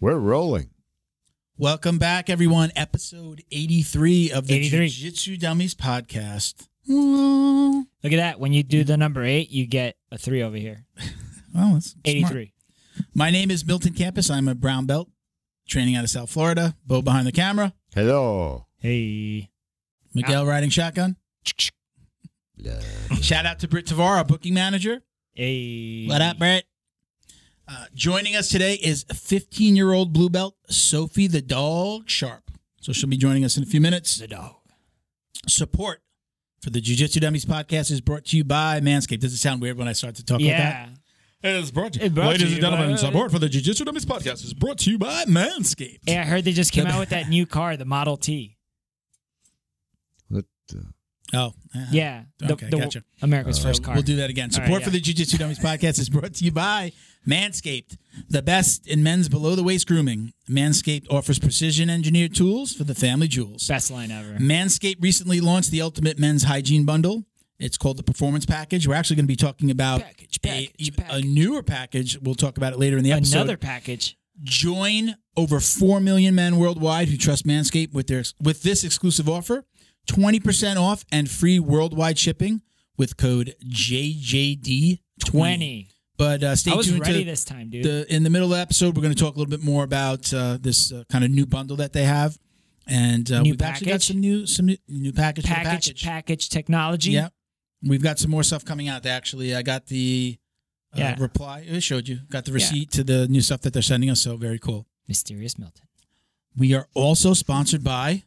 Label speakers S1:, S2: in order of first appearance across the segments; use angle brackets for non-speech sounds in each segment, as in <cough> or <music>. S1: We're rolling.
S2: Welcome back, everyone. Episode 83 of the
S3: 83.
S2: Jiu-Jitsu Dummies podcast.
S3: Look at that. When you do the number eight, you get a three over here.
S2: Well, that's smart.
S3: 83.
S2: My name is Milton Campus. I'm a brown belt training out of South Florida. Bo behind the camera.
S1: Hello.
S3: Hey.
S2: Miguel riding shotgun. Shout out to Britt Tavara, booking manager.
S3: Hey.
S2: What up, Britt? Uh, joining us today is 15 year old blue belt Sophie the Dog Sharp. So she'll be joining us in a few minutes.
S3: The dog.
S2: Support for the Jiu Jitsu Dummies podcast is brought to you by Manscaped. Does it sound weird when I start to talk like that?
S3: Yeah.
S2: It is brought to
S3: It's brought
S2: ladies
S3: to
S2: and
S3: you
S2: gentlemen,
S3: by-
S2: support for the Jiu Jitsu Dummies podcast is brought to you by Manscaped.
S3: Hey, I heard they just came out with
S2: <laughs>
S3: that new car, the Model T.
S1: What the-
S2: Oh, uh,
S3: Yeah. The,
S2: Okay,
S3: the-
S2: gotcha. Uh,
S3: America's first car.
S2: We'll do that again.
S3: All right,
S2: Support for
S3: yeah.
S2: the Jiu Jitsu Dummies podcast is brought to you by Manscaped, the best in men's below the waist grooming. Manscaped offers precision engineered tools for the family jewels.
S3: Best line ever.
S2: Mm, Manscaped recently launched the Ultimate Men's Hygiene Bundle. It's called the Performance Package. We're actually going to be talking about
S3: Package,
S2: a-
S3: package,
S2: a,
S3: package.
S2: newer package. We'll talk about it later in the episode.
S3: Another package.
S2: Join over 4 million men worldwide who trust Manscaped with their with this exclusive offer. 20% off and free worldwide shipping with code JJD20.
S3: 20.
S2: But uh, stay
S3: I was
S2: tuned
S3: ready
S2: to
S3: this time, dude.
S2: the in the middle of the episode we're going to talk a little bit more about uh, this uh, kind of new bundle that they have and uh,
S3: New
S2: we've actually got
S3: package?
S2: some new some new, new package for the
S3: package,
S2: package.
S3: package, technology.
S2: Yeah. We've got some more stuff coming out actually. I got the uh,
S3: Yeah.
S2: reply. I showed you. Got the receipt to the new stuff that they're sending us, so very cool.
S3: Mysterious Milton.
S2: We are also sponsored by.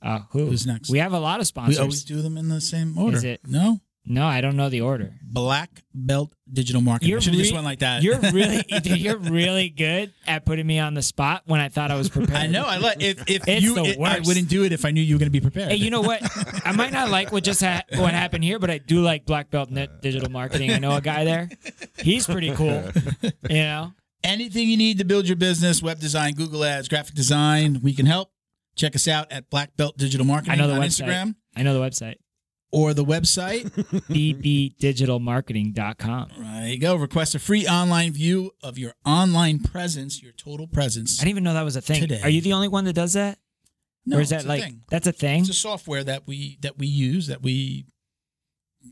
S3: Uh, who?
S2: Who's next?
S3: We have a lot of sponsors.
S2: We always do them in the same order.
S3: Is it-
S2: No,
S3: no, I don't know the order.
S2: <laughs> black belt digital marketing.
S3: You're
S2: I should have just
S3: re-
S2: went like that. <laughs>
S3: You're really, <laughs> dude, you're really good at putting me on the spot when I thought I was
S2: <laughs>
S3: prepared.
S2: I know. I like if if
S3: It's
S2: you,
S3: the
S2: it- I
S3: worst.
S2: wouldn't do it if I knew you were going to be prepared.
S3: Hey, you know
S2: <laughs>
S3: what? I might not like what just ha- what happened here, but I do like black belt net digital marketing. I know a guy there. He's pretty
S1: <laughs>
S3: cool. You know,
S2: Anything you need to build your business, web design, Google Ads, graphic design, we can help. Check us out at Black Belt Digital Marketing
S3: I know the
S2: on
S3: website.
S2: Instagram
S3: I know the website
S2: or the
S3: <laughs>
S2: website.
S3: bbdigitalmarketing.com.
S2: there you go. Request a free online view of your online presence, your total presence.
S3: I didn't even know that was a thing.
S2: Today.
S3: Are you the only one that does that?
S2: No,
S3: or is
S2: it's a
S3: that like
S2: thing.
S3: that's a thing?
S2: It's a software that we that we use that we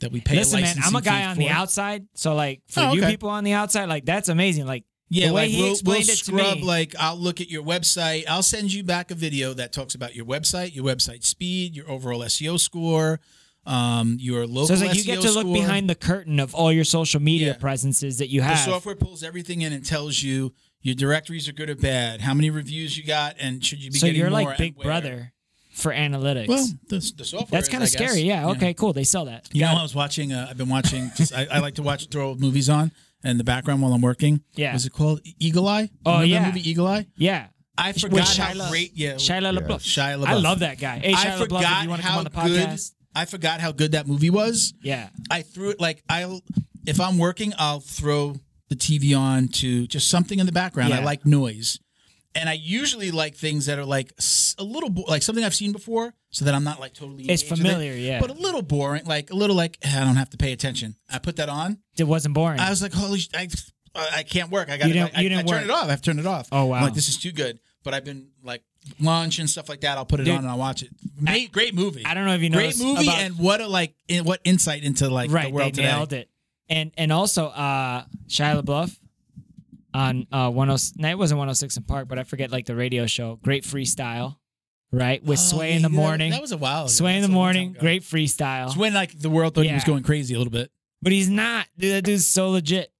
S2: that we pay. a
S3: Listen, man, I'm
S2: licensing
S3: a guy
S2: fee
S3: on
S2: for.
S3: the outside, so like for
S2: Oh,
S3: you
S2: okay.
S3: people on the outside, like that's amazing. Like
S2: Yeah,
S3: the way
S2: like
S3: he
S2: we'll, we'll
S3: explained it to
S2: scrub.
S3: me-
S2: Like I'll look at your website. I'll send you back a video that talks about your website, your website speed, your overall SEO score, um, your local.
S3: so it's like you
S2: SEO
S3: get to look
S2: score.
S3: behind the curtain of all your social media
S2: Yeah.
S3: presences that you
S2: The
S3: have.
S2: software pulls everything in and tells you your directories are good or bad, how many reviews you got, and should you be
S3: so
S2: getting
S3: you're
S2: more
S3: like
S2: and
S3: Big
S2: where.
S3: Brother for analytics.
S2: Well, the, the software.
S3: That's
S2: is,
S3: kind
S2: I
S3: of scary.
S2: guess.
S3: Yeah. Okay. Cool. They sell that.
S2: You know, I was watching. Uh, I've been watching. Just, I, I like to watch throw old movies on in the background while I'm working.
S3: Yeah.
S2: Was it called Eagle Eye?
S3: Oh,
S2: Remember
S3: yeah.
S2: The movie Eagle Eye.
S3: Yeah.
S2: I
S3: With
S2: forgot how
S3: Shia-
S2: great. Yeah.
S3: Shia LaBeouf.
S2: Shia LaBeouf.
S3: I love that guy. Hey, Shia
S2: I
S3: LaBeouf, if
S2: forgot
S3: you want to come
S2: how
S3: on the
S2: good.
S3: podcast?
S2: I forgot how good that movie was.
S3: Yeah.
S2: I threw it like I'll if I'm working, I'll throw the TV on to just something in the background. I
S3: Yeah.
S2: like noise, and I usually like things that are like s- a little bo- like something I've seen before, so that I'm not like totally.
S3: It's
S2: engaged with it,
S3: familiar, yeah.
S2: but a little boring. Like a little like eh, I don't have to pay attention. I put that on.
S3: It wasn't boring.
S2: I was like, holy, sh- I, I can't work. I got
S3: You
S2: to
S3: didn't-
S2: like, I,
S3: you didn't
S2: I turn
S3: work.
S2: it off. I have to turn it off.
S3: Oh,
S2: I'm
S3: wow.
S2: like this is too good. But I've been like lunch and stuff like that. I'll put it
S3: Dude,
S2: on and I'll watch it. Ma- great movie.
S3: I don't know if you know.
S2: great movie and what a like in, what insight into like
S3: right.
S2: the world
S3: they
S2: today.
S3: nailed it. And and also uh, Shia LaBeouf on uh, 106. No, it wasn't 106 in Park, but I forget like the radio show. Great freestyle, right? With
S2: Oh,
S3: Sway
S2: yeah,
S3: in the
S2: that-
S3: morning.
S2: That was a while. ago.
S3: Sway in
S2: That's
S3: the
S2: a long
S3: morning.
S2: time ago.
S3: Great freestyle.
S2: It's when like the world thought he was
S3: Yeah.
S2: going crazy a little bit.
S3: But he's not. Dude, that dude's so legit.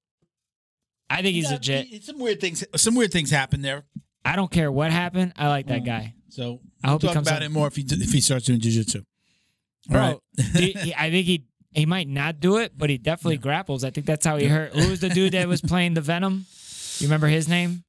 S3: I think he's
S2: Yeah,
S3: legit.
S2: he- Some weird things. Some weird things happened there.
S3: I don't care what happened. I like that
S2: Mm.
S3: guy.
S2: So
S3: I hope
S2: we'll talk
S3: he comes
S2: about
S3: on.
S2: it more if he d- if he starts doing jujitsu. All
S3: Bro,
S2: right.
S3: dude, <laughs> he- I think he he might not do it, but he definitely grapples. I think that's how he hurt. Who was the
S2: <laughs>
S3: dude that was playing the Venom? You remember his name?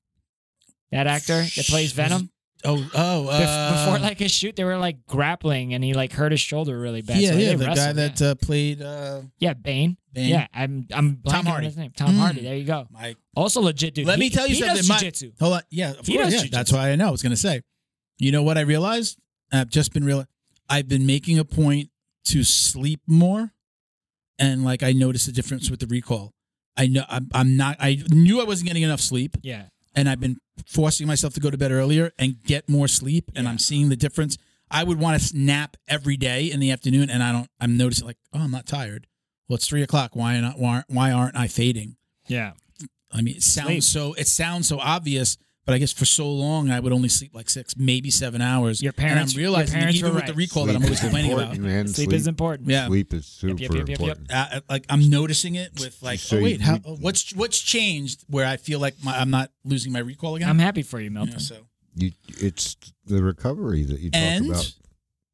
S3: That actor that plays Venom.
S2: Oh oh.
S3: Bef-
S2: Uh,
S3: Before like his shoot, they were like grappling, and he like hurt his shoulder really bad.
S2: yeah
S3: so
S2: yeah
S3: they
S2: the guy
S3: wrestled,
S2: that
S3: yeah.
S2: uh, played uh,
S3: yeah Bane.
S2: Bane.
S3: Yeah, I'm I'm blanking
S2: Tom
S3: on
S2: Hardy.
S3: his name. Tom
S2: Mm.
S3: Hardy. There you go.
S2: Mike.
S3: Also legit dude.
S2: Let
S3: He-
S2: me tell you
S3: he
S2: something.
S3: Does
S2: Mike-
S3: jiu-jitsu.
S2: Hold on. Yeah, of
S3: He
S2: course.
S3: does
S2: Yeah,
S3: jujitsu.
S2: that's why I know. I was going to say. You know what I realized? I've just been real. I've been making a point to sleep more, and like I noticed a difference with the recall. I know I'm, I'm not. I knew I wasn't getting enough sleep,
S3: Yeah.
S2: and I've been forcing myself to go to bed earlier and get more sleep, and I'm seeing the difference. I would want to nap every day in the afternoon, and I don't. I'm noticing like, oh, I'm not tired. Well, it's three o'clock. Why not? Why, why aren't I fading?
S3: Yeah.
S2: I mean, it sounds so it sounds so obvious, but I guess for so long I would only sleep like six, maybe seven hours.
S3: Your parents-
S2: and I'm
S3: your
S2: realizing that
S3: parents
S2: even
S3: were
S2: with the
S3: right.
S2: recall that I'm always
S1: is
S2: complaining about,
S1: important, man.
S3: Sleep,
S1: Sleep,
S3: is important.
S2: yeah,
S1: sleep is super
S3: yep, yep, yep.
S1: important.
S2: uh, uh, like I'm noticing it with like,
S1: So
S2: oh
S1: you-
S2: wait, how,
S1: you-
S2: oh, what's what's changed where I feel like my, I'm not losing my recall again.
S3: I'm happy for you,
S2: You know,
S3: Milton.
S2: so
S1: You, it's the recovery that you talk
S2: and
S1: about.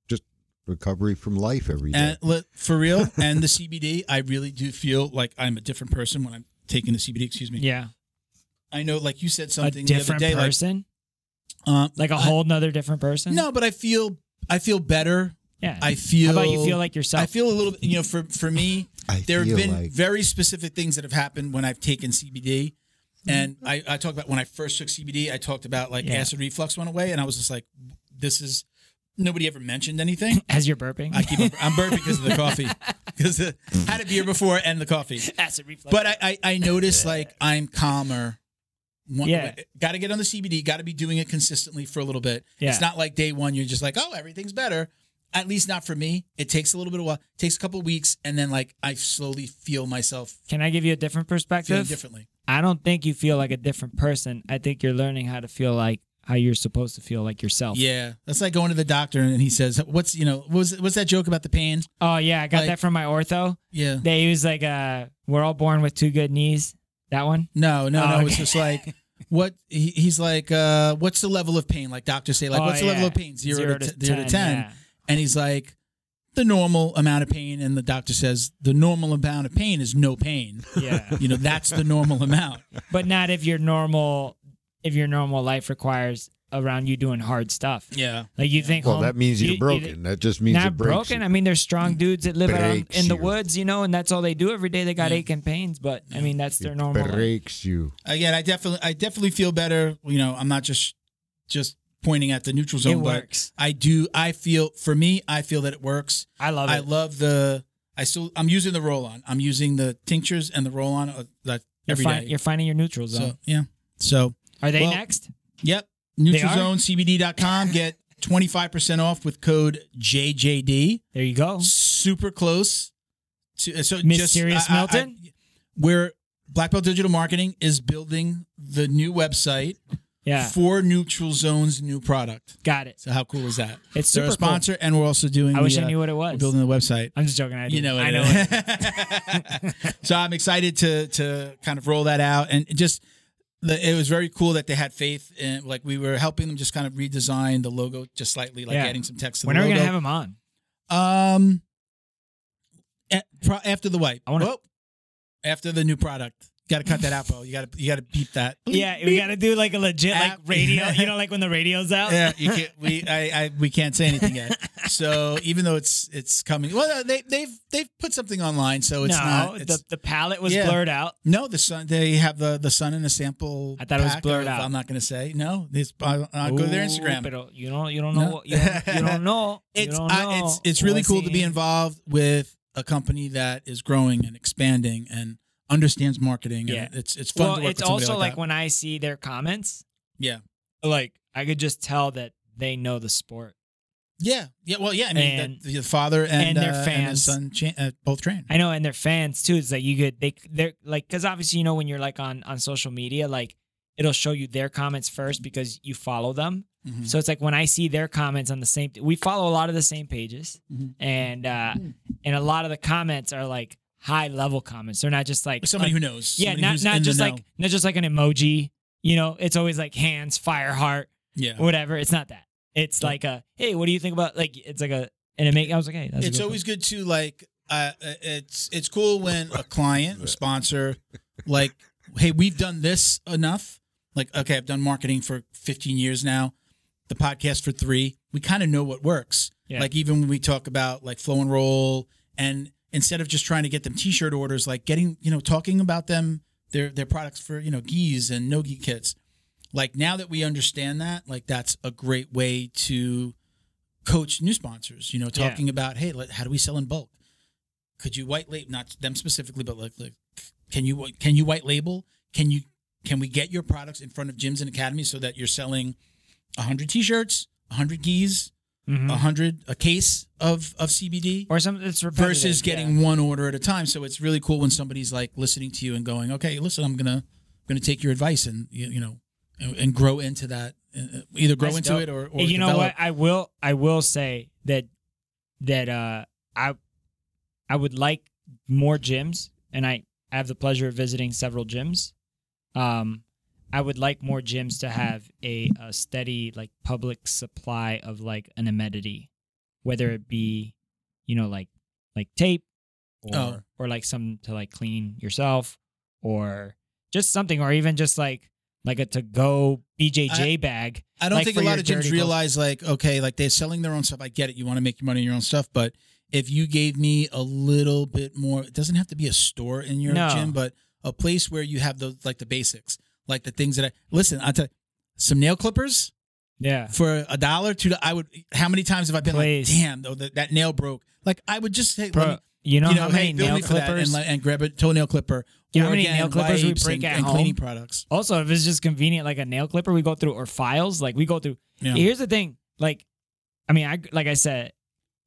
S1: Just recovery from life every day.
S2: and let, for
S3: <laughs>
S2: real, and the CBD, I really do feel like I'm a different person when I'm taking the CBD. Excuse me.
S3: Yeah.
S2: I know, like you said
S3: A
S2: something the other
S3: different
S2: day, like
S3: person?
S2: um,
S3: Like, a
S2: I-
S3: whole nother different person?
S2: no, but I feel I feel better.
S3: Yeah.
S2: I feel.
S3: How about you feel like yourself?
S2: I feel a little bit, you know, for, for
S3: <laughs>
S2: me,
S1: I
S2: there have
S1: feel
S2: been
S1: like-
S2: very specific things that have happened when I've taken CBD. And I, I talked about when I first took CBD, I talked about like
S3: Mm-hmm. Yeah.
S2: acid reflux went away. And I was just like, this is, nobody ever mentioned anything.
S3: As you're burping? <laughs>
S2: I keep, on- I'm burped because of the coffee, because I had a beer before and the coffee.
S3: Acid reflux.
S2: But I, I, I notice like I'm calmer. One-
S3: Yeah.
S2: Got to get on the CBD, got to be doing it consistently for a little bit.
S3: yeah.
S2: It's not like day one, you're just like, oh, everything's better. At least not for me. It takes a little bit of while, it takes a couple of weeks, and then like I slowly feel myself
S3: Can I give you a different
S2: feeling
S3: perspective?
S2: differently.
S3: I don't think you feel like a different person. I think you're learning how to feel like how you're supposed to feel like yourself.
S2: Yeah. That's like going to the doctor and he says, What's you know, what was what's that joke about the pain?
S3: Oh yeah, I got
S2: Like-
S3: that from my ortho.
S2: Yeah.
S3: They was like uh we're all born with two good knees. That one?
S2: No, no,
S3: Oh,
S2: no. It's
S3: okay.
S2: just like what he, he's like, uh, what's the level of pain? Like doctors say, like,
S3: Oh,
S2: what's the level
S3: yeah.
S2: of pain? Zero, to, t- zero to ten.
S3: yeah.
S2: And he's like, the normal amount of pain, and the doctor says the normal amount of pain is no pain. <laughs>
S3: Yeah.
S2: You know, that's the normal amount.
S3: <laughs> but not if your normal if your normal life requires around you doing hard stuff.
S2: Yeah.
S3: Like you think
S1: well,
S3: home-
S1: that means
S3: you-
S1: you're
S3: you-
S1: broken. that just means
S3: not
S1: it breaks
S3: broken.
S1: you.
S3: I mean, there's strong dudes that live out
S1: Breaks
S3: in the
S1: you.
S3: woods, you know, and that's all they do every day. They got
S2: Yeah.
S3: ache and pains, but I mean, that's their
S1: It
S3: normal. life.
S1: breaks you.
S2: again, I definitely, I definitely feel better. You know, I'm not just just pointing at the neutral
S3: It
S2: zone, but
S3: works.
S2: I do. I feel for me, I feel that it works.
S3: I love
S2: I
S3: it.
S2: love the. I still, I'm using the roll on. I'm using the tinctures and the roll on uh, that
S3: You're,
S2: every
S3: fi-
S2: day.
S3: you're finding your neutral zone.
S2: So yeah. So
S3: Are they
S2: Well-
S3: next?
S2: yep.
S3: are?
S2: NeutralZoneCBD.com. Get 25% off with code JJD.
S3: There you go.
S2: super close to uh, so
S3: Mysterious
S2: just, I- I-
S3: Milton?
S2: I- where Black Belt Digital Marketing is building the new website
S3: Yeah,
S2: for Neutral Zone's new product.
S3: got it.
S2: So how cool is that?
S3: It's
S2: They're
S3: super
S2: a sponsor, and we're also doing.
S3: Cool. I
S2: the,
S3: wish I
S2: uh,
S3: knew what it was.
S2: we're building the website.
S3: I'm just joking. I
S2: You
S3: didn't.
S2: know,
S3: I know. it.
S2: <laughs>
S3: <laughs>
S2: it. <laughs> so I'm excited to to kind of roll that out, and it just the, it was very cool that they had faith in. Like we were helping them just kind of redesign the logo just slightly, like
S3: Yeah.
S2: adding some text to
S3: When
S2: the
S3: are we
S2: logo.
S3: gonna have him on?
S2: Um, a- pro- after the wipe.
S3: I wanna-
S2: Well, after the new product. Got to cut that out, Bo. You got to you got to beep that.
S3: Yeah, we gotta do like a legit like
S2: App.
S3: radio.
S2: <laughs>
S3: You know, like when the radio's out.
S2: Yeah, you can't. We I, I we can't say anything
S3: <laughs>
S2: yet. So even though it's it's coming, well uh, they they've they've put something online, so oh, it's
S3: no,
S2: not. It's,
S3: the the palette was
S2: Yeah.
S3: blurred out.
S2: no, the sun. They have the the sun in a sample.
S3: I thought it was
S2: pack
S3: blurred
S2: of-
S3: out.
S2: I'm not going to say no. This I- I'll go to their
S3: Ooh,
S2: Instagram.
S3: pero you don't. You don't know.
S2: No.
S3: What, you, don't, you
S2: <laughs>
S3: don't know. you
S2: it's
S3: don't
S2: I-
S3: know
S2: it's it's really
S3: what's
S2: cool to be
S3: in-
S2: involved with a company that is growing and expanding and understands marketing.
S3: Yeah.
S2: and it's it's fun.
S3: Well,
S2: to work
S3: it's
S2: with somebody
S3: also like,
S2: that.
S3: when I see their comments,
S2: yeah,
S3: like I could just tell that they know the sport.
S2: Mm-hmm. yeah, yeah. Well, yeah. I mean,
S3: And-
S2: the, the father and,
S3: and their
S2: uh,
S3: fans.
S2: and his son cha- uh, both train.
S3: I know, and their fans too. It's like you could they they're like because obviously you know when you're like on on social media, like it'll show you their comments first because you follow them.
S2: Mhm.
S3: So it's like when I see their comments on the same, we follow a lot of the same pages,
S2: Mhm.
S3: and uh and a lot of the comments are like high level comments. They're not just like
S2: Somebody who knows.
S3: yeah,
S2: somebody
S3: not
S2: who's
S3: not
S2: in the
S3: just
S2: know.
S3: like not just like an emoji. You know, it's always like hands, fire, heart,
S2: yeah.
S3: whatever. It's not that. It's
S2: Yeah.
S3: like a hey, what do you think about like it's like a and it make I was like hey, that's a
S2: it's
S3: good
S2: always good to like uh, it's it's cool when a client or sponsor like hey we've done this enough like okay i've done marketing for 15 years now the podcast for three we kind of know what works
S3: Yeah.
S2: like even when we talk about like flow and roll and instead of just trying to get them t-shirt orders like getting you know talking about them their their products for you know gis and no gi kits like now that we understand that like that's a great way to coach new sponsors you know
S3: Yeah.
S2: talking about hey let, how do we sell in bulk could you white label not them specifically but like, like can you can you white label can you Can we get your products in front of gyms and academies so that you're selling 100 t-shirts, 100 geese,
S3: Mhm.
S2: 100 a case of of CBD
S3: or something that's repetitive.
S2: versus getting one order at a time. So it's really cool when somebody's like listening to you and going, "Okay, listen, I'm gonna I'm gonna take your advice and you, you know and, and grow into that, uh, either grow
S3: That's
S2: into
S3: dope.
S2: it or, or
S3: you know
S2: develop."
S3: what i will i will say that that uh i i would like more gyms and i I have the pleasure of visiting several gyms um i would like more gyms to have a, a steady like public supply of like an amenity whether it be you know like like tape or
S2: Oh.
S3: or like something to like clean yourself or just something or even just like like a to go BJJ bag
S2: I don't
S3: like,
S2: think
S3: for
S2: a lot
S3: your
S2: of
S3: dirty
S2: gyms
S3: clothes.
S2: realize like okay, like they're selling their own stuff. I get it. You want to make your money in your own stuff, but if you gave me a little bit more, it doesn't have to be a store in your
S3: No.
S2: gym, but a place where you have those like the basics, like the things that I listen. I tell you, some nail clippers
S3: Yeah.
S2: for a dollar, two. do- I would. How many times have I been
S3: Please.
S2: like, damn, though that, that nail broke? Like I would just say,
S3: Bro,
S2: let me-
S3: you know,
S2: you know,
S3: how
S2: hey,
S3: many
S2: bill
S3: nail
S2: me for that and,
S3: clippers?
S2: let- and grab a toenail clipper.
S3: You know
S2: or
S3: how many
S2: again,
S3: nail clippers we
S2: wipes
S3: break
S2: and,
S3: at
S2: and cleaning
S3: home?
S2: products.
S3: also, if it's just convenient, like a nail clipper, we go through or files, like we go through.
S2: Yeah.
S3: Here's the thing, like, I mean, I like I said,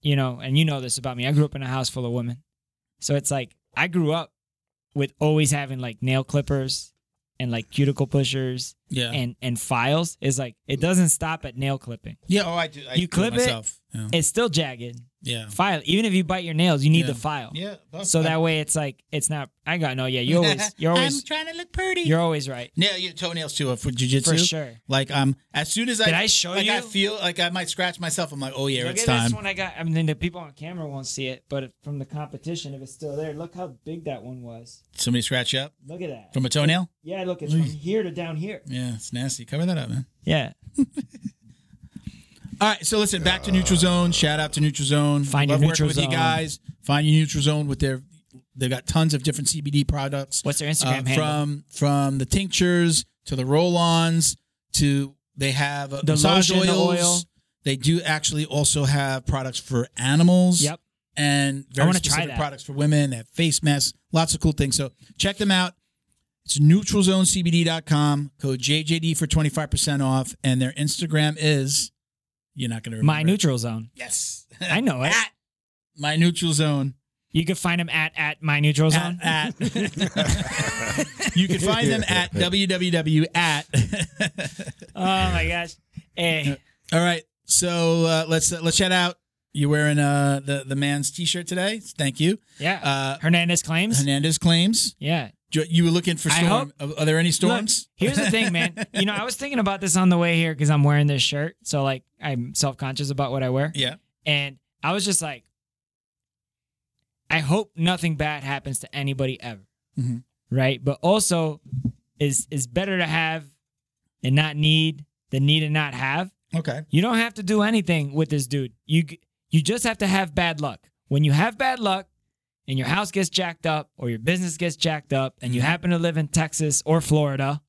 S3: you know, and you know this about me. I grew up in a house full of women, so it's like I grew up with always having like nail clippers and like cuticle pushers
S2: Yeah,
S3: and and files. It's like it doesn't stop at nail clipping.
S2: yeah. Oh, I do. I do
S3: You clip it?
S2: myself. Yeah.
S3: It's still jagged.
S2: yeah.
S3: File. Even if you bite your nails, you need
S2: Yeah.
S3: the file.
S2: Yeah.
S3: So that way, it's like it's not. I got no. Yeah, you
S2: <laughs>
S3: always, you're
S2: I'm
S3: always,
S2: trying to look pretty.
S3: you're always right
S2: Nail your toenails too uh, for jujitsu.
S3: for sure.
S2: Like um, as soon as I
S3: Did I show
S2: like
S3: you?
S2: I feel like I might scratch myself. I'm like, oh yeah,
S3: Look
S2: it's
S3: at
S2: time.
S3: this one I got. I mean, the people on camera won't see it, but from the competition, if it's still there, look how big that one was.
S2: Somebody scratch you up
S3: Look at that.
S2: from a toenail.
S3: yeah, look, it's from here to down here.
S2: Yeah, it's nasty. Cover that up, man.
S3: Yeah.
S2: All right, so listen, back to Neutral Zone. Shout out to Neutral Zone.
S3: Find your
S2: Love working
S3: Neutral
S2: with
S3: Zone.
S2: you guys. Find your Neutral Zone with their they've got tons of different CBD products.
S3: What's their
S2: Uh,
S3: Instagram handle?
S2: from from the tinctures to the roll-ons to they have uh,
S3: The
S2: massage
S3: lotion, the
S2: oils.
S3: oil.
S2: They do actually also have products for animals.
S3: Yep.
S2: And very
S3: wanna try
S2: specific
S3: that.
S2: products for women. They have face masks, lots of cool things. So check them out. It's neutralzonecbd.com. Code JJD for twenty five percent off. And their Instagram is you're not gonna remember
S3: My
S2: it.
S3: neutral zone.
S2: Yes.
S3: I know it.
S2: At <laughs> my neutral zone.
S3: You can find them at at my neutral zone.
S2: At, <laughs> at- you can find them at www at.
S3: <laughs> oh my gosh. Hey,
S2: <laughs> All right, so uh, let's let's shout out. You're wearing uh, the the man's t-shirt today. Thank you.
S3: yeah.
S2: Uh,
S3: Hernandez claims.
S2: Hernandez claims
S3: yeah.
S2: Jo- you were looking for
S3: I
S2: storm. Are- Are there any storms?
S3: Look, here's
S2: <laughs>
S3: the thing, man. You know, I was thinking about this on the way here because I'm wearing this shirt, so like I'm self conscious about what I wear.
S2: yeah.
S3: And I was just like, I hope nothing bad happens to anybody ever.
S2: Mhm.
S3: Right. But also is is better to have and not need than need and not have.
S2: Okay.
S3: You don't have to do anything with this dude. You g- you just have to have bad luck. When you have bad luck and your house gets jacked up or your business gets jacked up and you
S2: Mm-hmm.
S3: happen to live in Texas or Florida,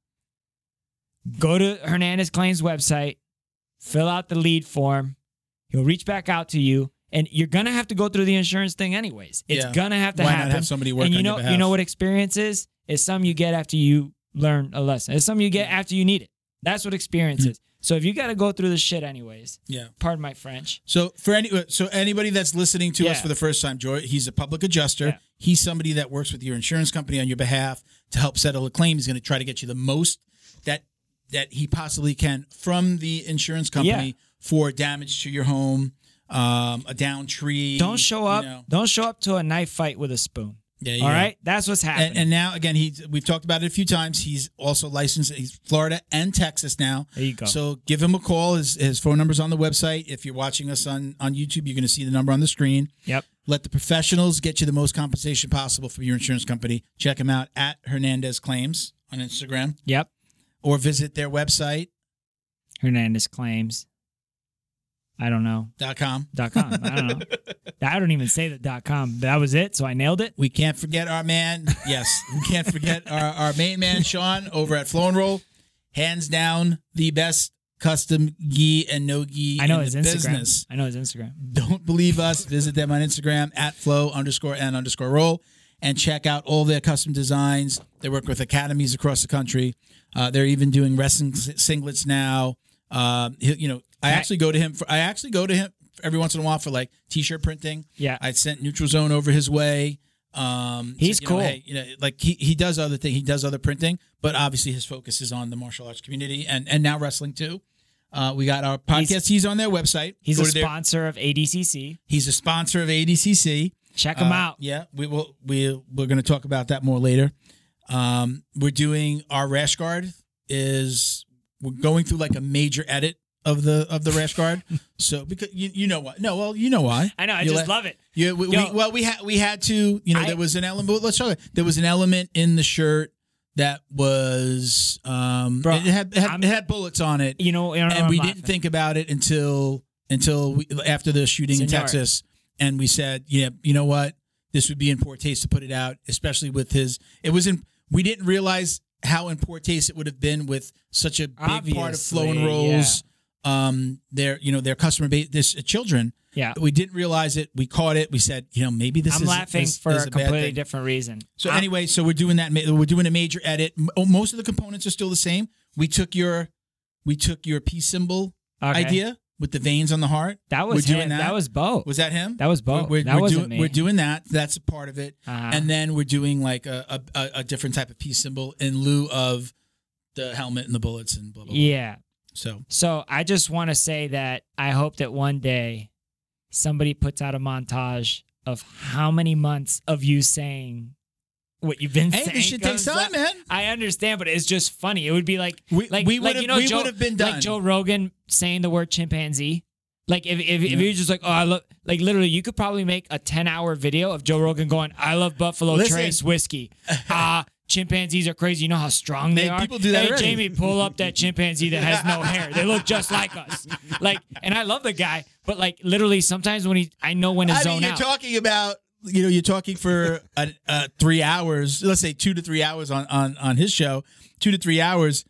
S3: go to Hernandez Claims website, fill out the lead form. He'll reach back out to you and you're going to have to go through the insurance thing anyways. It's
S2: Yeah.
S3: going to have to
S2: Why
S3: happen.
S2: not have somebody work
S3: and you
S2: on
S3: know
S2: your behalf?
S3: you know what experience is? It's something you get after you learn a lesson. It's something you get
S2: Mm-hmm.
S3: after you need it. That's what experience is. So if you got to go through the shit anyways,
S2: Yeah.
S3: pardon my French.
S2: So for any uh, so anybody that's listening to us
S3: Yeah.
S2: for the first time, Joy, he's a public adjuster.
S3: Yeah.
S2: He's somebody that works with your insurance company on your behalf to help settle a claim. He's going to try to get you the most that that he possibly can from the insurance company
S3: Yeah.
S2: for damage to your home, um, a down tree.
S3: Don't show
S2: you
S3: up.
S2: know.
S3: Don't show up to a knife fight with a spoon.
S2: Yeah,
S3: All
S2: yeah.
S3: right, that's what's happening.
S2: And, and now again, he's we've talked about it a few times. He's also licensed. He's Florida and Texas now.
S3: there you go.
S2: So give him a call. His, his phone number's on the website. If you're watching us on, on YouTube, you're going to see the number on the screen.
S3: Yep.
S2: Let the professionals get you the most compensation possible from your insurance company. Check them out at Hernandez Claims on Instagram
S3: yep.
S2: or visit their website
S3: Hernandez claims. I don't know.
S2: dot com.
S3: Dot com. I
S2: <laughs>
S3: don't know. I don't even say the dot com. That was it. So I nailed it.
S2: We can't forget our man. Yes, we can't forget our, our main man, Sean, over at Flow and Roll. Hands down, the best custom gi and no gi
S3: I know
S2: in
S3: his
S2: the
S3: Instagram.
S2: business.
S3: I know his Instagram.
S2: Don't believe us. Visit them on Instagram at flow underscore and underscore roll. and check out all their custom designs. They work with academies across the country. Uh, they're even doing wrestling s- singlets now. Um, he- you know, I
S3: Right.
S2: actually go to him. For, I actually go to him every once in a while for like t-shirt printing.
S3: Yeah.
S2: I sent Neutral Zone over his way. Um,
S3: He's
S2: you know,
S3: cool.
S2: hey, you know, like he, he does other thing. He does other printing, but obviously his focus is on the martial arts community and and now wrestling too. Uh, we got our podcast. He's, on their website.
S3: He's
S2: Go
S3: a
S2: to their-
S3: sponsor of ADCC.
S2: he's a sponsor of ADCC.
S3: Check him
S2: Uh,
S3: out.
S2: Yeah, we will. We we're going to talk about that more later. Um, we're doing our rash guard is we're going through like a major edit of the of the rash
S3: <laughs>
S2: guard. so because you, you know why? No, well you know why.
S3: I know. I
S2: You
S3: just
S2: la-
S3: love it.
S2: Yeah, we,
S3: Yo.
S2: we, well we had we had to you know
S3: I-
S2: there was an element. well, Let's talk. about- There was an element in the shirt that was um
S3: Bro,
S2: it had it
S3: I'm-
S2: had, it had bullets on it
S3: You know,
S2: and we didn't think about it until until we, after the shooting in
S3: Senora.
S2: Texas, and we said, yeah, you know what, this would be in poor taste to put it out, especially with his. It was in. We didn't realize how in poor taste it would have been with such a big part of Flow and
S3: Obviously,
S2: Rolls. Um, their you know their customer base, this uh, children.
S3: Yeah.
S2: We didn't realize it. We caught it. We said, you know, maybe this
S3: I'm
S2: is
S3: laughing
S2: is-
S3: for
S2: is bad
S3: a completely
S2: thing.
S3: different reason.
S2: So
S3: I'm-
S2: anyway, so we're doing that. ma- We're doing a major edit. M- oh, Most of the components are still the same. We took your, we took your peace symbol
S3: okay.
S2: idea with the veins on the heart.
S3: That
S2: we're
S3: was
S2: doing
S3: him.
S2: that.
S3: That was Bo.
S2: Was that him?
S3: that was Bo.
S2: We're,
S3: that
S2: we're
S3: wasn't
S2: doing,
S3: me.
S2: We're doing that. That's a part of it.
S3: Uh-huh.
S2: And then we're doing like a, a, a- a different type of peace symbol in lieu of the helmet and the bullets and blah blah. blah.
S3: yeah.
S2: So
S3: So I just want to say that I hope that one day somebody puts out a montage of how many months of you saying what you've been
S2: hey,
S3: saying.
S2: this shit takes
S3: comes
S2: time,
S3: up.
S2: man.
S3: I understand, but it's just funny. It would be like
S2: We,
S3: like,
S2: we would
S3: like,
S2: have
S3: you know
S2: we
S3: Joe,
S2: would have been done.
S3: like Joe Rogan saying the word chimpanzee. Like if if, if
S2: Yeah.
S3: you're just like oh I love like literally you could probably make a ten hour video of Joe Rogan going I love Buffalo
S2: Listen. <laughs>
S3: Trace whiskey ah chimpanzees are crazy you know how strong they
S2: Hey,
S3: are
S2: people do that
S3: hey
S2: already.
S3: Jamie pull up
S2: <laughs>
S3: that chimpanzee that has no hair they look just like us like and I love the guy but like literally sometimes when he I know when to
S2: I
S3: zone
S2: mean, you're
S3: out
S2: talking about you know you're talking for uh, uh, three hours. Let's say two to three hours on on on his show. Two to three hours.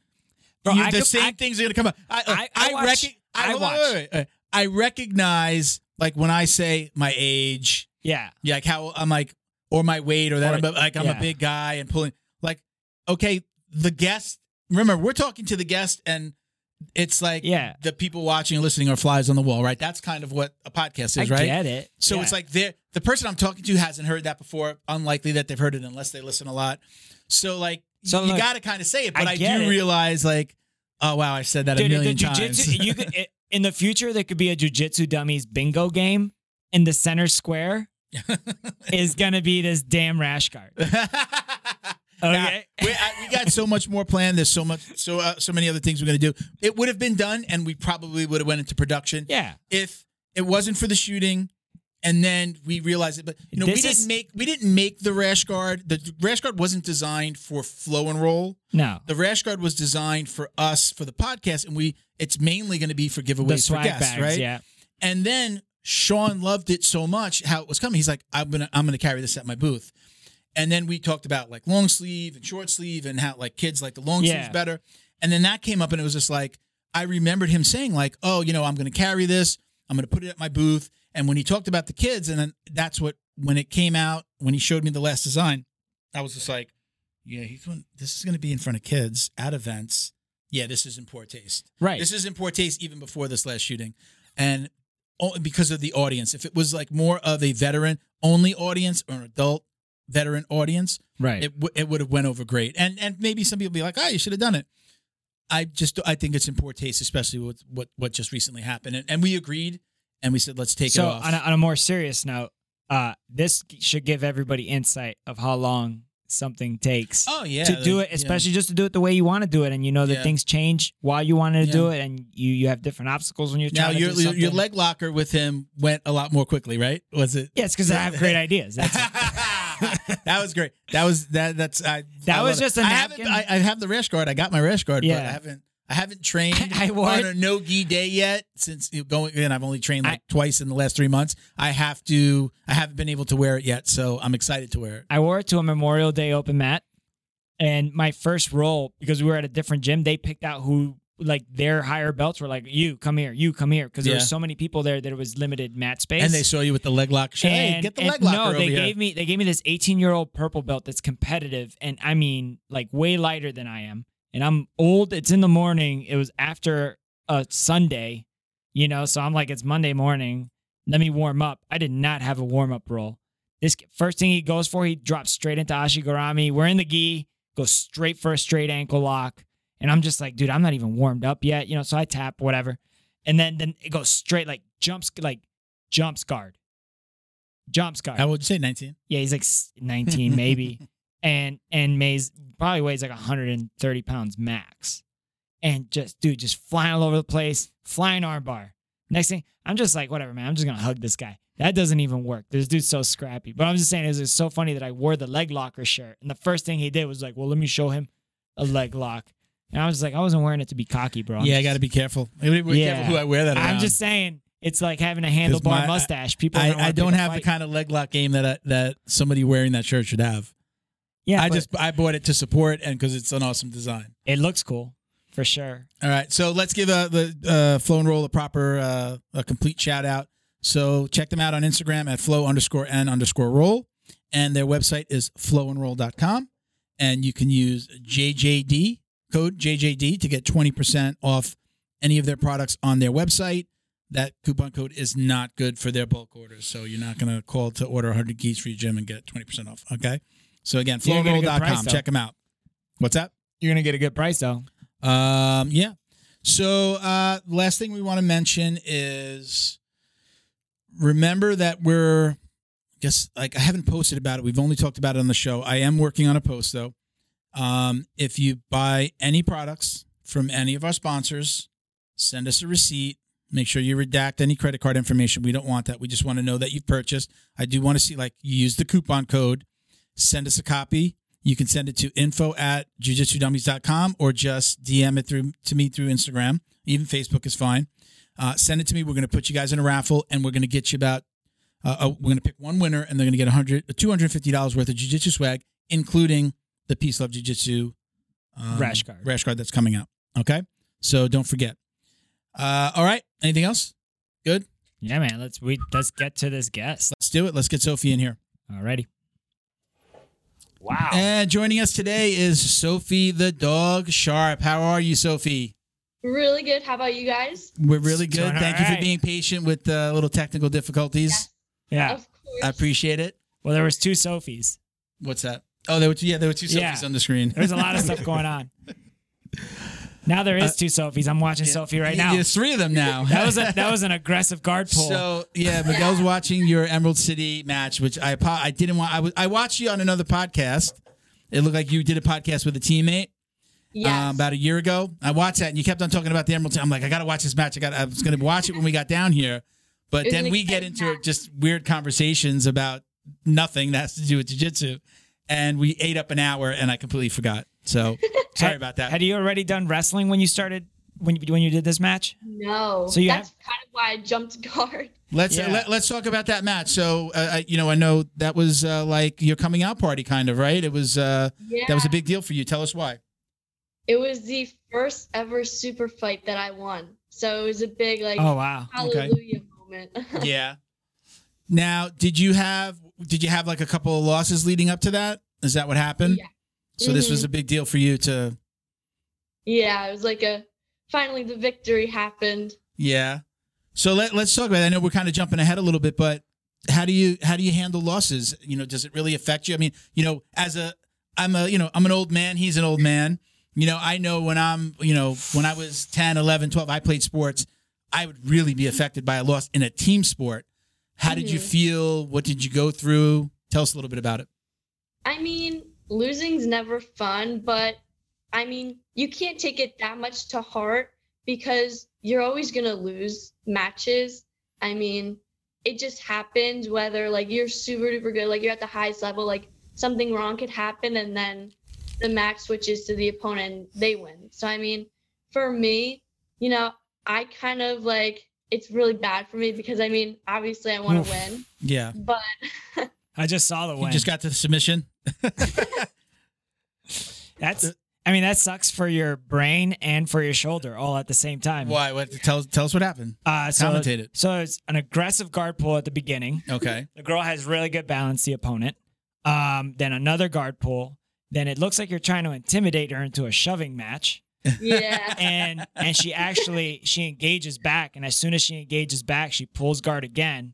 S3: Bro,
S2: you-
S3: I
S2: the
S3: could-
S2: same
S3: I-
S2: things are gonna come up. I uh,
S3: I- I
S2: I,
S3: watch-
S2: recog-
S3: I
S2: hold on,
S3: watch.
S2: wait, wait, wait. I recognize like when I say my age,
S3: yeah
S2: yeah, like how I'm like or my weight or that
S3: Or-
S2: I'm a, like I'm
S3: yeah.
S2: a big guy and pulling like okay the guest. Remember, we're talking to the guest and. It's like
S3: Yeah.
S2: the people watching and listening are flies on the wall, right? That's kind of what a podcast
S3: I
S2: is, right?
S3: get it
S2: So
S3: Yeah.
S2: it's like they're- the person I'm talking to hasn't heard that before. Unlikely that they've heard it unless they listen a lot. So like
S3: So
S2: you
S3: look,
S2: got to kind of say it, but
S3: I
S2: I, do
S3: get it.
S2: realize like, oh wow, I said that a million
S3: the
S2: times.
S3: jujitsu- you
S2: <laughs>
S3: could, it, in the future, there could be a jujitsu dummies bingo game, and the
S2: <laughs>
S3: center square is gonna be this damn rash guard. Okay,
S2: <laughs> Nah, we, I, we got so much more planned. There's so much, so uh, so many other things we're gonna do. It would have been done, and we probably would have went into production
S3: yeah,
S2: if it wasn't for the shooting. And then we realized it, but you know we
S3: This
S2: didn't
S3: is-
S2: make we didn't make the rash guard. The rash guard wasn't designed for flow and roll.
S3: no,
S2: the rash guard was designed for us for the podcast, and we it's mainly going to be for giveaways
S3: the
S2: for
S3: swag
S2: guests,
S3: bags,
S2: right?
S3: yeah,
S2: And then Sean loved it so much how it was coming. He's like, I'm gonna I'm gonna carry this at my booth. And then we talked about like long sleeve and short sleeve and how like kids like the long
S3: Yeah.
S2: sleeves better. And then that came up and it was just like I remembered him saying like, oh, you know, I'm gonna carry this. I'm gonna put it at my booth. And when he talked about the kids, and then that's what when it came out when he showed me the last design, I was just like, yeah, he's going. This is gonna be in front of kids at events. Yeah, this is in poor taste.
S3: right.
S2: This is in poor taste even before this last shooting, and o- because of the audience. If it was like more of a veteran only audience or an adult veteran audience,
S3: right.
S2: it w- it would have went over great. And and maybe some people be like, oh, you should have done it. I just I think it's in poor taste, especially with what what just recently happened. And, and we agreed, and we said let's take
S3: so
S2: it off.
S3: on a, on a more serious note, uh, this should give everybody insight of how long something takes.
S2: oh yeah,
S3: to do it,
S2: yeah.
S3: especially just to do it the way you want to do it, and you know that
S2: Yeah.
S3: things change while you wanted to
S2: Yeah.
S3: do it, and you you have different obstacles when you're
S2: Now
S3: trying to
S2: your
S3: do
S2: your-
S3: something.
S2: your leg locker with him went a lot more quickly, right? Was it?
S3: yes, because I have
S2: <laughs>
S3: great ideas. That's it.
S2: that was great. That was that. That's I.
S3: That
S2: I
S3: was
S2: love it.
S3: just a
S2: I haven't. I,
S3: napkin?
S2: I have the rash guard. I got my rash guard.
S3: Yeah.
S2: but I haven't. I haven't trained
S3: <laughs> I wore
S2: on
S3: it-
S2: a no gi day yet since you know, going. And I've only trained like
S3: I-
S2: twice in the last three months. I have to. I haven't been able to wear it yet, so I'm excited to wear it.
S3: I wore it to a Memorial Day open mat, and my first roll because we were at a different gym. They picked out who like their higher belts were like, you come here, you come here, because there
S2: Yeah.
S3: were so many people there that it was limited mat space.
S2: And they saw you with the leg lock. Shit, hey,
S3: And-
S2: get the
S3: and
S2: leg locker
S3: No,
S2: over
S3: they
S2: here.
S3: gave me they gave me this 18 year old purple belt that's competitive, and I mean like way lighter than I am, and I'm old. It's in the morning. It was after a Sunday, you know, so I'm like it's Monday morning. Let me warm up. I did not have a warm up roll. This first thing he goes for, he drops straight into Ashigarami. We're in the gi, goes straight for a straight ankle lock. And I'm just like, dude, I'm not even warmed up yet. You know, so I tap, whatever. And then then it goes straight like jumps like jumps guard. Jumps guard.
S2: How would you say? Nineteen.
S3: yeah, he's like s-
S2: <laughs>
S3: 19 maybe. And and Mays probably weighs like 130 pounds max. And just dude, just flying all over the place, flying armbar. Next thing, I'm just like, whatever, man. I'm just gonna hug this guy. That doesn't even work. This dude's so scrappy. But I'm just saying, it was, it was so funny that I wore the leg locker shirt, and the first thing he did was like, well, let me show him a leg lock. And I was like, I wasn't wearing it to be cocky, bro. I'm
S2: yeah, I
S3: just-
S2: got to be careful. <laughs> I gotta be
S3: Yeah.
S2: careful who I wear that.
S3: I'm
S2: around.
S3: just saying, it's like having a
S2: 'Cause
S3: handlebar
S2: my- I-
S3: mustache. People,
S2: I,
S3: don't wanna
S2: I don't
S3: pick a
S2: have the
S3: fight.
S2: kind of leg lock game that I, that somebody wearing that shirt should have.
S3: Yeah,
S2: I
S3: but
S2: just I bought it to support and because it's an awesome design.
S3: it looks cool for sure.
S2: All right, so let's give uh, the uh, Flow and Roll a proper, uh, a complete shout out. So check them out on Instagram at flow underscore n underscore roll, and their website is flowandroll.com. And you can use JJD code JJD to get 20% off any of their products on their website. That coupon code is not good for their bulk orders, so you're not going to call to order 100 geese for your gym and get 20% off. Okay, so again,
S3: You're gonna get a good price,
S2: flowandroll.com.
S3: though.
S2: Check them out. What's that?
S3: You're gonna get a good price though.
S2: Um, yeah. So uh, last thing we want to mention is remember that we're I guess like I haven't posted about it. We've only talked about it on the show. I am working on a post though. Um, if you buy any products from any of our sponsors, send us a receipt. Make sure you redact any credit card information. We don't want that. We just want to know that you've purchased. I do want to see like you use the coupon code. Send us a copy. You can send it to info at jujitsudummies.com or just DM it through to me through Instagram. Even Facebook is fine. Uh, send it to me. We're going to put you guys in a raffle and we're going to get you about, uh, uh, we're going to pick one winner and they're going to get 100, $250 worth of jujitsu swag, including the Peace Love Jujitsu um,
S3: Rash guard.
S2: Rash card that's coming out. Okay. So don't forget. Uh, all right. Anything else?
S3: Yeah, man. Let's we let's get to this guest.
S2: Let's do it. Let's get Sophie in here.
S3: Alrighty. Wow.
S2: And joining us today is Sophie the dog sharp. How are you, Sophie?
S4: Really good. How about you guys?
S2: We're really
S3: It's
S2: good.
S3: doing
S2: Thank
S3: all
S2: you for
S3: right.
S2: being patient with the little technical difficulties.
S3: Yeah.
S4: Of course.
S2: I um, appreciate it.
S3: Well, there was two Sophies.
S2: What's that? Oh, there were two, yeah, there were two selfies
S3: Yeah.
S2: on the screen.
S3: There was a lot of stuff going on. Now there is two Sophies. I'm watching Sophie right now.
S2: There's three of them now.
S3: <laughs> That was a that was an aggressive <laughs> guard pull.
S2: So yeah, Miguel's watching your Emerald City match, which I apo- I didn't want. I was I watched you on another podcast. It looked like you did a podcast with a teammate
S4: yes.
S2: um, about a year ago. I watched that, and you kept on talking about the Emerald City. I'm like, I got to watch this match. I got. I was going to watch it when we got down here, but
S4: It was
S2: then
S4: an
S2: we get
S4: exciting
S2: into
S4: match.
S2: just weird conversations about nothing that has to do with jujitsu, and we ate up an hour, and I completely forgot.
S4: <laughs>
S2: So sorry
S3: Had-
S2: about that.
S3: Had you already done wrestling when you started when you, when you did this match?
S4: no.
S3: So you
S4: That's kind of why I jumped <laughs> guard.
S2: Let's
S3: Yeah.
S2: uh, let, let's talk about that match. So, uh, I, you know, I know that was uh, like your coming out party, kind of, right? It was uh,
S4: Yeah.
S2: that was a big deal for you. Tell us
S4: <laughs>
S2: why.
S4: it was the first ever super fight that I won. So it was a big like
S3: Oh wow.
S2: okay.
S4: hallelujah moment.
S2: yeah. Now, did you have did you have like a couple of losses leading up to that? Is that what happened?
S4: <laughs> Yeah.
S2: So this
S4: Mm-hmm.
S2: was a big deal for you to.
S4: yeah, it was like a finally the victory happened.
S2: Yeah. So let let's talk about. It. I know we're kind of jumping ahead a little bit, but how do you how do you handle losses? You know, does it really affect you? I mean, you know, as a I'm a you know I'm an old man. He's an old man. You know, I know when I'm you know when I was 10, 11, 12, I played sports. I would really be affected by a loss in a team sport. How did you
S4: Mhm.
S2: feel? What did you go through? Tell us a little bit about it.
S4: I mean, losing's never fun, but I mean, you can't take it that much to heart because you're always going to lose matches. I mean, it just happens whether like you're super duper good, like you're at the highest level, like something wrong could happen and then the match switches to the opponent and they win. So, I mean, for me, you know, I kind of like it's really bad for me because I mean, obviously I want
S3: Oof.
S4: to win,
S2: Yeah,
S4: but
S3: I just saw the
S2: you
S3: win.
S2: just got to the submission.
S3: That's I mean, that sucks for your brain and for your shoulder all at the same time.
S2: Why? What? Tell tell us what happened.
S3: Uh, so,
S2: Commentate it.
S3: So it's an aggressive guard pull at the beginning.
S2: Okay.
S3: The girl has really good balance, the opponent. Um, then another guard pull. Then it looks like you're trying to intimidate her into a shoving match. <laughs>
S4: Yeah.
S3: And
S4: <laughs>
S3: and she actually she engages back, and as soon as she engages back, she pulls guard again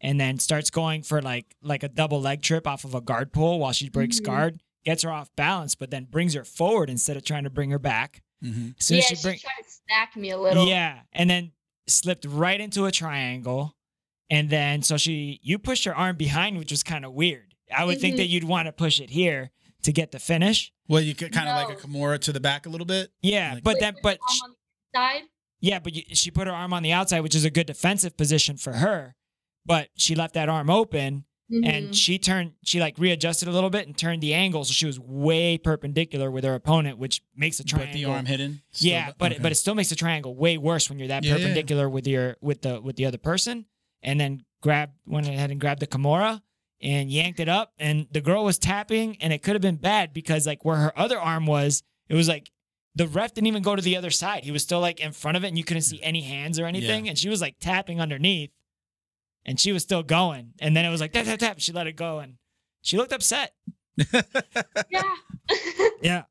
S3: and then starts going for like like a double leg trip off of a guard pull while she breaks
S4: Mhm.
S3: guard, gets her off balance, but then brings her forward instead of trying to bring her back.
S2: hmm
S3: As soon
S4: yeah,
S3: as
S4: she,
S3: she bring,
S4: tried to snack me a little.
S3: yeah, and then slipped right into a triangle, and then so she you pushed her arm behind, which was kind of weird. I would think
S4: Mhm.
S3: that you'd want to push it here to get the finish.
S2: Well, you could kind of like a
S4: No.
S2: Kimura to the back a little bit.
S3: Yeah,
S2: Like-
S3: but then but
S4: I'm
S3: sh-
S4: on the side.
S3: yeah, but you, she put her arm on the outside, which is a good defensive position for her. But she left that arm open, and
S4: Mhm.
S3: she turned she like readjusted a little bit and turned the angle, so she was way perpendicular with her opponent, which makes a
S2: But
S3: triangle.
S2: the arm hidden. Still
S3: yeah,
S2: the-
S3: but
S2: okay.
S3: it, but it still makes the triangle way worse when you're that
S2: Yeah, yeah, yeah.
S3: perpendicular with your with the with the other person, and then grab went ahead and grabbed the kimura and yanked it up, and the girl was tapping, and it could have been bad because like where her other arm was, it was like the ref didn't even go to the other side; he was still like in front of it, and you couldn't see any hands or anything, and she was like tapping underneath, and she was still going, and then it was like tap tap tap, she let it go, and she looked upset.
S4: yeah.
S3: Yeah,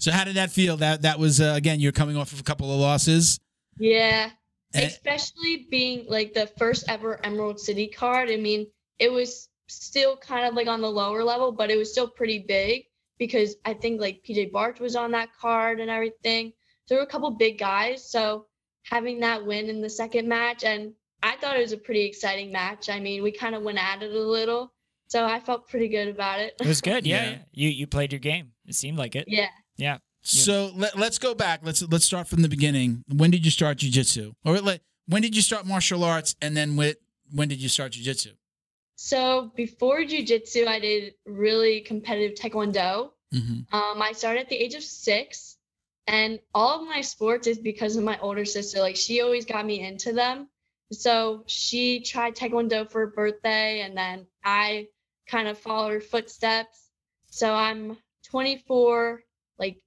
S2: so how did that feel? That that was uh, again, you're coming off of a couple of losses.
S4: Yeah.
S2: And-
S4: Especially being like the first ever Emerald City card. I mean, it was still kind of like on the lower level, but it was still pretty big because I think like PJ Barch was on that card and everything. There were a couple big guys. So having that win in the second match, and I thought it was a pretty exciting match. I mean, we kind of went at it a little. So I felt pretty good about it. <laughs>
S3: it was good. Yeah,
S2: Yeah.
S3: yeah. you you played your game. It seemed like it.
S4: yeah.
S2: So let, let's go back. Let's let's start from the beginning. When did you start jujitsu? Or like, when did you start martial arts? And then with when did you start jujitsu?
S4: So before jujitsu, I did really competitive taekwondo.
S3: Mm-hmm.
S4: Um, I started at the age of six, and all of my sports is because of my older sister. Like she always got me into them. So she tried taekwondo for her birthday, and then I kind of followed her footsteps. So I'm 24, like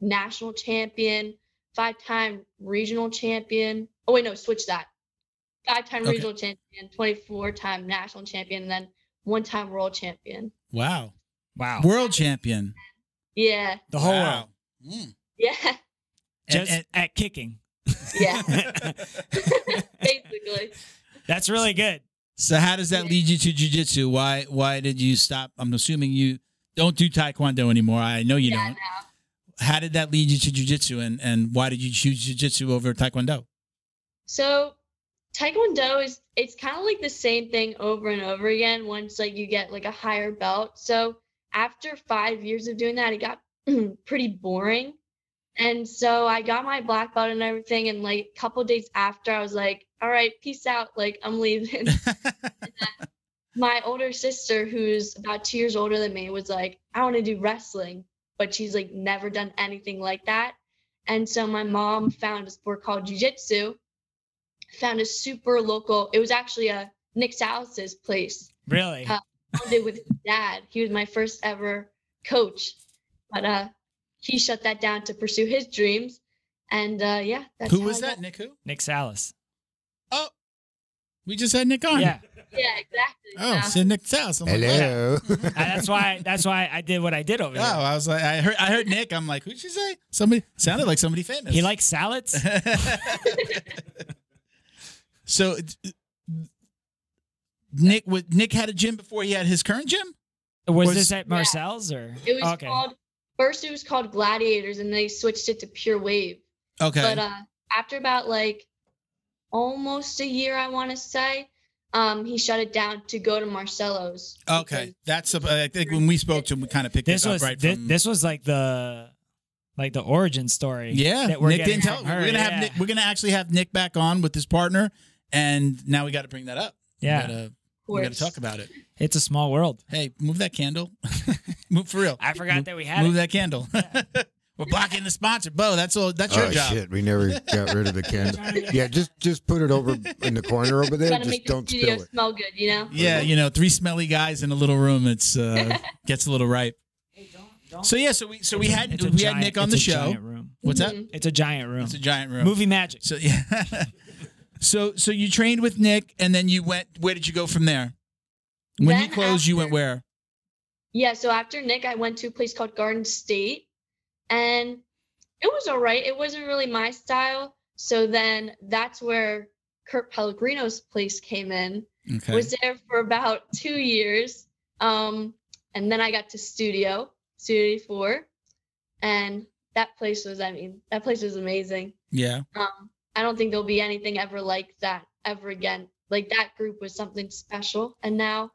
S4: national champion, five-time regional champion. Oh wait, no, switch that. Five-time
S2: Okay.
S4: regional champion, 24-time national champion, and then one-time world champion.
S2: Wow,
S3: Wow.
S2: world champion.
S4: Yeah, <laughs>
S3: the whole
S2: Wow.
S3: world.
S2: Mm.
S4: yeah,
S2: And-
S3: Just
S2: and-
S3: at kicking. <laughs>
S4: yeah. basically.
S3: That's really good.
S2: so how does that lead you to jujitsu? Why why did you stop? I'm assuming you don't do taekwondo anymore. I know you
S4: Yeah,
S2: don't. How did that lead you to jujitsu? And and why did you choose jujitsu over
S4: <laughs>
S2: taekwondo?
S4: So Taekwondo is it's kind of like the same thing over and over again once like you get like a higher belt. So after five years of doing that, it got <clears throat> pretty boring. And so I got my black belt and everything, and like a couple days after, I was like, all right, peace out. Like I'm leaving. my older sister, who's about two years older than me, was like, I want to do wrestling, but she's like never done anything like that. And so my mom found a sport called jujitsu, found a super local, it was actually a Nick Salas's place.
S3: Really.
S4: Uh, Did with his dad. He was my first ever coach. But uh he shut that down to pursue his dreams. And uh yeah, that's
S2: who
S4: how
S2: was
S4: I
S2: that?
S4: got-
S2: Nick who?
S3: Nick Salas.
S2: We just had Nick on.
S3: Yeah.
S4: <laughs> Yeah, exactly.
S2: Oh,
S4: yeah.
S2: so Nick's house. I'm like,
S1: Hello. <laughs>
S3: Uh, that's why that's why I did what I did over
S2: Oh, I was like, I heard, I heard Nick. I'm like, who'd she say? Somebody sounded like somebody
S3: here.
S2: famous.
S3: He likes salads.
S2: <laughs> so, it- Nick, would Nick had a gym before he had his current gym.
S3: Was,
S2: Was-
S3: this
S4: <laughs>
S3: at Marcel's or
S4: It was
S3: okay?
S4: called first it was called Gladiators and they switched it to Pure Wave.
S2: Okay.
S4: But uh after about like almost a year I wanna say, um he shut it down to go to Marcelo's.
S2: okay. That's. A, I think when we spoke to him, we kind of picked
S3: This
S2: it up
S3: was
S2: right
S3: this,
S2: from.
S3: this was like the like the origin story.
S2: yeah.
S3: that we're
S2: Nick
S3: getting
S2: didn't tell.
S3: from her,
S2: We're gonna
S3: yeah.
S2: have. Nick, we're gonna actually have Nick back on with his partner, and now we got to bring that up. We
S3: Yeah.
S2: gotta,
S4: Of
S2: we gotta
S4: course.
S2: talk about it.
S3: It's a small world.
S2: Hey, move that candle. <laughs> move for real.
S3: I
S2: Move-
S3: forgot that we had
S2: Move
S3: it.
S2: that candle. <laughs> We're blocking the sponsor, Bo. That's all. That's your
S1: oh
S2: job.
S1: shit, we never got rid of the candle. Yeah, just just put it over in the corner over there.
S4: Gotta
S1: Just
S4: make the
S1: don't
S4: studio
S1: spill it.
S4: smell good, you know?
S3: <laughs>
S2: Yeah, you know, three smelly guys in a little room. It's uh, gets a little ripe. So yeah, so we so <laughs> we
S3: It's a-
S2: had
S3: it's a
S2: we
S3: giant-
S2: had Nick on
S3: it's
S2: the
S3: a
S2: show.
S3: giant room.
S2: What's that?
S4: Mhm.
S3: It's a giant room.
S2: It's a giant room.
S3: Movie magic.
S2: So yeah. <laughs> so so you trained with Nick, and then you went. Where did you go from there? When
S4: Then
S2: you closed, you went
S4: after-
S2: where?
S4: Yeah, so after Nick, I went to a place called Garden State, and it was all right. It wasn't really my style. So then that's where Kurt Pellegrino's place came in.
S2: Okay.
S4: Was there for about two years, um, and then I got to Studio Studio Four, and that place was. I mean, that place was amazing.
S2: yeah.
S4: Um, I don't think there'll be anything ever like that ever again. Like that group was something special, and now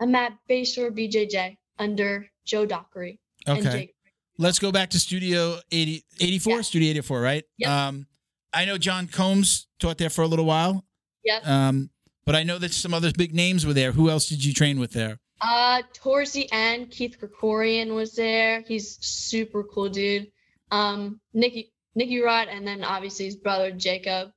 S4: I'm at Bayshore BJJ under Joe Dockery. and
S2: Okay.
S4: Jake.
S2: Let's go back to Studio 80, 84,
S4: Yeah.
S2: Studio 84, right?
S4: Yep.
S2: Um, I know John Combs taught there for a little while,
S4: Yep.
S2: um, but I know that some other big names were there. Who else did you train with there?
S4: Uh, towards the end, Keith Gregorian was there. He's super cool dude. Um, Nicky Nicky Rod, and then obviously his brother Jacob.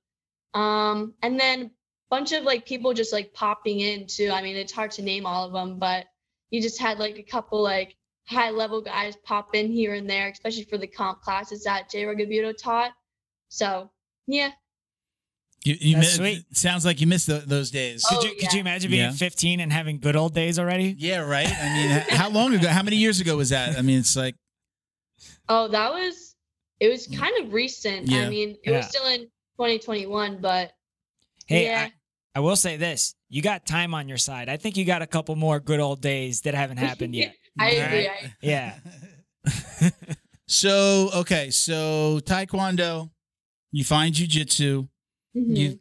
S4: Um, and then bunch of like people just like popping in too. I mean, it's hard to name all of them, but you just had like a couple like high level guys pop in here and there, especially for the comp classes that Jay Regabuto taught. So yeah,
S2: You, you
S3: That's
S2: mi-
S3: sweet.
S2: Sounds like you missed tho- those days.
S4: Oh,
S3: could you could
S4: yeah.
S3: you imagine being
S2: Yeah.
S3: 15 and having good old days already?
S2: Yeah, right. I mean, h- how long ago? How many years ago was that? I mean, it's like
S4: Oh, that was it was
S2: Mm.
S4: kind of recent.
S2: Yeah.
S4: I mean, it was
S3: Yeah.
S4: still in 2021, but
S3: Hey,
S4: yeah,
S3: I, I will say this: you got time on your side. I think you got a couple more good old days that haven't happened yet.
S4: I agree.
S3: Alright.
S4: I,
S3: Yeah.
S2: <laughs> so okay, so Taekwondo, you find jujitsu.
S4: mhm.
S2: You've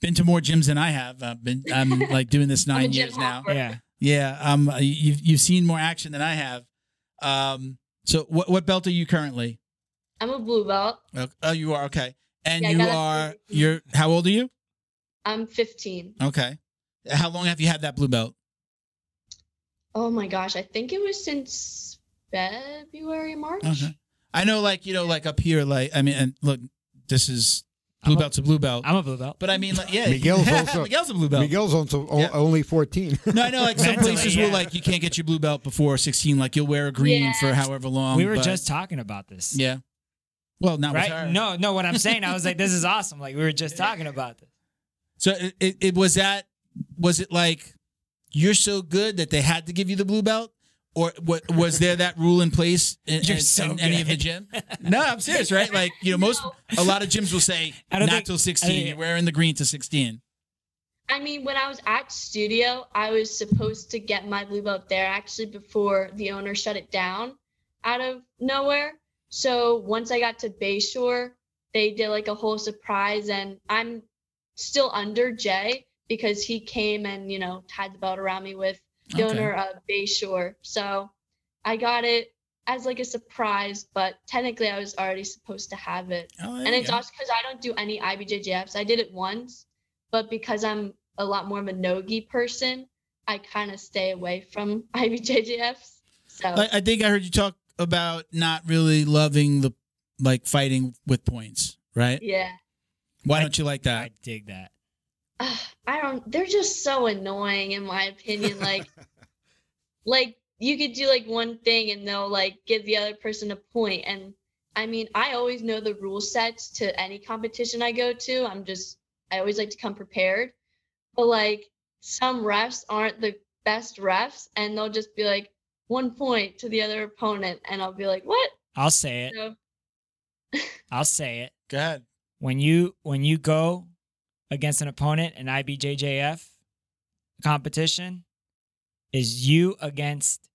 S2: been to more gyms than I have. I've been
S4: <laughs>
S2: I'm like doing this
S4: a
S2: nine
S4: gym
S2: years now.
S4: hopper.
S3: Yeah.
S2: Yeah, um, you've you've seen more action than I have. Um, so what what belt are you currently?
S4: I'm a blue belt.
S2: Oh, oh, you are okay, and
S4: Yeah, I
S2: you
S4: got it.
S2: are you're how old are you?
S4: I'm 15.
S2: Okay, how long have you had that blue belt?
S4: Oh my gosh, I think it was since February, March.
S2: Okay. I know, like you know, like up here, like I mean, and look, this is blue
S3: I'm a-
S2: belt's a blue belt,
S3: I'm a blue belt.
S2: but I mean, like, yeah,
S1: Miguel's
S2: <laughs>
S1: also-
S2: Miguel's a blue belt.
S1: Miguel's also o-
S2: Yeah.
S1: only <laughs> 14.
S2: no, I know, like some
S3: Mentally,
S2: places
S3: yeah.
S2: will like you can't get your blue belt before sixteen. Like you'll wear a green
S4: Yeah.
S2: for however long.
S3: we were
S2: Um, but-
S3: just talking about this.
S2: yeah. Well, not with her.
S3: Right? No, no. What I'm saying, I was like, this is awesome. Like we were just talking about this.
S2: So it, it, it was that. Was it like you're so good that they had to give you the blue belt, or what was there that rule in place in,
S3: You're
S2: in-
S3: so
S2: in any of the
S3: good. <laughs>
S2: gym? No, I'm serious, right? Like you know, most a lot of gyms will say
S3: I
S2: not
S3: don't think-
S2: till
S3: I
S2: 16.
S3: think-
S2: You're wearing the green to 16.
S4: I mean, when I was at studio, I was supposed to get my blue belt there actually before the owner shut it down out of nowhere. So once I got to Bayshore, they did like a whole surprise, and I'm still under Jay because he came and, you know, tied the belt around me with the
S2: Okay.
S4: owner of Bayshore. So I got it as like a surprise, but technically I was already supposed to have it.
S2: Oh, there
S4: And
S2: you
S4: it's
S2: go.
S4: also because I don't do any IBJJFs. I did it once, but because I'm a lot more of a nogi person, I kind of stay away from <laughs> IBJJFs. So
S2: Like, I think I heard you talk about not really loving the like fighting with points, right?
S4: yeah,
S2: Why
S3: I-
S2: don't you like that?
S3: I dig that.
S4: Ugh, <sighs> I don't. They're just so annoying, in my opinion. Like, like you could do like one thing and they'll like give the other person a point. And I mean, I always know the rule sets to any competition I go to. I'm just I always like to come prepared. But like some refs aren't the best refs, and they'll just be like one point to the other opponent, and I'll be like, what?
S3: I'll say it.
S4: So
S3: I'll say it.
S2: Go ahead.
S3: when you when you go against an opponent in IBJJF competition is you against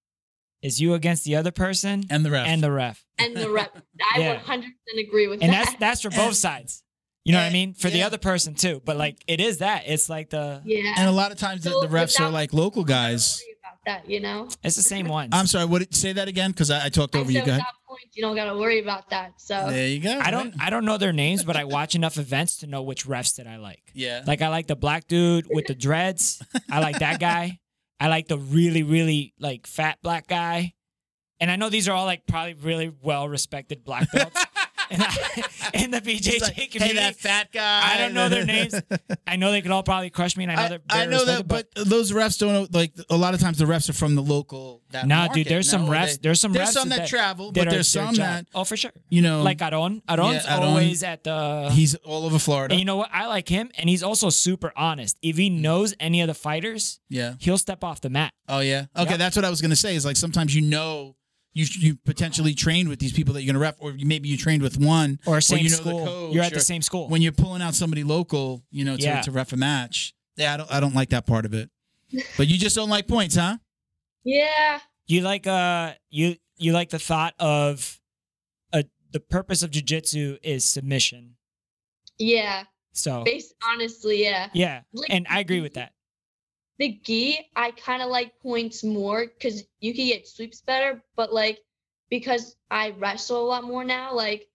S3: is you against the other person
S2: And the ref.
S3: and the ref.
S4: and the rep, I
S3: Yeah.
S4: 100% agree with
S3: And
S4: that.
S3: that's that's for both sides. You know what I
S2: And-
S3: mean? For the
S2: yeah.
S3: other person too. But like it is that. It's like the
S4: <laughs> yeah.
S2: And a lot of times the,
S4: So
S2: the refs are
S4: without-
S2: like local
S4: Don't
S2: guys.
S4: worry about that, you know.
S3: it's the same ones.
S2: I'm sorry. What? did- Say that again, because I, I talked
S4: I
S2: over
S4: said
S2: you. Go ahead.
S4: without points, you don't gotta worry about that. So
S2: There you go.
S3: I don't I don't know their names, but I watch enough events to know which refs that I like. <laughs>
S2: Yeah.
S3: Like I like the black dude with the dreads. I like that guy. I like the really, really like fat black guy. And I know these are all like probably really well respected black belts. and I, in the BJJ
S5: It's like,
S3: community.
S5: hey, that fat guy.
S3: I don't know
S2: <laughs>
S3: their names. I know they could all probably crush me, and I know
S2: I,
S3: they're
S2: I
S3: very
S2: know
S3: respected,
S2: that, but those refs don't like. A lot of times, the refs are from the local. That
S3: nah,
S2: market,
S3: dude, there's some
S2: no?
S3: refs.
S2: They-
S3: there's some
S2: there's
S3: refs
S2: some that, travel, but
S3: are
S2: there's
S3: their
S2: some
S3: job.
S2: that
S3: oh for sure,
S2: you know,
S3: like Aron. Aron's
S2: Aron.
S3: always at the.
S2: he's all over Florida.
S3: and you know what? I like him, and he's also super honest. If
S2: Mm.
S3: he knows any of the fighters,
S2: yeah.
S3: he'll step off the mat.
S2: Oh yeah. Okay,
S3: Yeah.
S2: that's what I was gonna say. Is like sometimes you know you you potentially trained with these people that you're gonna ref, or maybe you trained with one.
S3: Or same
S2: you know the
S3: school.
S2: coach,
S3: You're at
S2: or-
S3: the same school.
S2: When you're pulling out somebody local, you know, to,
S3: Yeah.
S2: to ref a match. Yeah, I don't I don't like that part of it. But you just don't like points, huh?
S4: Yeah.
S3: you like uh you you like the thought of uh the purpose of jujitsu is submission.
S4: Yeah.
S3: So
S4: Based honestly, yeah.
S3: yeah,
S4: Like,
S3: and I agree with that.
S4: the gi i kind of like points more because you can get sweeps better but like because i wrestle a lot more now like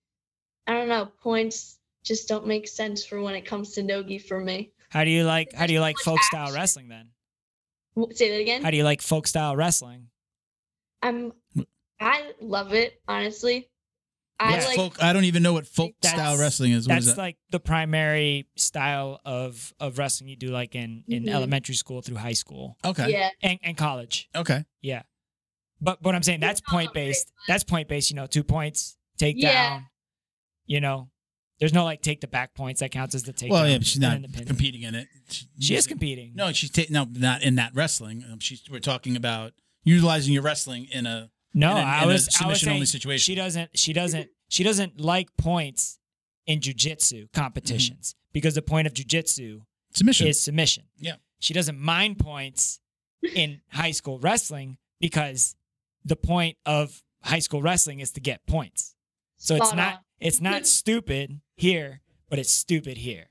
S4: i don't know points just don't make sense for when it comes to nogi for me
S3: How do you like how do you like
S4: Like
S3: folk style
S4: action.
S3: wrestling then?
S4: Wh- say that again
S3: How do you like folk style wrestling?
S4: i'm i love it honestly i
S2: What's
S4: like
S2: folk, I don't even know what folk
S3: That's-
S2: style wrestling is. What is
S3: That's
S2: that?
S3: like the primary style of of wrestling you do like in in
S4: Mhm.
S3: elementary school through high school
S2: okay.
S4: yeah
S3: and and college.
S2: Okay.
S3: Yeah. But what I'm saying that's point based. That's point based, you know, two points, take
S4: Yeah.
S3: down. You know, there's no like take the back points that counts as the take
S2: Well,
S3: down
S2: yeah, but she's
S3: and
S2: not
S3: then the pin.
S2: competing in it.
S3: She is competing.
S2: No, she's ta- no, not in that wrestling. Um, she's, we're talking about utilizing your wrestling in a
S3: No,
S2: in a-
S3: I
S2: in a
S3: was I was
S2: submission
S3: saying
S2: only situation.
S3: she doesn't she doesn't she doesn't like points in jujitsu competitions because the point of jujitsu
S2: submission.
S3: is submission.
S2: Mm-hmm. Yeah.
S3: She doesn't mind points in high school wrestling because the point of high school wrestling is to get points. So it's
S4: Spot
S3: not
S4: on.
S3: it's
S4: <laughs>
S3: not stupid here, but it's stupid here.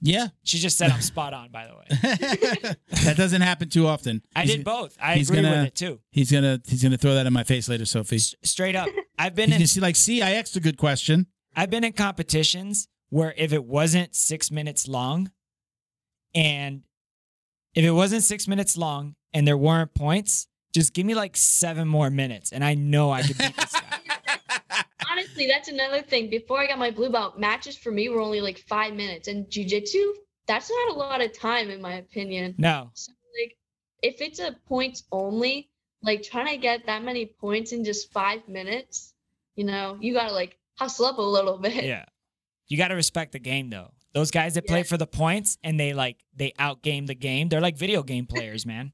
S2: yeah,
S3: She just said I'm spot on by the way.
S2: <laughs> that doesn't happen too often.
S3: I
S2: he's,
S3: did both. I
S2: he's
S3: agree
S2: gonna-
S3: with it too.
S2: He's gonna he's gonna throw that in my face later, Sophie.
S3: S- straight
S4: <laughs>
S3: up. I've
S2: He's
S3: been in
S2: gonna see like, see, I asked a good question.
S3: I've been in competitions where if it wasn't six minutes long and if it wasn't six minutes long and there weren't points, just give me like seven more minutes and I know I could beat
S2: <laughs>
S3: this guy.
S4: honestly that's another thing before i got my blue belt matches for me were only like five minutes and jujitsu that's not a lot of time in my opinion
S3: No.
S4: So like if it's a points only, like trying to get that many points in just five minutes, you know, you gotta like hustle up a little bit. <laughs>
S3: Yeah. You got to respect the game though. Those guys that play
S4: Yeah.
S3: for the points and they like, they outgame the game. They're like video game players, <laughs> man.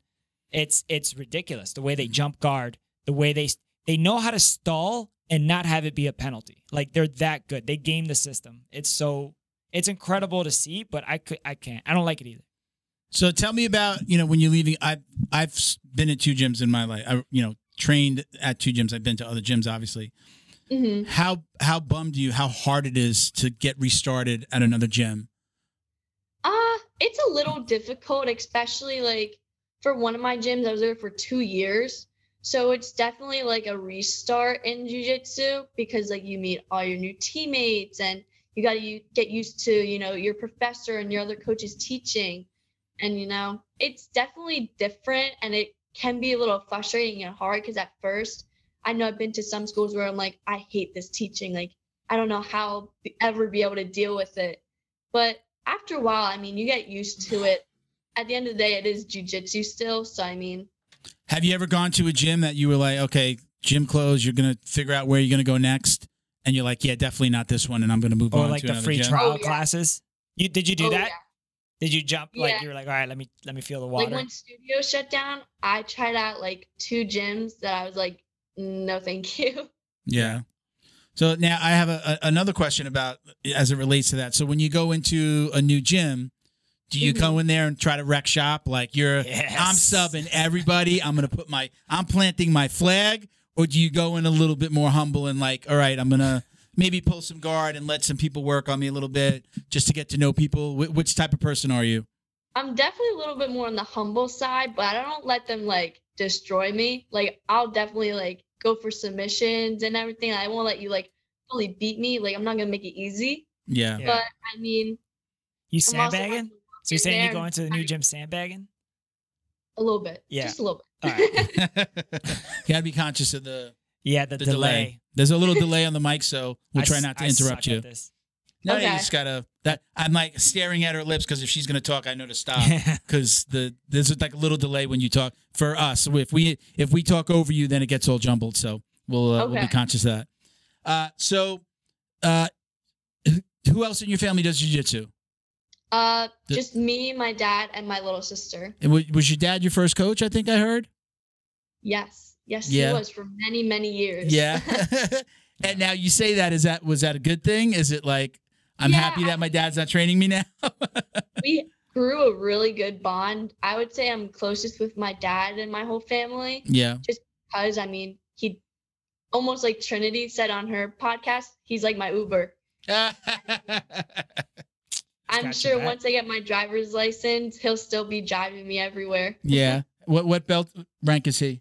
S3: It's, it's ridiculous the way they jump guard, the way they, they know how to stall and not have it be a penalty. Like they're that good. They game the system. It's so, it's incredible to see, but I could, I can't, I don't like it either.
S2: So tell me about you know when you're leaving. I've I've s- been at two gyms in my life. I you know trained at two gyms. I've been to other gyms, obviously.
S4: hmm
S2: How how bummed you? How hard it is to get restarted at another gym?
S4: Uh, it's a little difficult, especially like for one of my gyms, I was there for two years. So it's definitely like a restart in jujitsu because like you meet all your new teammates and you gotta you get used to, you know, your professor and your other coaches teaching. And you know, it's definitely different and it can be a little frustrating and hard because at first I know I've been to some schools where I'm like, I hate this teaching. Like I don't know how I'll be- ever be able to deal with it. But after a while, I mean, you get used to it. At the end of the day, it is jujitsu still. So, I mean,
S2: Have you ever gone to a gym that you were like, okay, gym closed. You're gonna figure out where you're gonna go next, and you're like, yeah, definitely not this one, and I'm gonna move
S3: Or
S2: on
S3: like
S2: to
S3: the
S2: another
S3: free
S2: gym.
S3: trial
S4: Oh, yeah.
S3: classes. You, did you do
S4: oh,
S3: that?
S4: yeah.
S3: Did you jump?
S4: Yeah.
S3: Like you were like, all right, let me, let me feel the water.
S4: Like when studio shut down, I tried out like two gyms that I was like, no, thank <laughs> you.
S2: Yeah. So now I have a, a, another question about as it relates to that. So when you go into a new gym, do you
S4: Mhm.
S2: go in there and try to wreck shop like you're
S3: Mm-hmm. Yes.
S2: Uh, I'm subbing everybody, I'm going to put my I'm planting my flag or do you go in a little bit more humble and like all right, I'm going to maybe pull some guard and let some people work on me a little bit just to get to know people? Wh- which type of person are you?
S4: I'm definitely a little bit more on the humble side, but I don't let them like destroy me. Like, I'll definitely like go for submissions and everything. I won't let you like fully beat me. Like, I'm not going to make it easy.
S2: Yeah.
S3: Yeah.
S4: But I mean,
S3: you
S4: I'm also having
S3: sandbagging?
S4: to work
S3: So you're
S4: in
S3: saying you
S4: there
S3: go
S4: and
S3: into the new
S4: fight
S2: <laughs>
S3: gym sandbagging?
S4: a little bit.
S3: Yeah.
S4: Just a little bit.
S3: All right.
S2: you got to be conscious of the
S3: Yeah, the,
S2: The
S3: delay.
S2: delay. There's a little delay on the mic, so we'll
S3: I
S2: try
S3: s-
S2: not to
S3: I
S2: interrupt
S3: suck at
S2: you.
S3: this.
S2: No, you
S4: Okay.
S2: just gotta. That I'm like staring at her lips because if she's gonna talk, I know to stop
S4: <laughs>
S2: because the there's like a little delay when you talk for us. If we if we talk over you, then it gets all jumbled. So we'll uh, we'll be
S4: Okay.
S2: conscious of that. Uh, so, uh, who else in your family does jujitsu?
S4: Uh,
S2: The-
S4: just me, my dad, and my little sister.
S2: And wa- was your dad your first coach? I think I heard.
S4: Yes, yes,
S2: Yeah.
S4: he was for many, many years.
S2: Yeah. <laughs> and now you say that is that was that a good thing? Is it like I'm
S4: Yeah,
S2: happy that my dad's not training me now?
S4: we grew a really good bond. I would say I'm closest with my dad and my whole family
S2: yeah.
S4: because I mean he almost like Trinity said on her podcast, he's like my Uber. I'm
S3: Got your
S4: sure
S3: back.
S4: once I get my driver's license, he'll still be driving me everywhere.
S2: <laughs> yeah. What what belt rank is he?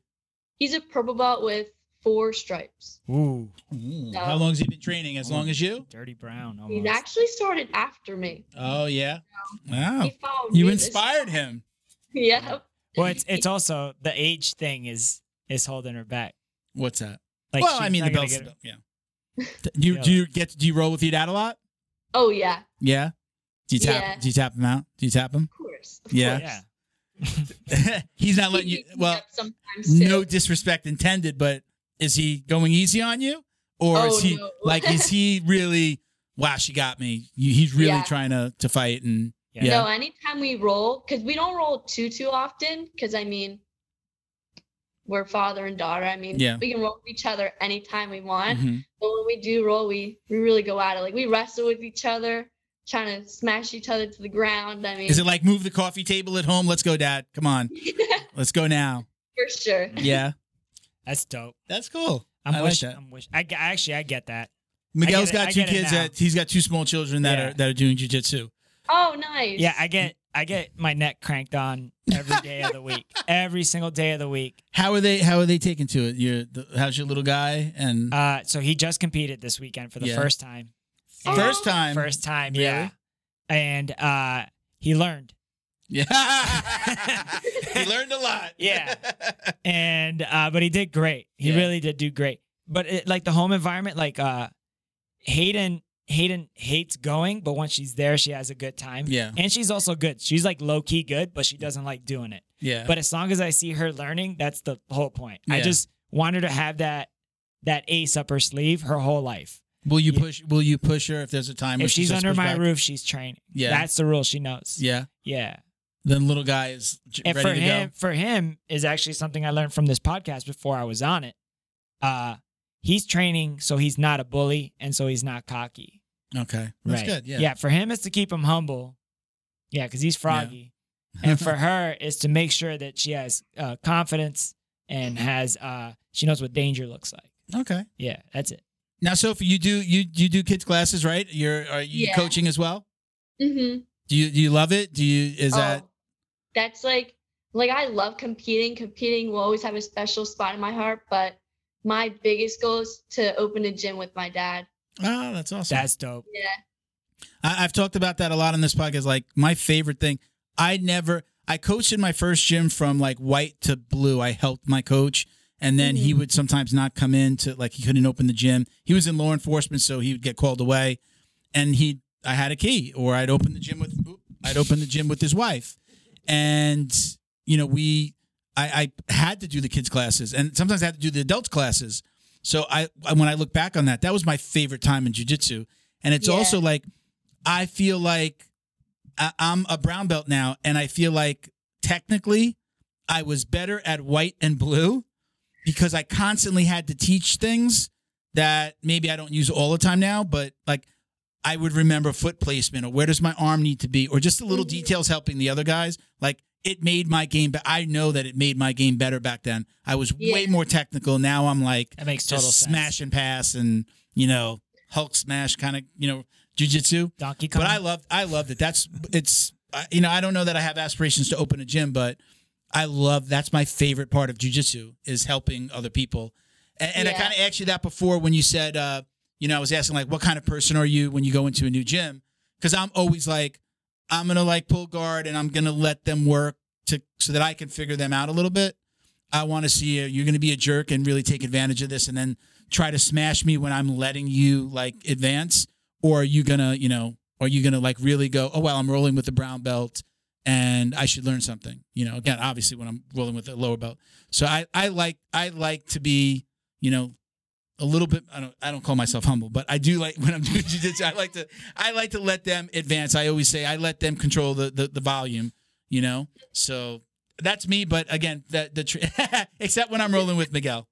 S4: He's a purple belt with four stripes.
S3: <laughs> Ooh, Mm.
S2: How long has he been training? As long as you?
S3: dirty brown.
S4: He's
S3: Almost.
S4: actually started after me.
S2: Oh yeah. Wow.
S4: He followed
S2: Oh, You
S4: me this- <laughs>
S2: inspired him.
S4: Yeah.
S3: well, it's it's also the age thing is is holding her back.
S2: What's that?
S3: Like
S2: well,
S3: she's
S2: I mean the
S3: not gonna
S2: belt's
S3: get
S2: the
S3: it.
S2: belt. Yeah. Do
S3: <laughs>
S2: you
S3: Yeah.
S2: do you get do you roll with your dad a lot?
S4: Oh yeah.
S2: Yeah. Do you tap
S4: Yeah.
S2: do you tap him out? Do you tap him?
S4: Of course. Of
S2: Yeah.
S4: Course.
S3: Yeah.
S2: <laughs> He's not
S4: He
S2: letting you
S4: beats me
S2: well
S4: up sometimes too.
S2: no disrespect intended, but is he going easy on you, or
S4: Oh,
S2: is he
S4: no.
S2: like is
S4: <laughs>
S2: he really? Wow, she got me. You- He's really
S4: Yeah.
S2: trying to to fight, and
S3: Yeah.
S2: Yeah.
S4: No, anytime we roll, because we don't roll too too often, because I mean, we're father and daughter. I mean,
S2: Yeah.
S4: we can roll with each other anytime we want.
S2: Mhm.
S4: But when we do roll, we we really go at it. Like we wrestle with each other, trying to smash each other to the ground. I mean,
S2: is it like move the coffee table at home? Let's go, Dad. Come on, let's go now.
S4: for sure.
S2: Yeah,
S3: That's dope.
S2: that's cool.
S3: I'm
S2: I like
S3: wishing.
S2: that.
S3: I'm wishing. I g- actually I get that.
S2: Miguel's
S3: it-
S2: got
S3: I
S2: two
S3: get it
S2: kids.
S3: now.
S2: That he's got two small children that
S3: Yeah.
S2: are that are doing jujitsu.
S4: Oh, nice.
S3: Yeah, I get I get my neck cranked on every day of
S2: <laughs>
S3: the week, every single day of the week.
S2: How are they? How are they taking to it? Your the, how's your little guy? And
S3: Uh, so he just competed this weekend for the
S2: Yeah.
S3: first time.
S4: Oh.
S2: first time, <laughs>
S3: First time,
S2: Really?
S3: yeah. And uh, he learned.
S2: yeah, he learned a lot.
S3: Yeah. And uh, but he did great. He
S2: Yeah.
S3: really did do great. But it, like the home environment, like uh, Hayden, Hayden hates going, but once she's there, she has a good time.
S2: <laughs> yeah,
S3: And she's also good. She's like low key good, but she doesn't like doing it.
S2: yeah.
S3: But as long as I see her learning, that's the whole point. I
S2: Yeah.
S3: just want her to have that that ace up her sleeve her whole life.
S2: Will you
S3: Yeah.
S2: push? Will you push her if there's a time? where
S3: if she's
S2: says
S3: under
S2: push
S3: my
S2: back?
S3: roof, she's training.
S2: yeah,
S3: That's the rule. She knows. Yeah.
S2: yeah. Then little guy is j-
S3: And
S2: ready
S3: for
S2: to
S3: him, for him is actually something I learned from this podcast before I was on it. Uh, he's training so he's not a bully and so he's not cocky.
S2: go. Okay, that's
S3: right.
S2: good. Yeah,
S3: Yeah. For him, it's to keep him humble. Yeah, because he's froggy. and for her is to make sure that she has uh, confidence and has uh, she knows what danger looks like.
S2: <laughs> okay.
S3: Yeah, that's it.
S2: Now, Sophie, you do you you do kids classes, right? You're are you
S4: Yeah.
S2: coaching as well?
S4: Mm-hmm.
S2: Do you do you love it? Do you is that
S4: Oh, that's like like I love competing. Competing will always have a special spot in my heart, but my biggest goal is to open a gym with my dad.
S2: oh that's awesome.
S3: That's dope.
S4: Yeah.
S2: I, I've talked about that a lot on this podcast. Like my favorite thing, I never I coached in my first gym from like white to blue. I helped my coach, and then he
S4: Mhm.
S2: would sometimes not come in to like he couldn't open the gym. He was in law enforcement, so he would get called away, and he I had a key, or I'd open the gym with oop, I'd open the gym with his wife, and you know we I, I had to do the kids classes, and sometimes I had to do the adults classes. So I I- when I look back on that, that was my favorite time in jujitsu, and it's
S4: Yeah.
S2: also like I feel like I, I'm a brown belt now, and I feel like technically I was better at white and blue because I constantly had to teach things that maybe I don't use all the time now, but like I would remember foot placement or where does my arm need to be or just the little
S4: Mhm.
S2: details helping the other guys. Like it made my game, but I know that it made my game better back then. I was way
S4: Yeah.
S2: more technical. Now I'm like
S3: That makes total
S2: just
S3: sense.
S2: smash and pass and, you know, Hulk smash kind of, you know, jujitsu.
S3: Donkey Kong.
S2: But I love, I love that. That's it's, I- you know, I don't know that I have aspirations to open a gym, but I love that's my favorite part of jujitsu is helping other people. And, and I
S4: Yeah.
S2: kind of asked you that before when you said, uh, you know, I was asking like, what kind of person are you when you go into a new gym? Because I'm always like, I'm gonna like pull guard and I'm gonna let them work to so that I can figure them out a little bit. I want to see you. You're gonna be a jerk and really take advantage of this, and then try to smash me when I'm letting you like advance, or are you gonna, you know, are you gonna like really go, oh well, I'm rolling with the brown belt and I should learn something. You know, again, obviously when I'm rolling with the lower belt. So I, I like I like to be, you know, a little bit I don't I don't call myself humble, but I do like <laughs> when I'm doing jiu-jitsu, I like to I like to let them advance. I always say I let them control the the, the volume, you know? So that's me, but again, that the tr- <laughs> except when I'm rolling with Miguel,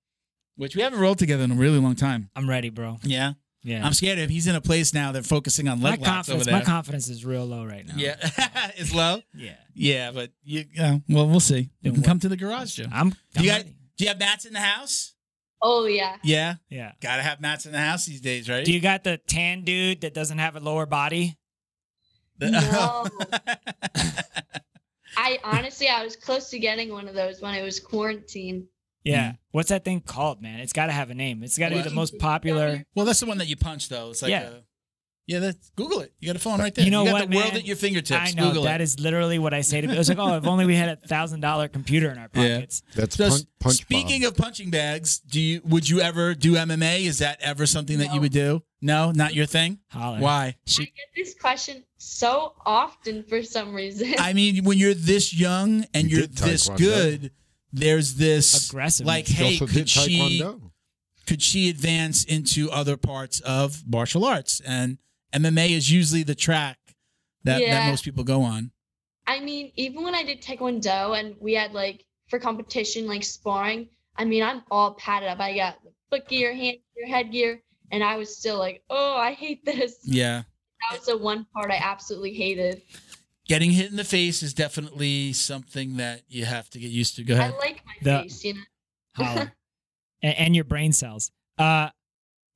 S2: which we haven't rolled together in a really long time.
S3: I'm ready, bro.
S2: Yeah.
S3: Yeah.
S2: I'm scared if he's in a place now they're focusing on
S3: my
S2: leg locks over
S3: confidence,
S2: there.
S3: my confidence is real low right now.
S2: yeah. <laughs> it's low.
S3: Yeah.
S2: Yeah, but you yeah, well we'll see. You can come to the garage, Joe.
S3: I'm,
S2: You
S3: I'm
S2: got-
S3: ready.
S2: Do you have mats in the house?
S4: Oh yeah.
S2: Yeah.
S3: Yeah.
S2: Gotta have mats in the house these days, right?
S3: Do you got the tan dude that doesn't have a lower body?
S4: No. I honestly, I was close to getting one of those when it was quarantine.
S2: Mm-hmm.
S3: Yeah. What's that thing called, man? It's got to have a name. It's got to be
S2: What?
S3: the most popular.
S2: <laughs> well, that's the one that you punch though. It's like
S3: Yeah.
S2: a- yeah, that's Google it. You got a phone right there.
S3: You know
S2: got
S3: what,
S2: the world
S3: man?
S2: at your fingertips.
S3: I know
S2: Google
S3: that
S2: it.
S3: is literally what I say
S2: <laughs>
S3: to people. It's like, oh, if only we had a thousand dollar computer in our
S2: Yeah.
S3: pockets.
S1: That's
S2: So
S1: punch, punch
S2: speaking of punching bags, do you would you ever do MMA? Is that ever something that you
S4: No.
S2: would do? No, not your thing.
S3: Holler.
S2: Why?
S4: I get this question so often for some reason.
S2: I mean, when you're this young and
S1: You
S2: are
S1: did
S2: this
S1: Taekwondo.
S2: good, there's this
S3: Aggressive.
S2: like,
S1: She
S2: hey,
S1: also did
S2: could she
S1: taekwondo.
S2: could she advance into other parts of martial arts? And MMA is usually the track that, that
S4: Yeah.
S2: most people go on.
S4: I mean, even when I did Taekwondo and we had like for competition, like sparring, I mean, I'm all padded up. I got foot gear, hand gear, headgear, and I was still like, oh, I hate this.
S2: Yeah.
S4: That was the one part I absolutely hated.
S2: Getting hit in the face is definitely something that you have to get used to. Go
S4: I
S2: ahead.
S4: like my
S3: The-
S4: face, you know.
S3: Holler. A- and, your brain cells. Uh,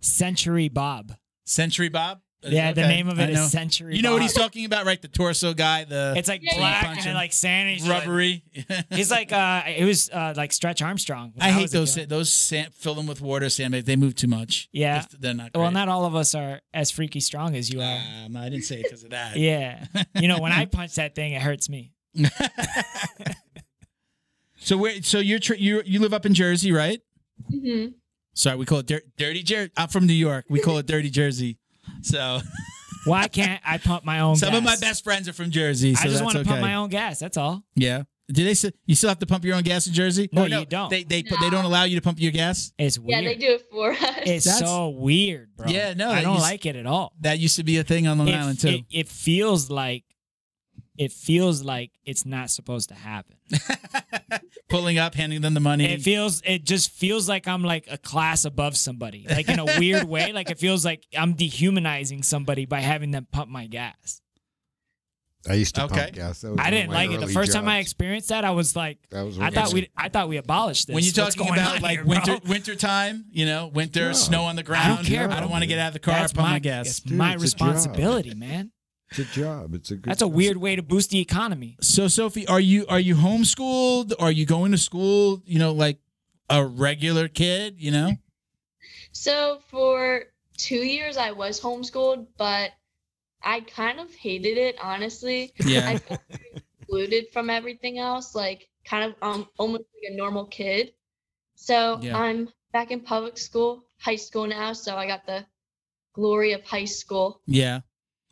S3: Century Bob.
S2: Century Bob?
S3: Yeah, the
S2: Okay.
S3: name of
S2: I
S3: it
S2: know.
S3: is Century.
S2: You know what
S3: Bob.
S2: he's talking about, right? The torso guy, the
S3: It's like
S4: Yeah, yeah.
S3: black
S2: Punch
S3: and
S2: him.
S3: then like sand. and he's just like-
S2: rubbery. <laughs>
S3: He's like, uh, it was uh, like Stretch Armstrong. when
S2: I hate
S3: was a
S2: those
S3: kid.
S2: those sand, fill them with water sandbags. They move too much.
S3: Yeah.
S2: That's- they're not. Great.
S3: Well, not all of us are as freaky strong as you are.
S2: Um, I didn't say it because of that.
S3: Yeah. You know,
S2: <laughs>
S3: when I punch that thing, it hurts me.
S2: so where? So you're tr- you you live up in Jersey, right?
S4: Mhm.
S2: Sorry, we call it dir- dirty Jersey. I'm from New York. We call it dirty Jersey. So
S3: Why can't I pump my own
S2: some
S3: gas?
S2: of my best friends are from Jersey. So
S3: I just
S2: that's
S3: want to
S2: okay.
S3: pump my own gas. That's all.
S2: Yeah. Do they? Still, you still have to pump your own gas in Jersey?
S3: No,
S2: Or
S3: you don't.
S2: They they they don't allow you to pump your gas.
S3: It's
S4: Yeah,
S3: weird.
S4: they do it for us.
S3: It's
S2: That's-
S3: so weird, bro.
S2: Yeah, no,
S3: I
S2: that
S3: don't
S2: you s-
S3: like it at all.
S2: That used to be a thing on Long
S3: It-
S2: Island too.
S3: It, it feels like it feels like it's not supposed to happen.
S2: <laughs> Pulling up, handing them the money.
S3: It feels it just feels like I'm like a class above somebody. Like in a
S2: <laughs>
S3: weird way. Like it feels like I'm dehumanizing somebody by having them pump my gas.
S1: I used to
S2: Okay.
S1: pump gas. That was one
S3: I
S1: of
S3: didn't
S1: my
S3: like it. The
S1: early
S3: first time I
S1: jobs.
S3: experienced that, I was like,
S1: that was
S3: I
S1: when
S3: thought we I thought we abolished this.
S2: when you're
S3: What's
S2: talking
S3: going
S2: about
S3: on
S2: like
S3: here, bro?
S2: winter winter time, you know, winter
S1: No.
S2: snow on the ground.
S3: care,
S2: I
S3: bro.
S2: don't want to get out of the car.
S3: That's
S2: pump my,
S3: my
S2: gas.
S3: It's my
S1: Dude, it's a job.
S3: responsibility, man.
S1: It's a job. It's a good.
S3: That's a
S1: job.
S3: weird way to boost the economy.
S2: So Sophie, are you are you homeschooled? Are you going to school? You know, like a regular kid. You know,
S4: So for two years, I was homeschooled, but I kind of hated it, honestly.
S2: yeah.
S4: I felt
S2: <laughs>
S4: very excluded from everything else, like kind of um almost like a normal kid. So
S2: Yeah.
S4: I'm back in public school, high school now. So I got the glory of high school.
S2: Yeah.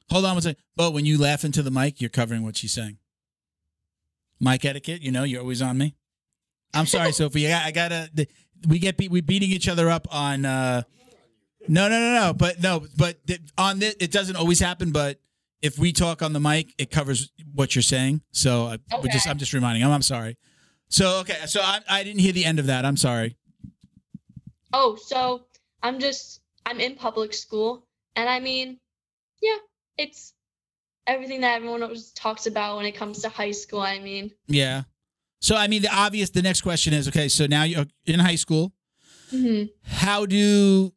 S2: Hold on one second. But when you laugh into the mic, you're covering what she's saying. Mic etiquette, you know, you're always on me. I'm sorry, Sophie. I, I gotta. The, we get beat. We're beating each other up on. uh No, no, no, no. But no, but th- on this, it doesn't always happen. But if we talk on the mic, it covers what you're saying. So I, we just,
S4: Okay.
S2: I'm just reminding. I'm, I'm sorry. So okay, so I, I didn't hear the end of that. I'm sorry.
S4: Oh, so I'm just I'm in public school, and I mean, yeah, it's everything that everyone always talks about when it comes to high school. I mean,
S2: Yeah. So I mean, the obvious. The next question is okay. So now you're in high school.
S4: mhm.
S2: how do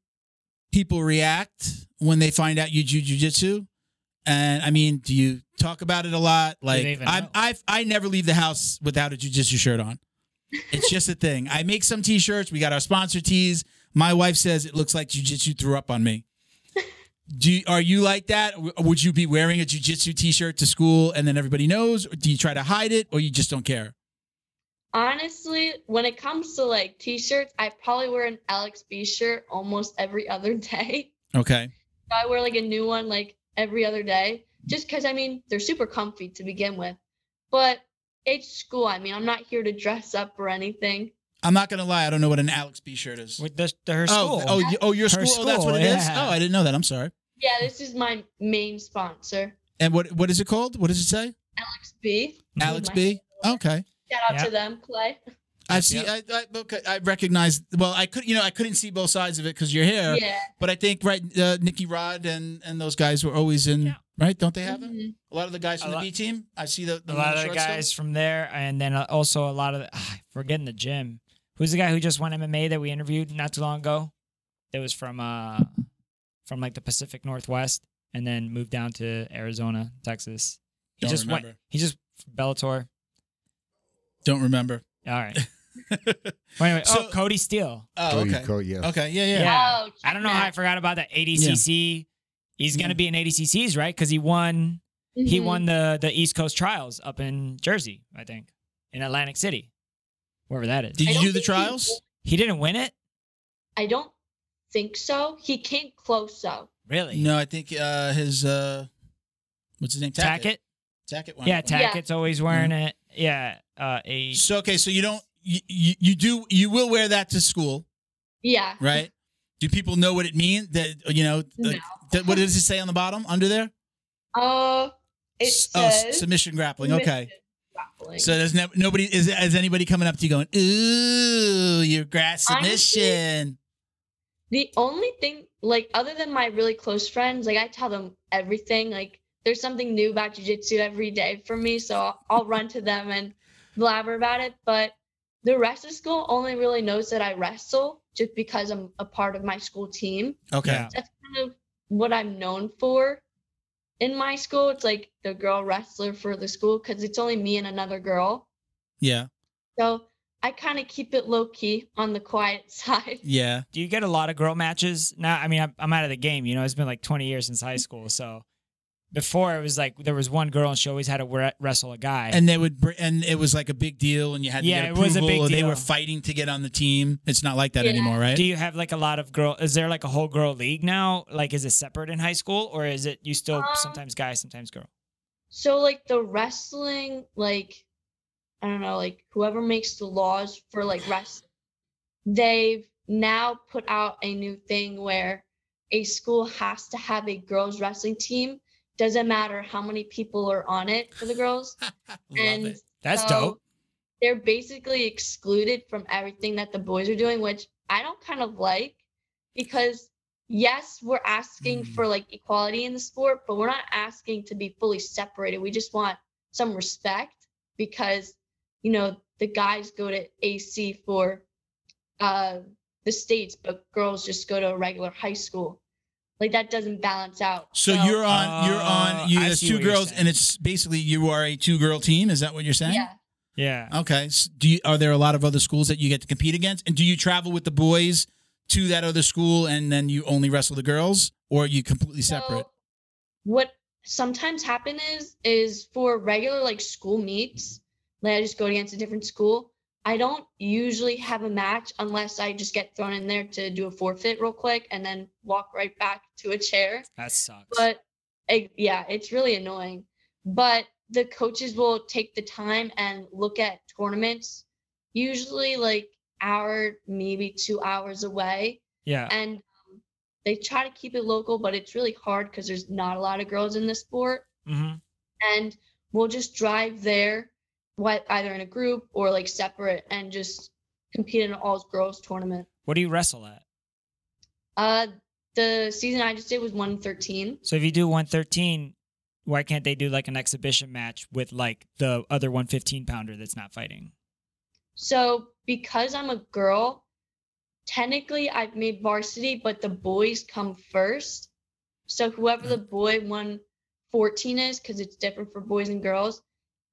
S2: people react when they find out you do jujitsu? And I mean, do you talk about it a lot? Like,
S3: they even
S2: I
S3: know?
S2: I I never leave the house without a jujitsu shirt on. It's just a thing. I make some t-shirts. We got our sponsor tees. My wife says it looks like jujitsu threw up on me. Do you, are you like that? W- Would you be wearing a jujitsu t-shirt to school and then everybody knows? Or do you try to hide it, or you just don't care?
S4: Honestly, when it comes to like t-shirts, I probably wear an Alex B shirt almost every other <laughs> day.
S2: Okay.
S4: I wear like a new one like every other day just because I mean they're super comfy to begin with. But it's school. I mean, I'm not here to dress up or anything.
S2: I'm not gonna lie. I don't know what an Alex B shirt is.
S3: With the, the, her
S2: oh,
S3: school.
S2: oh, y- oh, your
S3: Her
S2: school. Oh, that's what it
S3: school,
S2: is.
S3: yeah.
S2: Oh, I didn't know that. I'm sorry.
S4: Yeah, this is my main sponsor,
S2: And what what is it called? What does it say?
S4: Alex B.
S2: Alex
S4: my-
S2: B. Oh. Okay.
S4: Shout out to them,
S2: <laughs>
S4: Clay.
S2: I see. I, I, okay, I recognize. Well, I could. You know, I couldn't see both sides of it because you're here.
S4: Yeah.
S2: But I think right, uh, Nikki Rod and and those guys were always in.
S3: Yeah.
S2: Right? Don't they have them?
S4: Mhm.
S2: A lot of the guys from
S3: A
S2: the
S3: lot-
S2: B team. I see the, the
S3: a lot of the
S2: short stuff.
S3: guys from there, and then uh, also a lot of the, ah, forgetting the gym. Who's the guy who just won MMA that we interviewed not too long ago? That was from uh from like the Pacific Northwest, and then moved down to Arizona, Texas. He
S2: Don't
S3: just went.
S2: remember.
S3: He just Bellator.
S2: Don't
S3: <laughs>
S2: remember.
S3: All right. Well, anyway,
S2: So-
S3: oh Cody Steele.
S2: Oh,
S1: Cody
S2: okay.
S1: Cole, yeah.
S2: Okay. Yeah. Yeah.
S3: Yeah.
S4: Oh,
S3: I don't know how I forgot about that ADCC. He's gonna
S2: Yeah.
S3: be in ADCCs, right? Because he won. He
S4: Mhm.
S3: won the the East Coast Trials up in Jersey, I think, in Atlantic City, wherever that is.
S2: Did
S4: I
S2: you
S4: don't
S2: do the
S4: think he-
S2: trials?
S3: He didn't win it?
S4: I don't think so. He came close though.
S3: Really?
S2: No, I think uh, his uh, what's his name?
S3: Tackett?
S2: Tackett. won
S3: Yeah,
S2: it one.
S4: Yeah.
S3: Tackett's always wearing it. Yeah. Uh, a,
S2: So okay, so you don't you, you you do you will wear that to school,
S4: Yeah.
S2: right? Do people know what it means? That you know,
S4: No.
S2: like, that, what does it say on the bottom under there?
S4: Uh, it
S2: S-
S4: says
S2: oh, s- submission grappling. Okay,
S4: submission grappling.
S2: so there's nev- nobody is is anybody coming up to you going, ooh, your grass
S4: Honestly-
S2: submission.
S4: The only thing, like, other than my really close friends, like, I tell them everything. Like, there's something new about jujitsu every day for me. So I'll, I'll run to them and blabber about it. But the rest of school only really knows that I wrestle just because I'm a part of my school team.
S2: Okay,
S3: Yeah.
S4: That's kind of what I'm known for in my school. It's like the girl wrestler for the school because it's only me and another girl.
S2: yeah,
S4: So I kind of keep it low key on the quiet <laughs> side.
S2: yeah.
S3: do you get a lot of girl matches? Now, I mean, I'm, I'm out of the game. You know, it's been like 20 years since high school. So before it was like there was one girl and she always had to wre- wrestle a guy.
S2: And they would, br- and it was like a big deal, and you had to
S3: Yeah,
S2: get
S3: it was a
S2: approval,
S3: big
S2: or they
S3: deal.
S2: were fighting to get on the team. It's not like that
S4: Yeah.
S2: anymore, right?
S3: do you have like a lot of girl? Is there like a whole girl league now? Like, is it separate in high school or is it you still
S4: Um,
S3: sometimes guy, sometimes girl?
S4: So like the wrestling, like I don't know, like whoever makes the laws for like wrestling, they've now put out a new thing where a school has to have a girls wrestling team. Doesn't matter how many people are on it for the girls.
S2: Love
S4: and
S2: it.
S3: That's
S4: so
S3: dope.
S4: They're basically excluded from everything that the boys are doing, which I don't kind of like because yes, we're asking
S2: Mm.
S4: for like equality in the sport, but we're not asking to be fully separated. We just want some respect because you know the guys go to AC for uh the states, but girls just go to a regular high school. Like that doesn't balance out.
S2: So you're on, you're
S3: Oh,
S2: on. You,
S3: I
S2: there's
S3: see
S2: two
S3: what you're
S2: girls,
S3: saying.
S2: and it's basically you are a two-girl team. Is that what you're saying?
S4: yeah.
S3: Yeah.
S2: Okay. S do you, are there a lot of other schools that you get to compete against? And do you travel with the boys to that other school, and then you only wrestle the girls, or are you completely separate?
S4: So, what sometimes happen is is for regular like school meets, like I just go against a different school. I don't usually have a match unless I just get thrown in there to do a forfeit real quick and then walk right back to a chair.
S3: That sucks.
S4: But it, yeah, it's really annoying. But the coaches will take the time and look at tournaments, usually like hour, maybe two hours away
S3: yeah.
S4: and um, they try to keep it local, but it's really hard because there's not a lot of girls in the sport.
S3: hmm
S4: And we'll just drive there, what either in a group or like separate, and just compete in an all girls tournament.
S3: What do you wrestle at?
S4: Uh, the season I just did was one thirteen.
S3: So if you do 113, why can't they do like an exhibition match with like the other 115 pounder that's not fighting?
S4: So because I'm a girl, technically I've made varsity, but the boys come first. So whoever the boy one fourteen is, because it's different for boys and girls,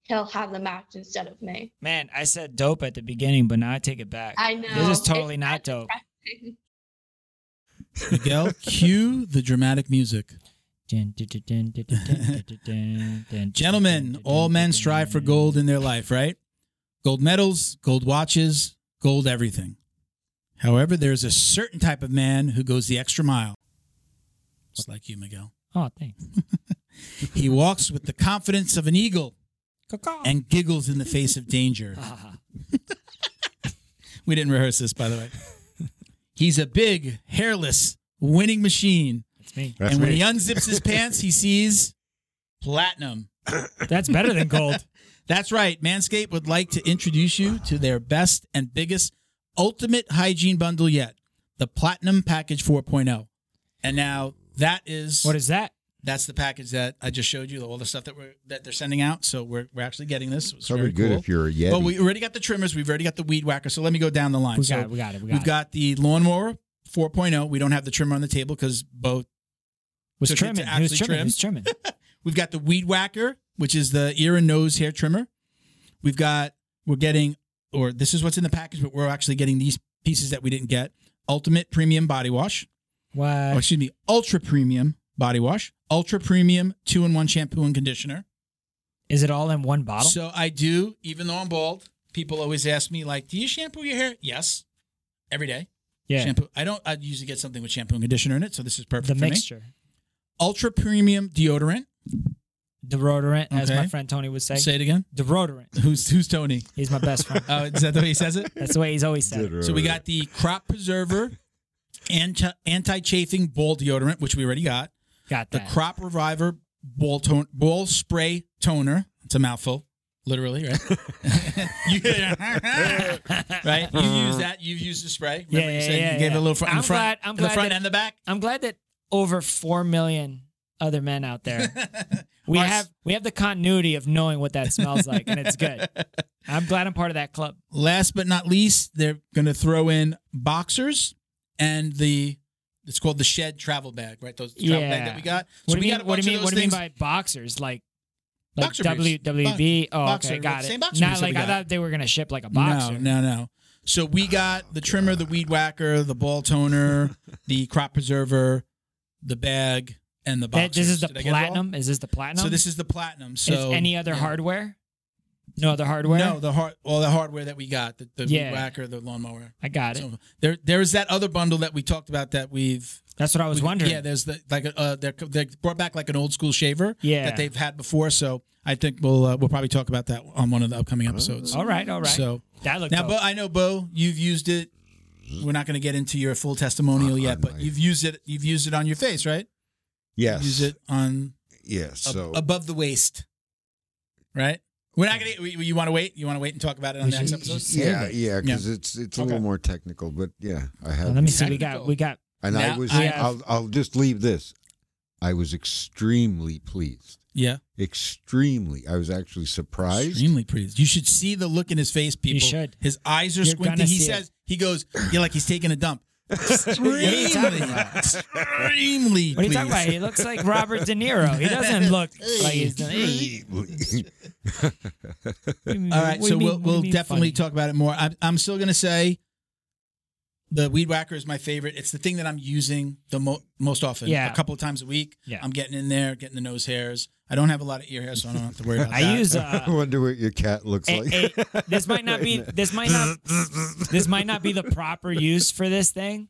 S4: he'll have the match instead of me.
S3: Man, I said dope at the beginning, but now I take it back.
S4: I know.
S3: This is
S4: It's
S3: totally not
S4: kinda
S3: dope.
S4: depressing.
S2: Miguel, cue the dramatic music. Gentlemen,
S3: Gentlemen,
S2: all men strive for gold in their life, right? gold medals, gold watches, gold everything. However, there is a certain type of man who goes the extra mile. Just like you, Miguel.
S3: Oh, thanks.
S2: He walks with the confidence of an eagle
S3: <laughs> Caw-caw.
S2: and giggles in the face of danger.
S3: Ah,
S2: We didn't rehearse this, by the way. <laughs> He's a big, hairless, winning machine.
S3: That's me.
S1: That's
S2: and when
S1: me.
S2: he
S1: <laughs>
S2: unzips his pants, he sees platinum.
S3: That's better
S2: <laughs>
S3: than gold.
S2: That's right. Manscaped would like to introduce you to their best and biggest ultimate hygiene bundle yet, the Platinum Package 4.0. And now that is
S3: What is that?
S2: that's the package that I just showed you, all the stuff that we're that they're sending out. So we're we're actually getting this. It's
S1: Probably
S2: very
S1: good
S2: cool.
S1: if you're a Yeti.
S2: But we already got the trimmers. We've already got the weed whacker. So let me go down the line.
S3: We
S2: so
S3: got it. We got it. We got
S2: we've
S3: it.
S2: got the lawnmower 4.0. We don't have the trimmer on the table because both.
S3: was
S2: to- to
S3: trimming. He was
S2: actually
S3: trimming.
S2: trim.
S3: He was trimming.
S2: We've got the weed whacker, which is the ear and nose hair trimmer. We've got we're getting, or this is what's in the package, but we're actually getting these pieces that we didn't get. Ultimate premium body wash. <laughs> Oh,
S3: What?
S2: excuse me, ultra premium body wash, ultra premium two in one shampoo and conditioner.
S3: Is it all in one bottle?
S2: So I do, even though I'm bald, people always ask me, like, do you shampoo your hair? Yes. Every day.
S3: yeah.
S2: Shampoo. I don't I usually get something with shampoo and conditioner in it, so this is perfect
S3: The
S2: for me.
S3: mixture.
S2: Ultra premium deodorant.
S3: Deodorant, as my
S2: Okay.
S3: friend Tony would say.
S2: Say it again.
S3: Deodorant.
S2: Who's who's Tony?
S3: He's my
S2: <laughs>
S3: best friend.
S2: Oh, is that the way he says it?
S3: That's Uh, the way he's always said.
S2: <laughs>
S3: it.
S2: So we got the crop preserver, anti anti chafing ball deodorant, which we already got.
S3: Got
S2: The
S3: that.
S2: crop reviver ball tone ball spray toner. It's a mouthful, literally,
S3: <laughs>
S2: right? You- <laughs> right? You use that. You've used the spray. Remember
S3: Mm-hmm.
S2: you
S3: Yeah, yeah,
S2: said
S3: yeah,
S2: you gave
S3: yeah.
S2: it a little front, in
S3: I'm
S2: the front,
S3: glad- I'm
S2: in
S3: glad
S2: the front
S3: that-
S2: and the back.
S3: I'm glad that over four million other men
S2: <laughs>
S3: out there we
S2: Our s-
S3: have we have the continuity of knowing what that smells like, and <laughs>
S2: <laughs>
S3: it's good. I'm glad I'm part of that club.
S2: Last but not least, they're going to throw in boxers and the. It's called the shed travel bag, right? Those travel bag that
S3: Yeah.
S2: we got.
S3: What
S2: so
S3: do
S2: we
S3: you
S2: got a
S3: mean? What
S2: bunch
S3: do you
S2: of
S3: mean?
S2: those
S3: What do you mean
S2: things.
S3: by boxers? Like like
S2: Boxer
S3: W
S2: briefs.
S3: WWB? Oh,
S2: Boxer,
S3: okay, got it.
S2: same boxer briefs
S3: Not
S2: that we
S3: like
S2: got.
S3: I thought they were gonna ship like a boxer.
S2: No, no, no. So we got the trimmer, the weed whacker, the ball toner,
S3: <laughs>
S2: the crop preserver, the bag, and the box.
S3: That- this is the platinum. Is this the platinum?
S2: So this is the platinum. So
S3: is any other
S2: yeah.
S3: hardware? No other hardware.
S2: No, the hard all the hardware that we got, the, the
S3: Yeah.
S2: weed whacker, the lawnmower.
S3: I got it.
S2: So there, there is that other bundle that we talked about that we've.
S3: That's what I was
S2: we-
S3: wondering.
S2: Yeah, there's the like uh, they're, they brought back like an old school shaver
S3: Yeah.
S2: that they've had before. So I think we'll uh, we'll probably talk about that on one of the upcoming episodes.
S3: all right, all right.
S2: So
S3: that looked
S2: Now,
S3: dope.
S2: Bo, I know, Bo, you've used it. We're not going to get into your full
S3: Uh,
S2: testimonial yet, but you've used it. You've used it on your face, right?
S1: yes.
S2: Use it on
S1: Yes.
S2: ab-
S1: So
S2: above the waist, right? We're not going to. You want to wait? You want to wait and talk about it on
S3: We
S2: the next
S3: should-
S2: episode?
S3: save
S1: yeah,
S3: it.
S1: yeah, because it's it's a little
S2: Okay.
S1: more technical, but yeah, I
S3: Now,
S1: have.
S3: let me see. We got
S2: Technical.
S3: we got
S1: And I
S2: Now
S1: was.
S2: I
S3: have-
S1: I'll I'll just leave this. I was extremely pleased.
S2: Yeah,
S1: Extremely. I was actually surprised.
S2: extremely pleased. You should see the look in his face, people.
S3: You should.
S2: His eyes are
S3: You're
S2: squinting.
S3: gonna
S2: He
S3: see it.
S2: says, he goes, "You're like he's taking a
S3: <laughs>
S2: dump." Extremely,
S3: talking about?
S2: extremely.
S3: What are you talking
S2: pleased.
S3: about? He looks like Robert De Niro. He
S2: <laughs>
S3: doesn't look like he's. Hey,
S2: All right, so we'll we'll definitely talk about it more. I'm I'm still gonna say the weed whacker is my favorite. It's the thing that I'm using the mo- most often.
S3: Yeah.
S2: a couple of times a week.
S3: Yeah.
S2: I'm getting in there, getting the nose hairs. I don't have a lot of ear hair, so I don't have to worry about that.
S3: <laughs> I
S1: <laughs>
S3: use
S1: I
S3: uh,
S1: wonder what your cat looks
S3: a-
S1: like.
S3: a- this might
S1: <laughs>
S2: <laughs>
S3: not be this might not this might not be the proper use for this thing,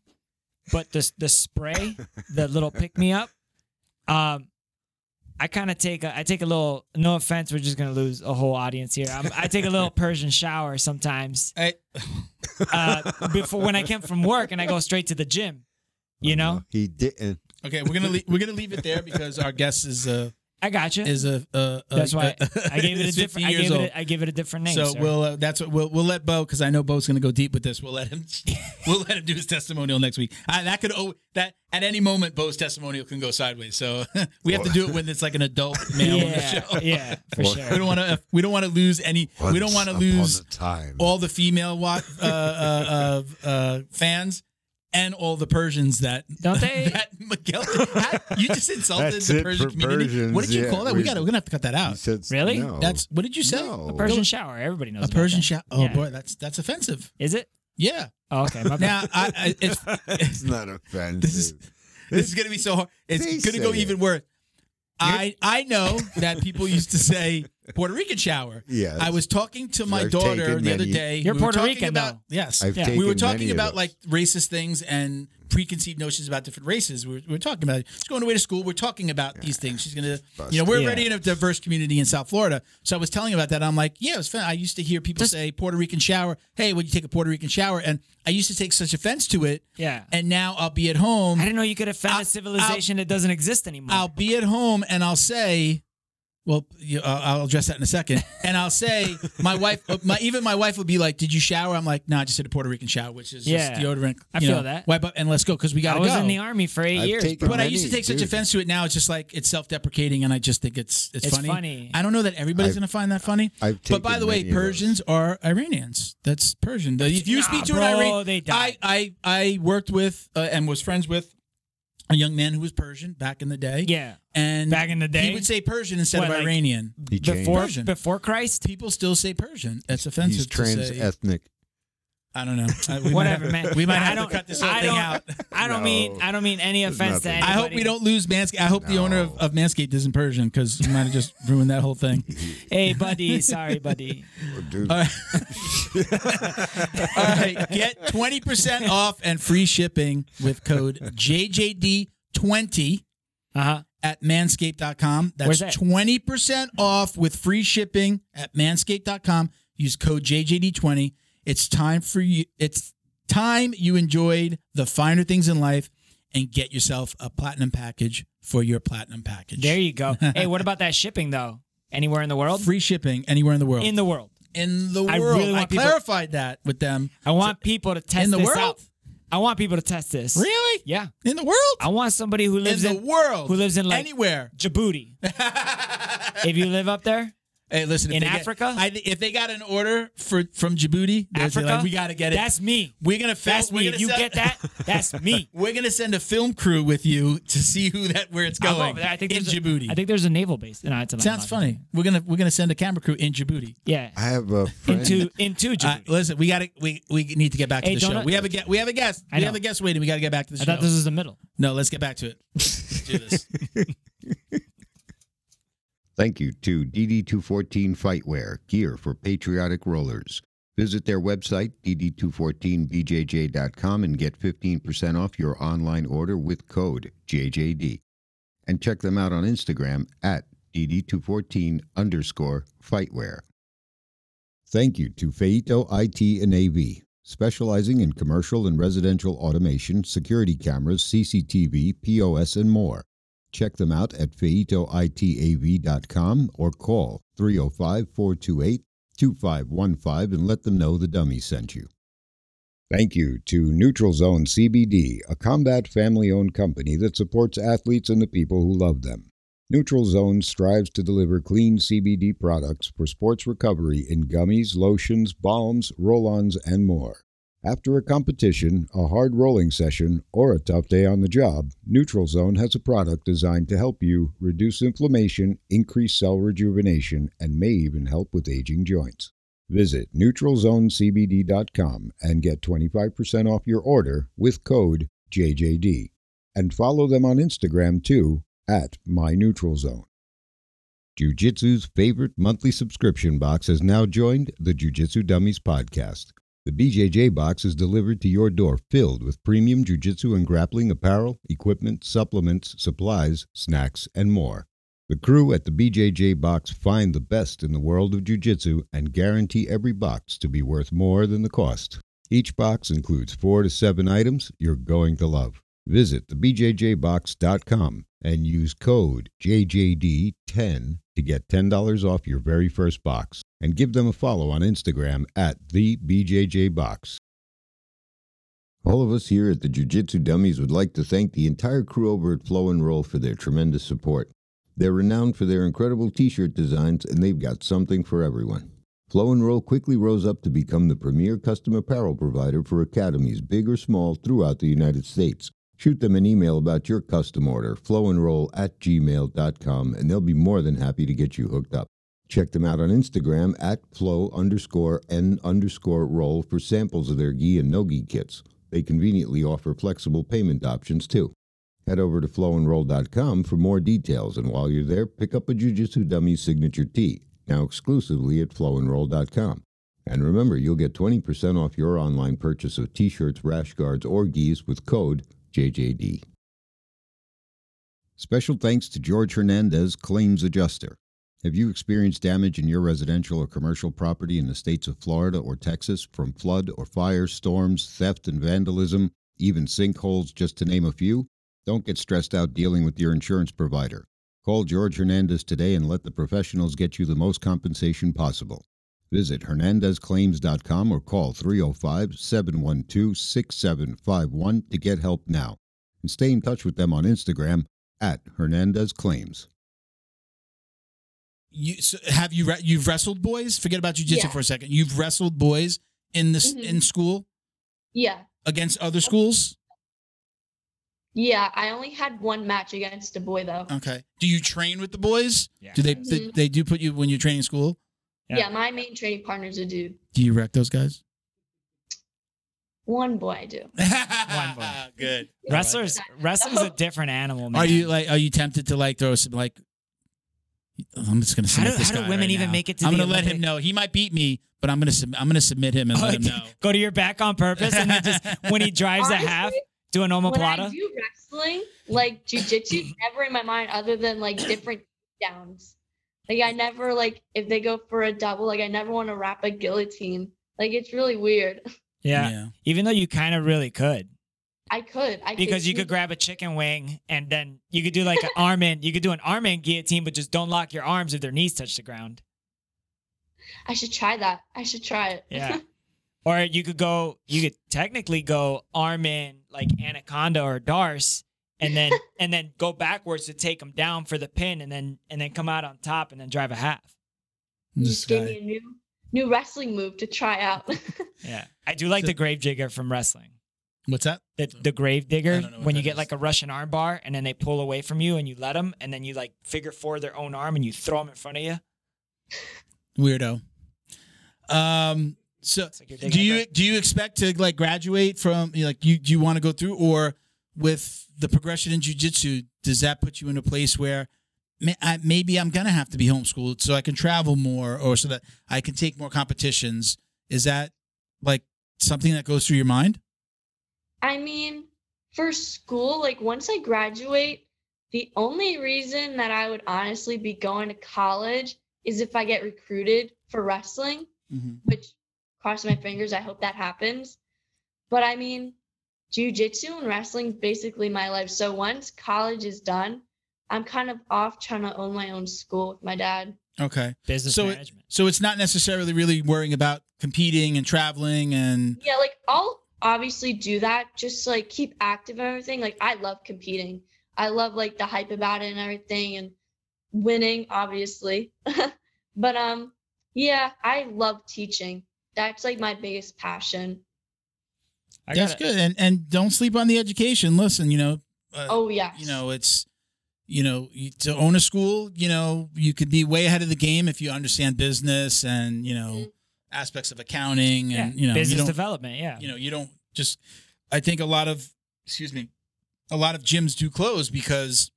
S3: but the the spray, the little pick me up, um, I kind of take a I take a little. No offense, we're just gonna lose a whole audience here. i I take
S2: <laughs>
S3: a little Persian shower sometimes.
S2: I-
S3: uh, before when I came from work and I go straight to the gym. You
S2: Uh-huh.
S3: know,
S1: he didn't.
S2: okay, we're gonna le- we're gonna leave it there because our guest is a
S3: I got you.
S2: is a. a, a
S3: That's why
S2: a-
S3: I gave
S2: <laughs>
S3: it a
S2: is 50
S3: different. I
S2: years
S3: gave it.
S2: old.
S3: A, I gave it a different name.
S2: so
S3: sir.
S2: we'll uh, that's what we'll we'll let Bo because I know Bo's going to go deep with this. We'll let him <laughs> we'll let him do his testimonial next week. Uh, that could oh that at any moment Bo's testimonial can go sideways. So <laughs> we have to do it when it's like an
S3: <laughs>
S2: adult male on the
S3: yeah,
S2: show. <laughs>
S3: yeah, for
S1: Well,
S2: We
S3: sure.
S2: don't want to we don't want to lose any we don't want to lose
S1: time.
S2: all the female wa- uh, uh, uh, uh, fans and all the Persians that <laughs>
S3: Don't they?
S2: that Miguel you just insulted
S1: That's
S2: the
S1: it
S2: Persian
S1: for
S2: community.
S1: Persians,
S2: what did you
S1: yeah.
S2: call that? We
S1: We-
S2: got to we're gonna have to cut that
S1: He
S2: out.
S1: said,
S3: Really?
S1: No.
S2: That's what did you say?
S1: No.
S3: A Persian shower. Everybody knows
S2: A
S3: about
S2: Persian
S3: that.
S2: shower. Oh
S3: Yeah.
S2: boy, that's that's offensive.
S3: Is it? <laughs>
S2: Yeah.
S3: Oh, okay, my bad.
S2: Now I, I
S3: <laughs>
S2: it's
S1: <laughs> it's not offensive.
S2: This is- this is gonna be so hard. It's
S1: They
S2: gonna go
S1: say it.
S2: even worse. I I know that people used to say Puerto Rican shower.
S1: Yes.
S2: I was talking to my
S1: I've
S2: daughter
S1: taken
S2: the other
S1: many.
S2: day.
S3: You're
S2: were
S3: Puerto
S2: talking
S3: Rican,
S2: about,
S3: though.
S2: Yes.
S1: I've
S3: Yeah.
S1: taken
S2: we were
S1: many
S2: talking
S1: of
S2: about
S1: those.
S2: like racist things and preconceived notions about different races. We were, we were talking about it. She's going away to school. We're talking about these things. She's gonna, you know, we're
S3: Yeah.
S2: already in a diverse community in South Florida. So I was telling her about that. I'm like, yeah, it was fun. I used to hear people
S3: Just-
S2: say Puerto Rican shower. Hey, would you take a Puerto Rican shower? And I used to take such offense to it.
S3: Yeah.
S2: And now I'll be at home.
S3: I didn't know you could offend
S2: I'll-
S3: a civilization that doesn't exist anymore.
S2: I'll be at home and I'll say, well, you, uh, I'll address that in a
S3: <laughs>
S2: second. And I'll say, my wife, my even my wife would be like, "Did you shower?" I'm like, "No, I just did a Puerto Rican shower, which is
S3: Yeah.
S2: just deodorant."
S3: I
S2: you
S3: feel
S2: know,
S3: that.
S2: Wipe up and let's go because we
S3: I
S2: gotta
S3: was
S2: go.
S3: in the army for 8
S1: I've
S3: years.
S1: taken-
S3: bro.
S2: but I used to
S1: Many,
S2: take such
S1: dude.
S2: offense to it. Now it's just like it's self-deprecating, and I just think it's it's,
S3: It's
S2: funny.
S3: funny.
S2: I don't know that everybody's
S1: I've-
S2: gonna find that funny.
S1: I've
S2: But by
S1: taken
S2: the way,
S1: many of those.
S2: Persians are Iranians. That's Persian. The- If you
S3: Nah,
S2: speak to
S3: bro,
S2: an Iranian,
S3: they die.
S2: I, I I worked with uh, and was friends with a young man who was Persian back in the day.
S3: yeah.
S2: And
S3: Back in the day?
S2: he would say Persian instead
S3: What,
S2: of
S3: like-
S2: Iranian.
S1: He changed.
S3: Before
S2: Persian.
S3: before Christ?
S2: People still say Persian. That's offensive.
S1: He's
S2: to
S1: trans
S2: say.
S1: ethnic.
S2: I
S1: <laughs>
S2: don't know. I- <laughs> we might
S3: Whatever,
S2: have-
S3: man.
S2: We might
S3: I
S2: have
S3: don't-
S2: to cut this whole
S3: I
S2: thing
S3: don't-
S2: out.
S3: I don't
S1: No.
S3: mean I don't mean any
S1: There's
S3: offense to
S1: nothing.
S3: anybody.
S2: I hope we don't lose Manscaped. I hope the owner of,
S1: No.
S2: of Manscaped isn't Persian because we might have
S1: <laughs>
S2: just ruined that whole thing.
S3: Hey buddy, sorry
S2: <laughs>
S3: buddy.
S1: Oh, dude.
S2: All right. All right. Get 20% off and free shipping with code JJD20
S3: Uh-huh.
S2: at manscaped.com. That's
S3: Where's that?
S2: 20% off with free shipping at manscaped.com. Use code JJD20. It's time for you. It's time you enjoyed the finer things in life and get yourself a platinum package for your platinum package.
S3: There
S2: <laughs>
S3: you go. Hey, what about that shipping though? Anywhere in the world?
S2: Free shipping anywhere in the world.
S3: In the world.
S2: In the
S3: I
S2: world.
S3: really want
S2: I
S3: people-
S2: clarified that with them.
S3: I want people to test
S2: in the
S3: this
S2: world?
S3: out. I want people to test this.
S2: Really?
S3: Yeah.
S2: In the world?
S3: I want somebody who lives
S2: in
S3: in,
S2: the world.
S3: who lives in, like-
S2: anywhere. <laughs>
S3: Djibouti. if you live up there,
S2: Hey, listen. if
S3: In
S2: they get-
S3: Africa?
S2: I, if they got an order for from Djibouti, they'd be
S3: Africa,
S2: like, we got to get it.
S3: That's me.
S2: we're gonna film.
S3: That's
S2: we're
S3: me.
S2: gonna
S3: If you
S2: sell- <laughs>
S3: get that, that's me.
S2: We're gonna send a film crew with you to see who that where it's
S3: I'm
S2: going.
S3: over there. I think
S2: in
S3: there's a-
S2: Djibouti.
S3: I think there's a naval base. No, it's a
S2: sounds funny. We're gonna we're gonna send a camera crew in Djibouti.
S3: Yeah.
S1: I have
S2: <laughs>
S1: a friend.
S3: <laughs> Into <laughs> into Djibouti.
S2: Uh, listen, we got to we we need to get back
S3: Hey,
S2: to the show.
S3: Donut.
S2: We have a gue- we have a guest.
S3: I
S2: We
S3: know.
S2: have a guest waiting. We got to get back to the
S3: I
S2: show.
S3: thought this was the middle.
S2: no, let's get back
S3: <laughs>
S2: to it. Let's do this.
S5: Thank you to DD214 Fightwear, gear for patriotic rollers. Visit their website, dd214bjj.com, and get 15% off your online order with code JJD. And check them out on Instagram at dd214 underscore fightwear. Thank you to Feito IT and AV, specializing in commercial and residential automation, security cameras, CCTV, POS, and more. Check them out at feitoitav.com or call 305 428 2515 and let them know the dummy sent you. Thank you to Neutral Zone CBD, a combat family owned company that supports athletes and the people who love them. Neutral Zone strives to deliver clean CBD products for sports recovery in gummies, lotions, balms, roll ons, and more. After a competition, a hard rolling session, or a tough day on the job, Neutral Zone has a product designed to help you reduce inflammation, increase cell rejuvenation, and may even help with aging joints. Visit neutralzonecbd.com and get 25% off your order with code JJD. And follow them on Instagram too at MyNeutralZone. Jiu Jitsu's favorite monthly subscription box has now joined the Jiu Jitsu Dummies podcast. The BJJ box is delivered to your door filled with premium jujitsu and grappling apparel, equipment, supplements, supplies, snacks, and more. The crew at the BJJ box find the best in the world of jujitsu and guarantee every box to be worth more than the cost. Each box includes four to seven items you're going to love. Visit thebjjbox.com and use code JJD10 to get $10 off your very first box. And give them a follow on Instagram at thebjjbox. All of us here at the Jiu Jitsu Dummies would like to thank the entire crew over at Flow and Roll for their tremendous support. They're renowned for their incredible t shirt designs, and they've got something for everyone. Flow and Roll quickly rose up to become the premier custom apparel provider for academies, big or small, throughout the United States. Shoot them an email about your custom order, flowandroll at gmail.com, and they'll be more than happy to get you hooked up. Check them out on Instagram at flow underscore n underscore roll for samples of their gi and no gi kits. They conveniently offer flexible payment options too. Head over to flowandroll.com for more details, and while you're there, pick up a Jiu Jitsu Dummy signature tee. now exclusively at flowandroll.com. And remember, you'll get 20% off your online purchase of t shirts, rash guards, or geese with code JJD. Special thanks to George Hernandez, Claims Adjuster. Have you experienced damage in your residential or commercial property in the states of Florida or Texas from flood or fire, storms, theft and vandalism, even sinkholes, just to name a few? Don't get stressed out dealing with your insurance provider. Call George Hernandez today and let the professionals get you the most compensation possible. Visit HernandezClaims.com or call 305 712 6751 to get help now. And stay in touch with them on Instagram at Hernandez Claims.
S2: You so have you re- you've wrestled boys? Forget about jujitsu
S4: Yeah.
S2: for a second. You've wrestled boys in this
S4: Mhm.
S2: in school
S4: <laughs> Yeah.
S2: against other schools.
S4: Yeah. I only had one match against a boy though.
S2: Okay. Do you train with the boys?
S3: Yeah.
S2: Do they they,
S4: Mhm.
S2: they do put you when you're training school?
S3: Yeah.
S4: Yeah. my main training partner's a dude.
S2: Do you wreck those guys?
S4: One boy I do.
S2: One
S3: boy.
S2: <laughs> Good.
S3: Wrestlers, wrestling's a different animal, man.
S2: Are you like? Are you tempted to like throw some like? I'm just gonna submit
S3: do-
S2: this
S3: how do
S2: guy
S3: women
S2: right
S3: even
S2: now.
S3: make it to
S2: I'm
S3: the
S2: gonna let him
S3: Olympic-
S2: know he might beat me, but I'm gonna sub- I'm gonna submit him and
S3: <laughs>
S2: let him know.
S3: go to your back on purpose
S2: <laughs>
S3: and then just when he drives a
S4: Honestly,
S3: half, do an
S4: When I
S3: omoplata.
S4: do wrestling, like jujitsu, never in my mind other than like different downs. Like I never like if they go for a double, like I never want to wrap a guillotine. Like it's really weird.
S3: Yeah. Even though you kind of really could.
S4: I could. I
S3: Because you
S4: do
S3: could grab a chicken wing and then you could do like
S4: <laughs>
S3: an arm in, you could do an arm in guillotine, but just don't lock your arms if their knees touch the ground.
S4: I should try that. I should try it.
S2: <laughs>
S3: Yeah. or you could go, you could technically go arm in like anaconda or darce and
S2: <laughs>
S3: then, and then go backwards to take them down for the pin and then, and then come out on top and then drive a half.
S4: you
S2: This
S4: <laughs> just gave me
S2: guy.
S4: a new new wrestling move to try out.
S3: Yeah. I do like the grave digger from wrestling.
S2: What's that?
S3: the, the grave
S2: I
S3: digger
S2: don't know what
S3: when you
S2: that
S3: get
S2: is.
S3: like a Russian arm bar and then they pull away from you and you let them and then you like figure four their own arm and you throw them in front of you.
S2: Weirdo. Um. So
S3: It's like you're
S2: do
S3: digging a
S2: you do you expect to like graduate from like you do you want to go through or with the progression in jujitsu does that put you in a place where ma- I, maybe I'm gonna have to be homeschooled so I can travel more or so that I can take more competitions? Is that like something that goes through your mind?
S4: I mean, for school, like once I graduate, the only reason that I would honestly be going to college is if I get recruited for wrestling,
S3: Mm-hmm.
S4: which cross my fingers, I hope that happens. But I mean, jujitsu and wrestling is basically my life. So once college is done, I'm kind of off trying to own my own school with my dad.
S2: Okay,
S3: business
S2: So it-
S3: management.
S2: so it's not necessarily really worrying about competing and traveling and
S4: Yeah, like I'll obviously do that. Just like keep active and everything. Like I love competing. I love like the hype about it and everything and winning, obviously. <laughs> but um yeah, I love teaching. That's like my biggest passion.
S3: I
S2: that's
S3: gotta-
S2: good. And and don't sleep on the education. Listen, you know. Uh,
S4: Oh yes.
S2: you know it's you know you, to own a school you know you could be way ahead of the game if you understand business and you know
S4: Mhm.
S2: aspects of accounting
S3: Yeah.
S2: and you know you
S3: business
S2: don't
S3: development. Yeah.
S2: you know you don't just i think a lot of excuse me a lot of gyms do close because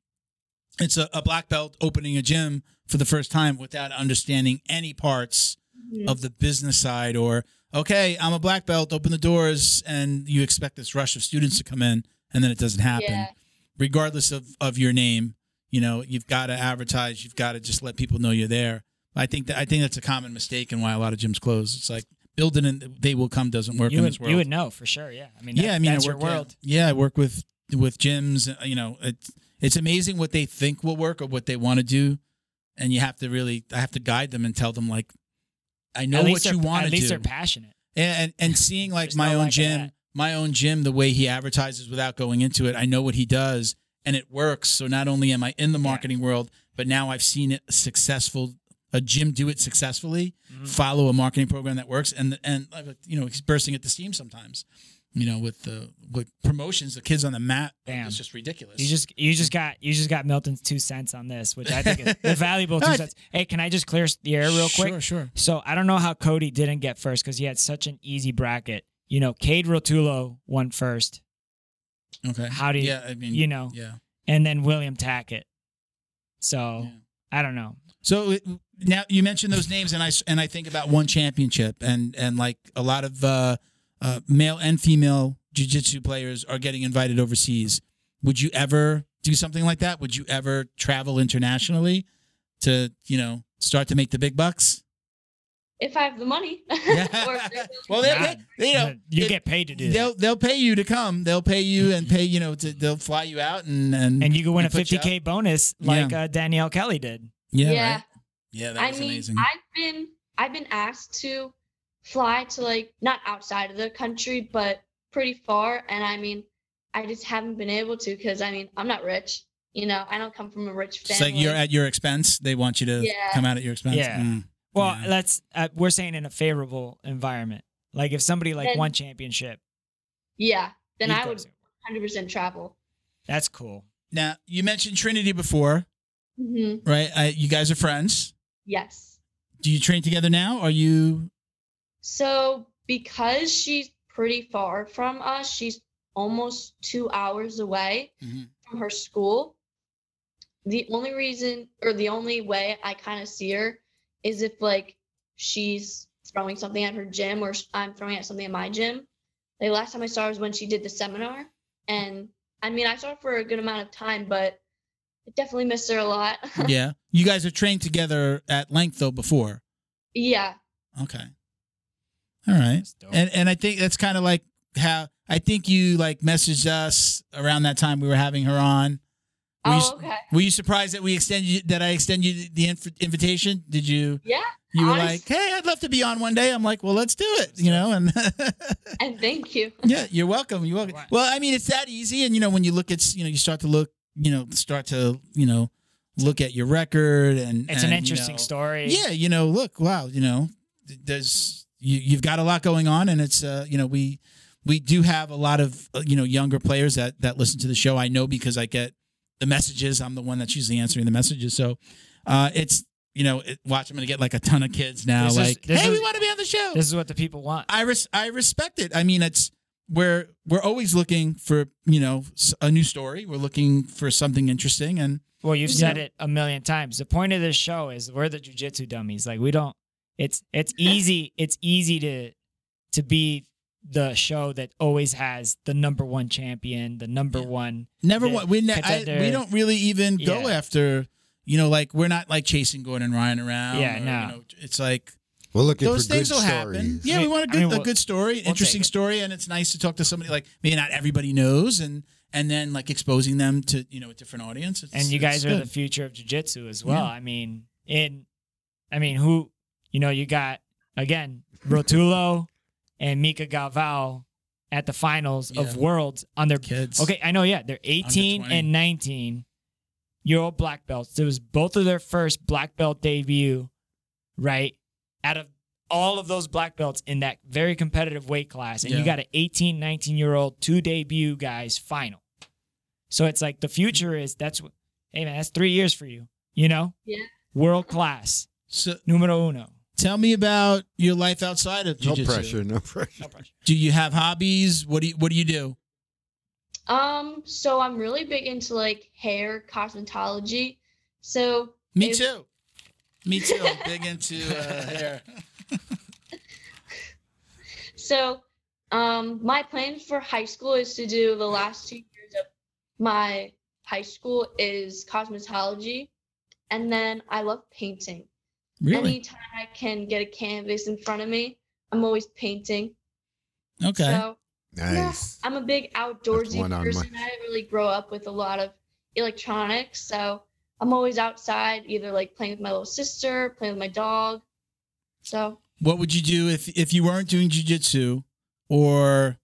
S2: it's a, a black belt opening a gym for the first time without understanding any parts
S4: Mhm.
S2: of the business side or okay i'm a black belt open the doors and you expect this rush of students to come in and then it doesn't happen
S4: Yeah.
S2: regardless of of your name you know you've got to advertise you've got to just let people know you're there i think that i think that's a common mistake and why a lot of gyms close it's like building and they will come doesn't work
S3: You
S2: in
S3: would,
S2: this world
S3: you would know for sure. Yeah. I mean, that-
S2: yeah i mean
S3: that's
S2: I work,
S3: your world.
S2: yeah, yeah, i work with with gyms uh, you know it's it's amazing what they think will work or what they want to do and you have to really i have to guide them and tell them like i know
S3: at
S2: what
S3: least
S2: you
S3: they're-
S2: want to
S3: At
S2: do
S3: least they're passionate.
S2: and
S3: <laughs>
S2: and seeing like
S3: There's
S2: my
S3: no
S2: own
S3: lack of
S2: gym,
S3: that.
S2: my own gym, the way he advertises without going into it, I know what he does and it works. So not only am I in the
S3: Yeah.
S2: marketing world, but now I've seen it successful. A gym do it successfully,
S3: Mhm.
S2: follow a marketing program that works, and and uh, you know he's bursting at the seam sometimes. You know with the with promotions, the kids on the mat,
S3: Damn.
S2: it's just ridiculous.
S3: You just you just got you just got Milton's two cents on this, which I think is
S2: <laughs>
S3: the valuable two
S2: Alright.
S3: cents. Hey, can I just clear the air real quick?
S2: Sure, sure.
S3: So I don't know how Cody didn't get first because he had such an easy bracket. You know, Cade Rotulo won first,
S2: Okay.
S3: How do you-
S2: Yeah, I mean,
S3: you know.
S2: yeah.
S3: and then William Tackett. So
S2: yeah.
S3: I don't know.
S2: So it, now you mentioned those names, and I s- and I think about one championship, and and like a lot of uh, uh, male and female jujitsu players are getting invited overseas. Would you ever do something like that? Would you ever travel internationally to you know start to make the big bucks?
S4: if I have the money. <laughs>
S2: Yeah.
S4: Or if there's-
S2: Well, they, they, you know
S3: you
S2: it-
S3: get paid to do that.
S2: They'll they'll pay you to come. They'll pay you and pay you know to, they'll fly you out and and,
S3: And you can win
S2: They
S3: a
S2: put you
S3: 50K bonus like uh, Danielle Kelly did.
S2: yeah
S4: Yeah.
S2: right? yeah that
S4: I
S2: was
S4: mean,
S2: amazing.
S4: I've been I've been asked to fly to like not outside of the country, but pretty far, and I mean, I just haven't been able to because I mean, I'm not rich. You know, I don't come from a rich
S2: It's
S4: family.
S2: like you're at your expense. They want you to
S4: Yeah.
S2: come out at your expense.
S3: Yeah.
S2: Mm.
S3: Well,
S2: Yeah.
S3: that's uh, we're saying in a favorable environment. Like if somebody like
S4: Then-
S3: won championship,
S4: yeah, then
S3: you'd
S4: I
S3: go
S4: would
S3: to.
S4: 100% travel.
S3: That's cool.
S2: Now you mentioned Trinity before,
S4: hmm
S2: right? I, you guys are friends.
S4: Yes.
S2: Do you train together now? Are you?
S4: So because she's pretty far from us, she's almost two hours away. from her school. The only reason or the only way I kind of see her is if like she's throwing something at her gym or sh- I'm throwing at something at my gym. The last time I saw her was when she did the seminar. And I mean, I saw her for a good amount of time, but I definitely missed her a lot. <laughs>
S2: yeah. You guys have trained together at length though before.
S4: yeah.
S2: Okay. All right.
S3: That's dope.
S2: And and I think that's kind of like how I think you like messaged us around that time we were having her on. Were you,
S4: Oh, okay.
S2: were you surprised that we extend you that I extend you the inf- invitation? Did you?
S4: Yeah.
S2: You were
S4: Honest-
S2: like, "Hey, I'd love to be on one day." I'm like, "Well, let's do it," you know. And <laughs>
S4: And thank you.
S2: yeah, you're welcome. You're welcome.
S3: Right.
S2: Well, I mean, it's that easy. And you know, when you look at, you know, you start to look, you know, start to, you know, look at your record, and
S3: It's
S2: and,
S3: an
S2: you
S3: interesting
S2: know,
S3: story.
S2: Yeah, you know, look, wow, you know, th- there's you, you've got a lot going on, and it's, uh, you know, we we do have a lot of uh, you know younger players that that listen to the show. I know because I get the messages. I'm the one that's usually answering the messages, so uh, it's. You know, it, watch. I'm gonna get like a ton of kids now.
S3: This is-
S2: like,
S3: this
S2: hey,
S3: is-
S2: we want to be on the show.
S3: This is what the people want.
S2: I res- I respect it. I mean, it's we're we're always looking for you know s- a new story. We're looking for something interesting, and
S3: Well, you've
S2: Yeah.
S3: said it a million times. The point of this show is we're the jujitsu dummies. Like we don't. It's it's easy. It's easy to to be the show that always has the number one champion, the number
S2: Yeah.
S3: one.
S2: never
S3: The
S2: want we ne- I,
S3: contender-
S2: we don't really even go
S3: Yeah.
S2: after you know like we're not like chasing Gordon Ryan around.
S3: Yeah,
S2: or,
S3: no.
S2: You know, it's like
S1: We're looking
S2: those
S1: for good
S2: things will
S1: stories.
S2: happen. Yeah,
S3: I
S2: we
S3: mean-
S2: want a
S3: I
S2: good
S3: mean,
S2: a
S3: we'll-
S2: good story,
S3: take
S2: interesting
S3: it.
S2: story, and it's nice to talk to somebody like maybe not everybody knows, and and then like exposing them to you know a different audience. It's,
S3: and you guys
S2: it's
S3: are
S2: good.
S3: the future of jujitsu as well.
S2: Yeah.
S3: I mean, in I mean, who you know, you got again Rotulo and Mika Gavao at the finals
S2: Yeah.
S3: of Worlds on their
S2: kids.
S3: Okay, I know. Yeah, they're 18
S2: 20.
S3: and 19 year old black belts. It was both of their first black belt debut, right? Out of all of those black belts in that very competitive weight class. And
S2: Yeah.
S3: you got an 18, 19 year old, two debut guys final. So it's like the future is that's what, hey man, that's three years for you, you know?
S4: Yeah.
S3: World class,
S2: So
S3: numero uno.
S2: tell me about your life outside of
S1: No
S2: jujitsu.
S1: pressure. No pressure.
S3: No pressure.
S2: Do you have hobbies? What do you What do you do?
S4: Um, so I'm really big into like hair cosmetology. So
S2: Me
S4: If-
S2: too. Me too. <laughs> I'm big into uh, hair.
S4: So, um, my plan for high school is to do the last two years of my high school is cosmetology, and then I love painting. Anytime I can get a canvas in front of me, I'm always painting.
S2: Okay.
S4: So yeah,
S1: Nice.
S4: I'm a big outdoorsy
S1: one on my-
S4: person. I didn't really grow up with a lot of electronics, so I'm always outside, either like playing with my little sister, playing with my dog. So
S2: what would you do if if you weren't doing jujitsu, or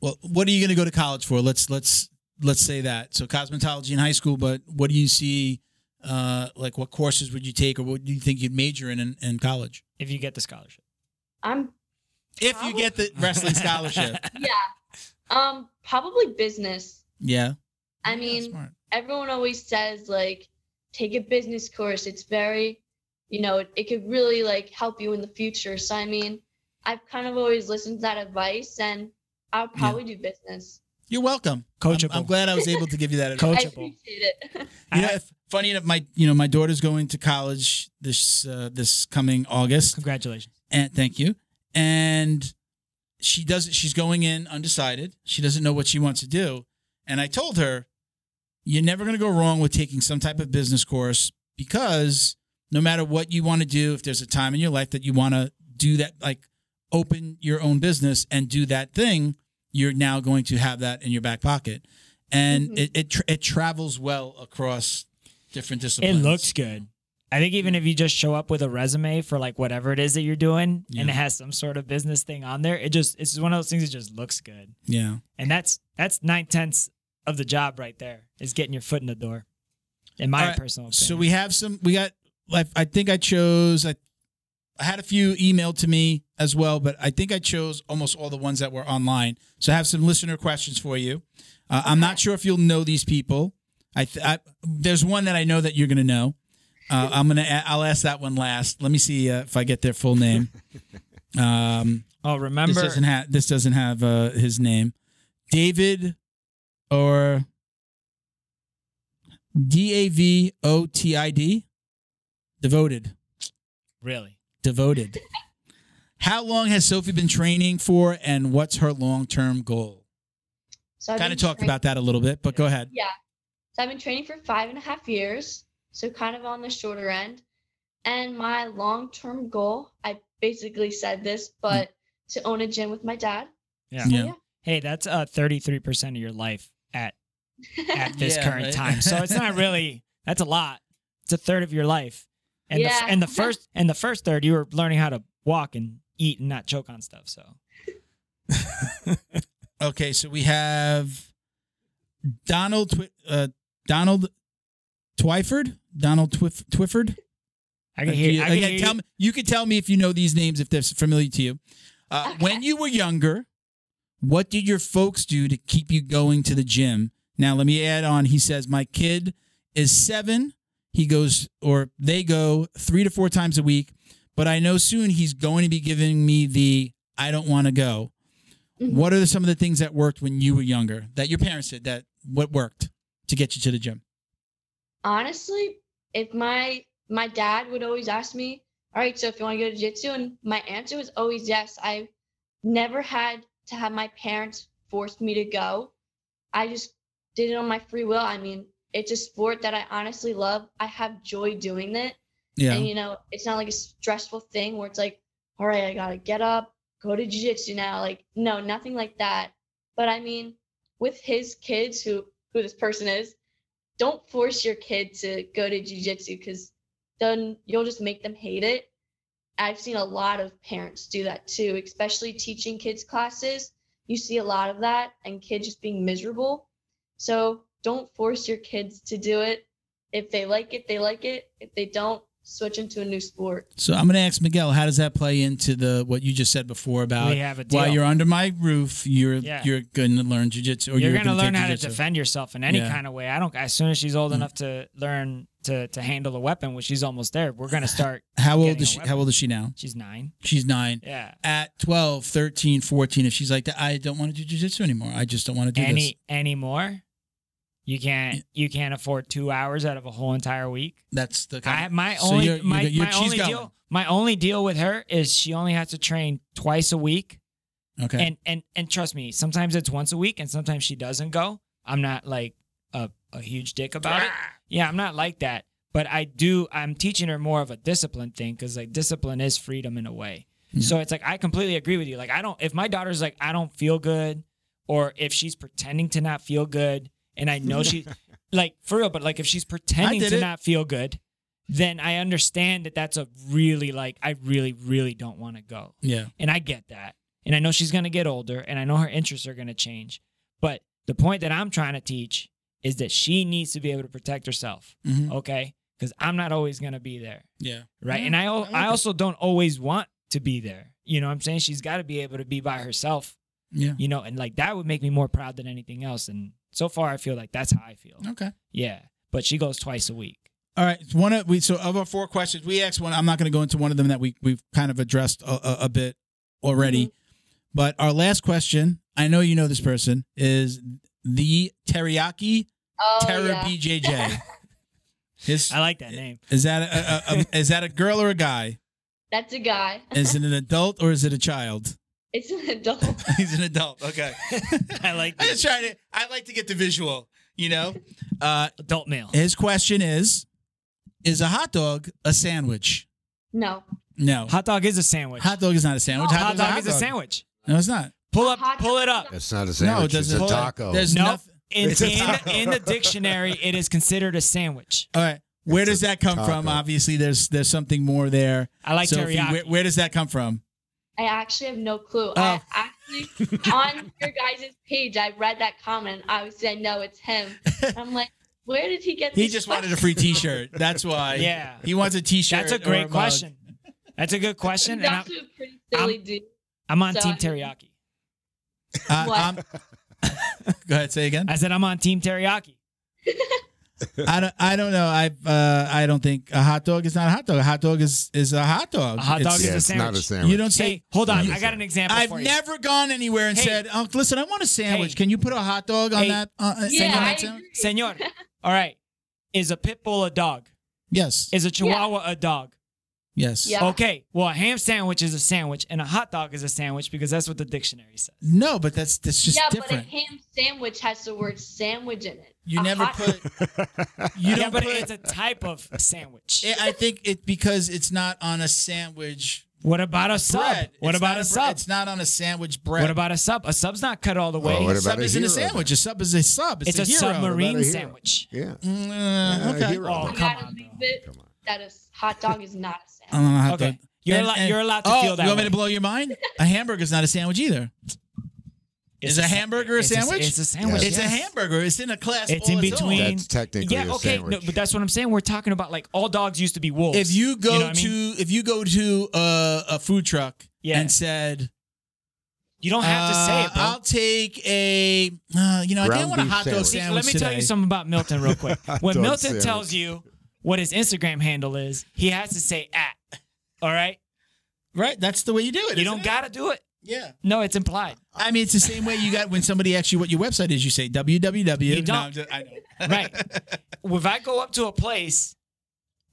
S2: well, what are you going to go to college for? Let's let's let's say that. So cosmetology in high school, but what do you see? Uh, like what courses would you take, or what do you think you'd major in in, in college?
S3: If you get the scholarship.
S4: I'm
S2: If you get the wrestling scholarship, <laughs>
S4: yeah, um, probably business.
S2: yeah.
S4: I
S2: Yeah,
S4: mean,
S2: smart.
S4: everyone always says like take a business course it's very you know it, it could really like help you in the future so i mean i've kind of always listened to that advice and i'll probably do business
S2: You're welcome.
S3: Coachable.
S2: I'm, I'm glad <laughs> I was able to give you that advice.
S4: I
S3: Coachable.
S4: appreciate it. <laughs>
S2: You know, if, funny enough, my you know my daughter's going to college this uh, this coming August,
S3: Congratulations.
S2: and thank you. And she does. She's going in undecided. She doesn't know what she wants to do. And I told her, you're never going to go wrong with taking some type of business course because no matter what you want to do, if there's a time in your life that you want to do that, like open your own business and do that thing, you're now going to have that in your back pocket, and
S4: Mhm.
S2: it it, tra- it travels well across different
S3: It
S2: disciplines.
S3: looks good. I think even if you just show up with a resume for like whatever it is that you're doing
S2: Yeah.
S3: and it has some sort of business thing on there, it just it's just one of those things that just looks good.
S2: yeah.
S3: And that's that's nine tenths of the job right there is getting your foot in the door. In my
S2: All right,
S3: personal opinion.
S2: So we have some. We got. Like, I think I chose. I, I had a few emailed to me as well, but I think I chose almost all the ones that were online. So I have some listener questions for you. Uh, I'm not sure if you'll know these people. I, th- I there's one that I know that you're going to know. Uh, I'm gonna. a- I'll ask that one last. Let me see uh, if I get their full name. Um,
S3: oh
S2: this
S3: remember
S2: doesn't have. This doesn't have uh, his name. David, or D A V O T I D. Devoted.
S3: really.
S4: <laughs>
S2: Devoted. How long has Sophie been training for, and what's her long-term goal?
S4: So I've
S2: Kind of
S4: been
S2: talked
S4: train-
S2: about that a little bit, but go ahead.
S4: Yeah. So I've been training for five and a half years. So kind of on the shorter end. And my long term goal, I basically said this, but to own a gym with my dad.
S3: Yeah.
S4: So
S2: Yeah.
S3: Hey, that's uh thirty three percent of your life at
S4: yeah.
S3: at this
S2: Yeah,
S3: current
S2: right.
S3: time. So it's not really <laughs> that's a lot. It's a third of your life. And
S4: Yeah.
S3: the, and the first and the first third you were learning how to walk and eat and not choke on stuff. So
S2: Okay, so we have Donald Twi- uh, Donald Twyford, Donald Twif- Twyford.
S3: I can
S2: Do
S3: hear,
S2: you,
S3: I can
S2: again,
S3: hear
S2: tell
S3: you.
S2: me you could tell me if you know these names if they're familiar to you. Uh,
S4: Okay.
S2: When you were younger, what did your folks do to keep you going to the gym? Now let me add on. He says my kid is seven. He goes or they go three to four times a week, but I know soon he's going to be giving me the I don't want to go.
S4: Mhm.
S2: What are some of the things that worked when you were younger that your parents did that what worked to get you to the gym?
S4: Honestly, if my my dad would always ask me, All right, so if you want to go to jiu-jitsu, and my answer was always yes. I never had to have my parents force me to go. I just did it on my free will. I mean, it's a sport that I honestly love. I have joy doing it.
S2: Yeah.
S4: And you know, it's not like a stressful thing where it's like, all right, I gotta get up, go to jujitsu now. Like, no, nothing like that. But I mean, with his kids, who who this person is, don't force your kid to go to jujitsu because then you'll just make them hate it. I've seen a lot of parents do that too, especially teaching kids classes. You see a lot of that and kids just being miserable. So don't force your kids to do it. If they like it, they like it. If they don't, switch into a new sport.
S2: So I'm going to ask Miguel, how does that play into the what you just said before about
S3: we have a deal.
S2: while you're under my roof, you're
S3: Yeah.
S2: you're going to learn jujitsu, or
S3: you're,
S2: you're,
S3: going to
S2: gonna
S3: learn
S2: take
S3: how to
S2: jujitsu.
S3: defend yourself in any
S2: Yeah.
S3: kind of way. I don't. As soon as she's old
S2: Mm.
S3: enough to learn to to handle a weapon, which she's almost there,
S2: <laughs>
S3: we're going to start.
S2: How old
S3: getting
S2: is
S3: a
S2: she?
S3: weapon.
S2: How old is she now?
S3: She's nine.
S2: She's nine.
S3: Yeah.
S2: At 12, 13, 14, if she's like that, I don't want to do jujitsu anymore. I just don't want to do
S3: Any
S2: this.
S3: anymore? You can't. You can't afford two hours out of a whole entire week.
S2: That's the
S3: I
S2: kind.
S3: my
S2: So
S3: only
S2: you're-
S3: my,
S2: you're- you're-
S3: my
S2: she's
S3: only
S2: going.
S3: deal my only deal with her is she only has to train twice a week.
S2: Of, okay.
S3: And and and trust me, sometimes it's once a week, and sometimes she doesn't go. I'm not like a a huge dick about it. Yeah, I'm not like that. But I do, I'm teaching her more of a discipline thing because like discipline is freedom in a way.
S2: Yeah.
S3: So it's like, I completely agree with you. Like, I don't, if my daughter's like, I don't feel good, or if she's pretending to not feel good, and I
S2: <laughs>
S3: know she, like, for real, but like if she's pretending
S2: did
S3: to
S2: it.
S3: not feel good, then I understand that that's a really, like, I really, really don't want to go.
S2: yeah.
S3: And I get that. And I know she's going to get older and I know her interests are going to change. But the point that I'm trying to teach is that she needs to be able to protect herself.
S2: Mhm.
S3: Okay. Because I'm not always going to be there.
S2: Yeah.
S3: Right.
S2: Yeah,
S3: And I,
S2: I
S3: al-
S2: like
S3: I
S2: it.
S3: also don't always want to be there. You know what I'm saying? She's got to be able to be by herself,
S2: Yeah.
S3: you know, and like that would make me more proud than anything else. And so far, I feel like that's how I feel.
S2: Okay.
S3: Yeah. But she goes twice a week.
S2: All right. One of we so of our four questions, we asked one. I'm not going to go into one of them that we we've kind of addressed a, a, a bit already, but our last question I know you know this person is the teriyaki
S4: Oh,
S2: Terra
S4: yeah.
S2: BJJ. His
S3: I like that name.
S2: is that a, a, a is that a girl or a guy?
S4: That's a guy.
S2: Is it an adult or is it a child? <laughs>
S4: It's an adult.
S2: He's an adult. Okay. <laughs>
S3: I like
S2: I just
S3: that.
S2: try to. I like to get the visual. You know. Uh,
S3: Adult male.
S2: his question is: Is a hot dog a sandwich?
S4: No.
S2: No.
S3: Hot dog is a sandwich.
S2: Hot dog is not a sandwich.
S3: Hot
S2: Hot, dog's
S3: dog is a sandwich.
S2: No, it's not.
S3: Pull up,
S4: Hot
S3: pull
S4: dog
S3: it
S4: is
S3: up.
S4: a-
S1: That's not a
S2: No, it
S1: sandwich. it's
S2: doesn't-
S1: a
S2: hold on.
S1: taco.
S2: There's-
S3: No,
S2: nothing-
S3: in,
S1: It's a
S3: in,
S1: taco.
S3: in the dictionary, it is considered a sandwich.
S2: All right. Where
S1: It's
S2: does
S1: a
S2: that come from?
S1: taco.
S2: Obviously, there's there's something more there.
S3: I like
S2: So if you-
S3: teriyaki.
S2: where, where does that come from?
S4: I actually have no clue.
S3: Oh.
S4: I actually, on your guys' page, I read that comment. I was saying, no,
S2: <laughs>
S4: it's him. I'm like, where did he get
S2: He
S4: this
S2: just
S4: question?
S2: wanted a
S3: <laughs>
S2: free T-shirt. That's why.
S3: Yeah.
S2: He wants a T-shirt.
S3: That's a
S2: or
S3: great
S2: mug.
S3: question. That's a good question,
S4: He's
S3: and I'm,
S4: also a pretty silly dude.
S3: I'm on
S4: So-
S3: Team Teriyaki.
S2: Uh,
S4: <laughs> What?
S2: I'm- <laughs> go ahead, say again.
S3: I said I'm on Team Teriyaki.
S2: I don't. I don't know. I. Uh, I don't think a hot dog is not a hot dog. A hot dog is is a hot dog.
S3: A hot
S2: It's-
S3: dog
S1: yeah,
S3: a
S1: it's not a
S3: sandwich.
S1: sandwich.
S2: You don't say.
S3: Hey, hold on,
S1: You-
S3: I got an example
S2: I've
S3: for you.
S2: never gone anywhere and
S3: Hey.
S2: said, "Oh, listen, I want a sandwich.
S3: Hey.
S2: Can you put a hot dog on
S3: Hey.
S2: that?" Uh, uh,
S4: Yeah,
S2: on
S4: I
S2: that sandwich?
S3: <laughs>
S4: agree.
S3: Senor, all right, is a pit bull a dog?
S2: Yes.
S3: Is a chihuahua a dog?
S2: Yes.
S4: Yeah.
S3: Okay, well, a ham sandwich is a sandwich, and a hot dog is a sandwich because that's what the dictionary says.
S2: No, but that's that's just
S4: yeah,
S2: different.
S4: but a ham sandwich has the word sandwich in it.
S2: you
S4: A
S2: never
S4: hot-
S2: put. You
S3: Yeah,
S2: don't
S3: but
S2: put.
S3: it's a type of sandwich.
S2: I I think it because it's not on a sandwich
S3: What about a sub?
S2: bread.
S3: What
S2: It's
S3: about
S2: not
S3: a,
S2: bre-
S3: sub?
S2: It's not on a sandwich bread.
S3: What about a sub? A sub's not cut all the way.
S1: Oh, what
S2: a
S1: about
S2: sub?
S1: a
S2: Isn't a
S1: hero then?
S2: sandwich. A sub is a sub. It's,
S3: it's a
S2: hero.
S3: submarine
S1: hero?
S3: sandwich.
S1: yeah.
S2: Mm,
S1: Yeah, a
S2: okay.
S1: hero.
S3: Oh,
S4: You
S3: come
S4: gotta
S3: on,
S4: leave
S3: bro.
S4: it
S1: Come on.
S4: that a hot dog is not
S2: <laughs>
S4: a
S2: I
S4: sandwich.
S2: don't know how
S3: Okay.
S2: to-
S3: You're
S2: And-
S3: allo-
S2: and-
S3: you're allowed to
S2: oh,
S3: feel that
S2: You want
S3: way.
S2: me to blow your mind? A hamburger's not a sandwich either. Is
S3: It's
S2: a hamburger a
S3: it's
S2: sandwich?
S3: It's a sandwich.
S1: Yes.
S2: It's a
S3: yes.
S2: hamburger. It's in a class.
S3: It's
S2: all
S3: in
S2: its own.
S3: between.
S1: That's technically
S3: Yeah,
S1: a
S3: okay,
S1: sandwich.
S3: no, but that's what I'm saying. We're talking about like all dogs used to be wolves.
S2: If you go
S3: You know what I
S2: to if you go to a, a food truck
S3: Yeah.
S2: and said,
S3: you don't have to say
S2: "Uh,
S3: it, bro.
S2: I'll take a uh, you know I
S1: Ground
S2: didn't want a
S1: beef
S2: hot dog
S1: sandwich.
S2: sandwich.
S3: Let me tell you
S2: today."
S3: something about Milton
S1: <laughs>
S3: real quick. When
S1: Dog
S3: Milton
S1: sandwich.
S3: tells you what his Instagram handle is, he has to say at. All right,
S2: Right, that's the way you do it.
S3: you
S2: isn't
S3: don't
S2: it?
S3: gotta do it.
S2: Yeah,
S3: No, it's implied.
S2: I mean it's the same way you got when somebody asks you what your website is, you say www.
S3: You don't.
S2: No, I'm just- I know.
S3: Right. if I go up to a place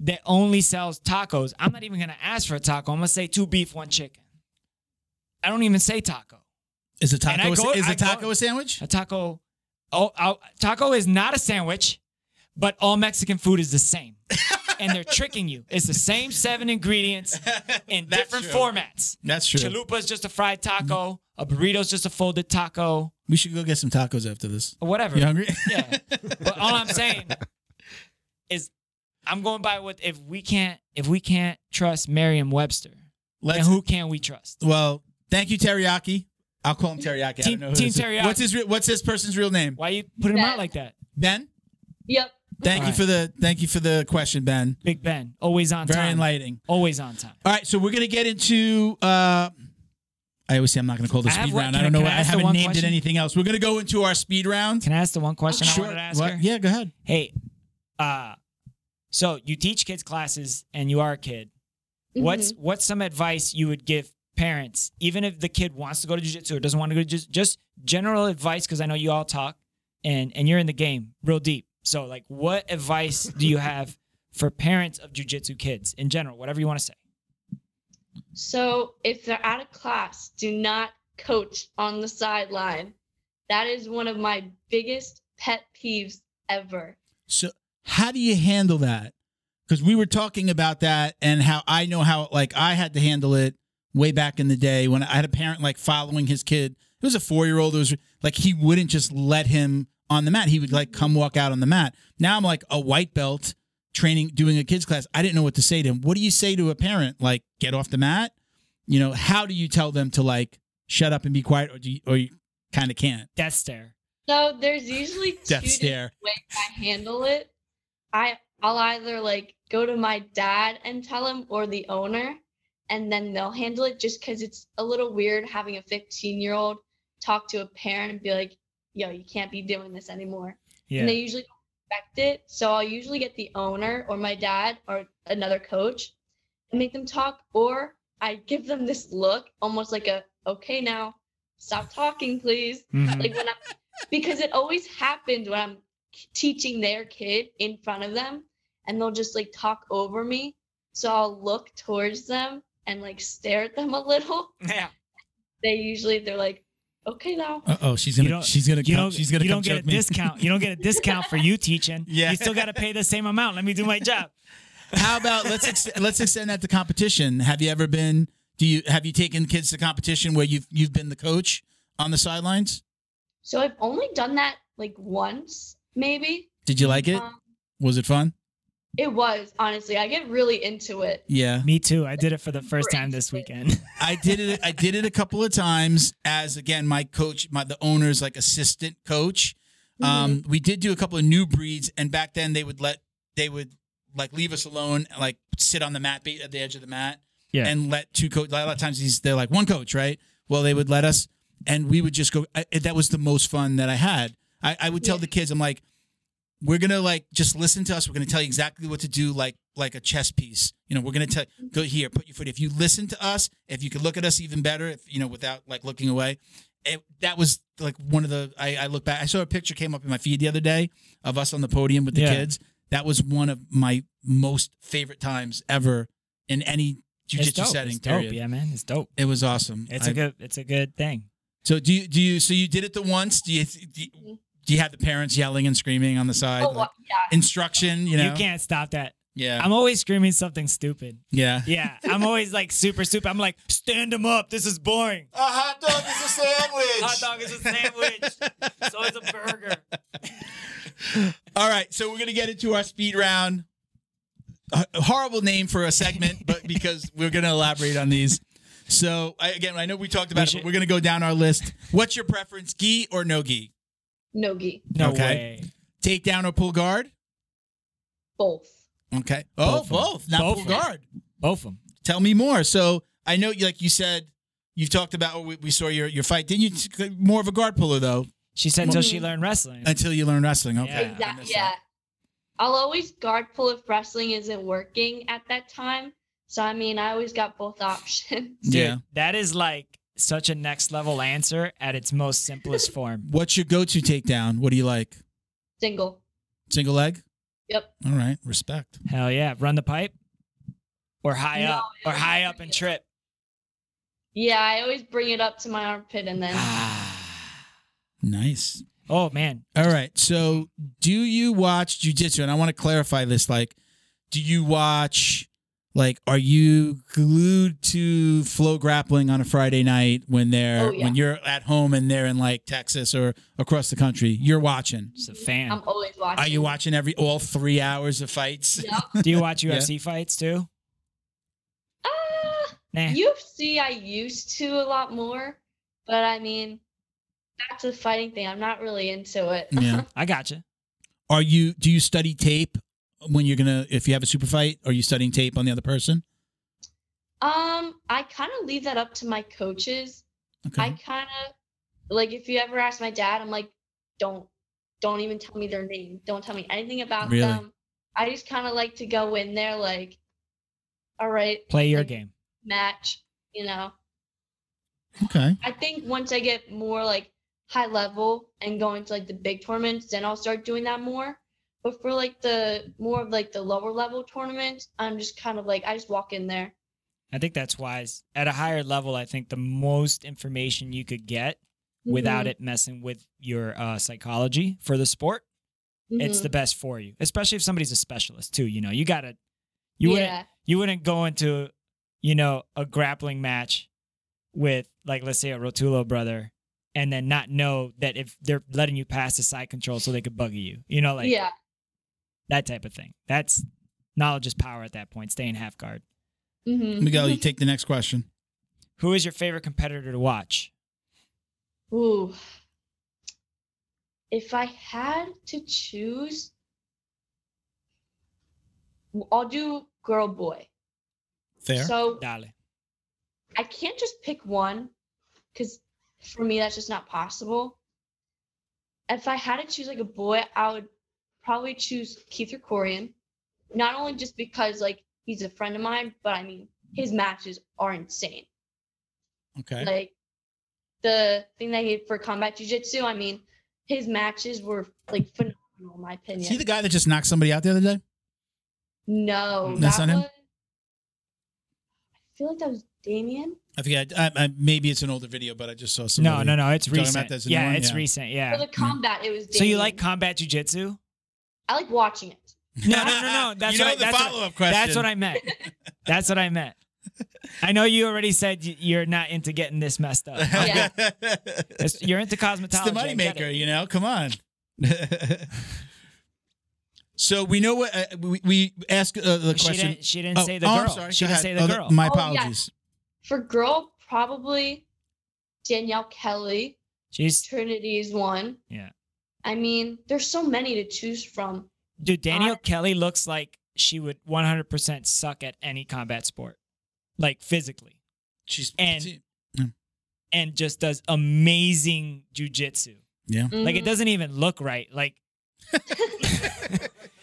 S3: that only sells tacos, I'm not even gonna ask for a taco. I'm gonna say two beef, one chicken. I don't even say taco.
S2: Is a
S3: And I
S2: taco
S3: go-
S2: is
S3: I
S2: a
S3: go-
S2: taco a sandwich?
S3: A taco. Oh, oh, taco is not a sandwich, but all Mexican food is the same.
S2: <laughs>
S3: and they're tricking you. It's the same seven ingredients in
S2: That's
S3: different
S2: true.
S3: formats.
S2: That's true.
S3: Chalupa is just a fried taco. A burrito is just a folded taco.
S2: We should go get some tacos after this.
S3: Or whatever.
S2: You hungry?
S3: Yeah. But all I'm saying is, I'm going by what if we can't if we can't trust Merriam-Webster, then
S2: <laughs> Let's.
S3: who can we trust?
S2: Well, thank you, Teriyaki. I'll call him Teriyaki. I
S3: Team-
S2: don't know who
S3: Team
S2: this is.
S3: Teriyaki.
S2: What's his re- What's this person's real name?
S3: Why you put him out
S4: Ben.
S3: like that,
S2: Ben.
S4: Yep.
S2: Thank
S3: All
S2: you
S3: right.
S2: for the thank you for the question, Ben.
S3: Big Ben? Always on
S2: Very
S3: time.
S2: enlightening.
S3: Always on time.
S2: All right, so we're gonna get into. Uh, I always say I'm not gonna call this
S3: I have
S2: speed
S3: one-
S2: round.
S3: can
S2: I
S3: I-
S2: don't know.
S3: can
S2: why
S3: I
S2: I,
S3: ask the
S2: haven't
S3: one
S2: named
S3: question?
S2: it anything else. We're gonna go into our speed round.
S3: Can I ask the one question I
S2: Sure.
S3: wanted to ask
S2: What?
S3: her?
S2: Yeah, go ahead.
S3: Hey, uh, so you teach kids classes and you are a kid. What's
S4: Mm-hmm.
S3: what's some advice you would give parents, even if the kid wants to go to jujitsu or doesn't want to go to jujitsu? Just general advice, because I know you all talk and and you're in the game real deep. So like, what advice do you have <laughs> for parents of jujitsu kids in general? Whatever you want to say.
S4: So if they're out of class, do not coach on the sideline. That is one of my biggest pet peeves ever.
S2: So, how do you handle that? Because we were talking about that and how I know how like I had to handle it way back in the day when I had a parent like following his kid. It was a four year old. It was like he wouldn't just let him on the mat. He would like come walk out on the mat. Now I'm like a white belt training, doing a kids class. I didn't know what to say to him. What do you say to a parent? Like get off the mat. You know how do you tell them to like shut up and be quiet, or do you, or you kind of can't?
S3: Death stare.
S4: So there's usually two
S2: Death
S4: different
S2: stare.
S4: ways I handle it. I I'll either like go to my dad and tell him or the owner and then they'll handle it just cuz it's a little weird having a 15-year-old talk to a parent and be like, "Yo, you can't be doing this anymore."
S3: Yeah.
S4: and they usually don't respect it. So I'll usually get the owner or my dad or another coach and make them talk, or I give them this look, almost like a okay now, stop talking, please.
S3: Mhm.
S4: Like when I, because it always happens when I'm teaching their kid in front of them and they'll just like talk over me. So I'll look towards them and like stare at them a little.
S3: Yeah.
S4: They usually, they're like, okay now.
S2: Uh oh, she's
S3: You
S2: gonna
S3: don't-
S2: she's gonna
S3: You
S2: come,
S3: don't,
S2: she's gonna
S3: you
S2: come
S3: don't get a
S2: choke me.
S3: discount. You don't get a discount for you <laughs> teaching.
S2: Yeah.
S3: You still got to pay the same amount. Let me do my job.
S2: How about let's ex- let's extend that to competition. Have you ever been? Do you have you taken kids to competition where you've you've been the coach on the sidelines?
S4: So I've only done that like once, maybe.
S2: Did you like it?
S4: Um,
S2: Was it fun?
S4: it was honestly, I get really into it.
S2: Yeah,
S3: <laughs> Me too. I did it for the first time this weekend.
S2: I did it. I did it a couple of times as again my coach, my the owner's like assistant coach. Um, we did do a couple of new breeds, and back then they would let they would like leave us alone, like sit on the mat, be at the edge of the mat,
S3: Yeah.
S2: and let two coach. A lot of times these they're like one coach, right? Well, they would let us, and we would just go. I, that was the most fun that I had. I, I would tell
S4: Yeah.
S2: the kids, I'm like, we're gonna like just listen to us. We're gonna tell you exactly what to do, like like a chess piece. You know, we're gonna tell go here, put your foot. If you listen to us, if you could look at us even better, if you know, without like looking away. It, that was like one of the I, I look back. I saw a picture came up in my feed the other day of us on the podium with the
S3: Yeah.
S2: kids. That was one of my most favorite times ever in any
S3: it's
S2: jujitsu
S3: dope.
S2: setting.
S3: It's dope.
S2: period.
S3: Yeah, man. It's dope.
S2: It was awesome.
S3: It's
S2: I-
S3: a good. It's a good thing.
S2: so do you do you so you did it the once? Do you do you, do you have the parents yelling and screaming on the side?
S4: Oh,
S2: like,
S4: wa- yeah.
S2: instruction, you know.
S3: You can't stop that.
S2: Yeah.
S3: I'm always screaming something stupid.
S2: yeah. <laughs>
S3: Yeah, I'm always like super stupid. I'm like, stand him up. This is boring.
S2: A hot dog is a sandwich.
S3: <laughs> Hot dog is a
S2: <laughs>
S3: sandwich. so is a burger.
S2: All right, so we're gonna get into our speed round. A a horrible name for a segment,
S3: <laughs>
S2: but because we're gonna elaborate on these. So I, again, I know we talked about
S3: We
S2: it,
S3: should-
S2: but we're gonna go down our list. What's your preference, gi or no gi?
S4: Nogi,
S3: No
S2: Okay.
S3: way.
S2: Take down or pull guard?
S4: both.
S2: Okay. Oh,
S3: Both.
S2: both, not
S3: Both.
S2: pull guard.
S3: Both of them.
S2: Tell me more. So I know, like you said, you've talked about. Or we, we saw your your fight. Didn't you? t- More of a guard puller though,
S3: She said until she learned wrestling.
S2: until you learned wrestling. Okay. I
S4: Exactly.
S2: missed
S4: Yeah.
S2: that.
S4: I'll always guard pull if wrestling isn't working at that time. So I mean, I always got both <laughs> options.
S3: Dude,
S2: Yeah.
S3: That is like such a next level answer at its most
S2: <laughs>
S3: simplest form.
S2: What's your go to takedown? What do you like?
S4: Single.
S2: Single leg.
S4: Yep.
S2: All right. Respect.
S3: Hell yeah. Run the pipe or high
S4: No,
S3: up or high up and trip.
S4: Yeah, I always bring it up to my armpit and then
S2: Ah, Nice.
S3: Ah. Oh man.
S2: All right. So, do you watch jujitsu? And I want to clarify this. Like, do you watch? Like, are you glued to flow grappling on a Friday night when they're
S4: Oh, yeah.
S2: when you're at home and they're in like Texas or across the country? You're watching.
S3: Just a fan.
S4: I'm always watching.
S2: Are you watching every all three hours of fights?
S4: Yep.
S3: Do you
S2: <laughs>
S3: watch
S2: Yeah.
S3: UFC fights too?
S4: Ah,
S3: Nah.
S4: UFC I used to a lot more, but I mean, that's a fighting thing. I'm not really into it.
S2: Yeah.
S3: I gotcha.
S2: Are you? Do you study tape when you're gonna? If you have a super fight, are you studying tape on the other person?
S4: <laughs> um, I kind of leave that up to my coaches.
S2: Okay.
S4: I kind of like if you ever ask my dad, I'm like, don't, don't even tell me their name. Don't tell me anything about
S2: Really?
S4: them. I just kind of like to go in there like, all right,
S3: Play your
S4: Like-
S3: game.
S4: match. You know,
S2: okay.
S4: I think once I get more like high level and going to like the big tournaments, then I'll start doing that more. But for like the more of like the lower level tournaments, I'm just kind of like I just walk in there.
S3: I think that's wise. At a higher level, I think the most information you could get
S4: Mm-hmm.
S3: without it messing with your uh, psychology for the sport,
S4: Mm-hmm.
S3: it's the best for you. Especially if somebody's a specialist too. You know, you gotta you wouldn't
S4: yeah.
S3: you wouldn't go into you know a grappling match with like let's say a Rotulo brother and then not know that if they're letting you pass the side control so they could buggy you. You know, like
S4: yeah.
S3: that type of thing. That's knowledge is power at that point. Stay in half guard.
S4: Mm-hmm.
S2: Miguel, you take the next question.
S3: Who is your favorite competitor to watch?
S4: Ooh. If I had to choose, I'll do girl boy.
S2: Fair.
S4: So
S3: Dale.
S4: I can't just pick one because for me that's just not possible. If I had to choose like a boy, I would probably choose Keith Corian. Not only just because like he's a friend of mine, but I mean his matches are insane.
S2: okay.
S4: Like the thing that he did for combat jujitsu. I mean, his matches were like phenomenal, in my opinion.
S2: Is he the guy that just knocked somebody out the other day?
S4: no,
S2: That's
S4: that
S2: not him?
S4: was- I feel like that was Damien.
S2: I forget. I, I, maybe it's an older video, but I just saw some. <laughs>
S3: No, no, no. It's
S2: Talking about
S3: recent.
S2: this new
S3: Yeah,
S2: one?
S3: it's
S2: Yeah.
S3: recent.
S4: For
S3: Yeah.
S4: the combat, it was. Damien.
S3: So you like
S2: <laughs>
S3: combat jujitsu?
S4: I like watching it.
S3: No, no, no, no. That's
S2: you know
S3: what I-
S2: the
S3: that's what I-
S2: follow up question.
S3: That's what
S2: <laughs>
S3: I meant. That's what I meant. I know you already said y- you're not into getting this messed up.
S4: Yeah.
S3: It's- You're into cosmetology.
S2: it's the
S3: I get
S2: moneymaker,
S3: it.
S2: you know. Come on. <laughs> so we know what uh, we, we ask uh, the
S3: She
S2: question.
S3: didn't, she didn't
S2: Oh,
S3: say the
S2: oh,
S3: girl.
S2: I'm sorry.
S3: She
S2: Go ahead.
S3: didn't say the
S2: Oh,
S3: girl.
S2: My
S4: Oh, yeah.
S2: apologies.
S4: For girl, probably Danielle Kelly.
S3: She's
S4: Trinity's one.
S3: Yeah.
S4: I mean, there's so many to choose from.
S3: dude. Danielle
S4: I-
S3: Kelly looks like she would 100% suck at any combat sport, like physically,
S2: She's
S3: And- and just does amazing jujitsu. Like it
S4: Mhm.
S3: doesn't even look right.
S2: <laughs>
S3: Like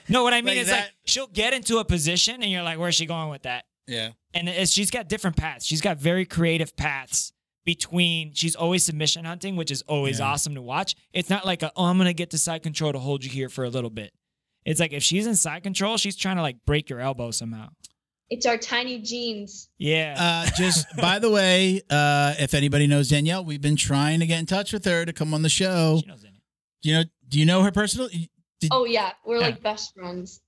S3: no, what I
S2: Like
S3: mean is like
S2: that-
S3: she'll get into a position and you're like, where's she going with that? <laughs>
S2: yeah.
S3: and it's, she's got different paths. She's got very creative paths between. She's always submission hunting, which is always
S2: Yeah.
S3: awesome to watch. It's not like a, oh, I'm gonna get to side control to hold you here for a little bit. It's like if she's in side control, she's trying to like break your elbow somehow.
S4: Mm, It's our tiny jeans.
S3: Yeah,
S2: Uh, just by the way, uh, if anybody knows Danielle, we've been trying to get in touch with her to come on the show.
S3: she knows it.
S2: Do you know? Do you know her personal? Did-
S4: Oh yeah, we're
S2: Yeah.
S4: like best friends.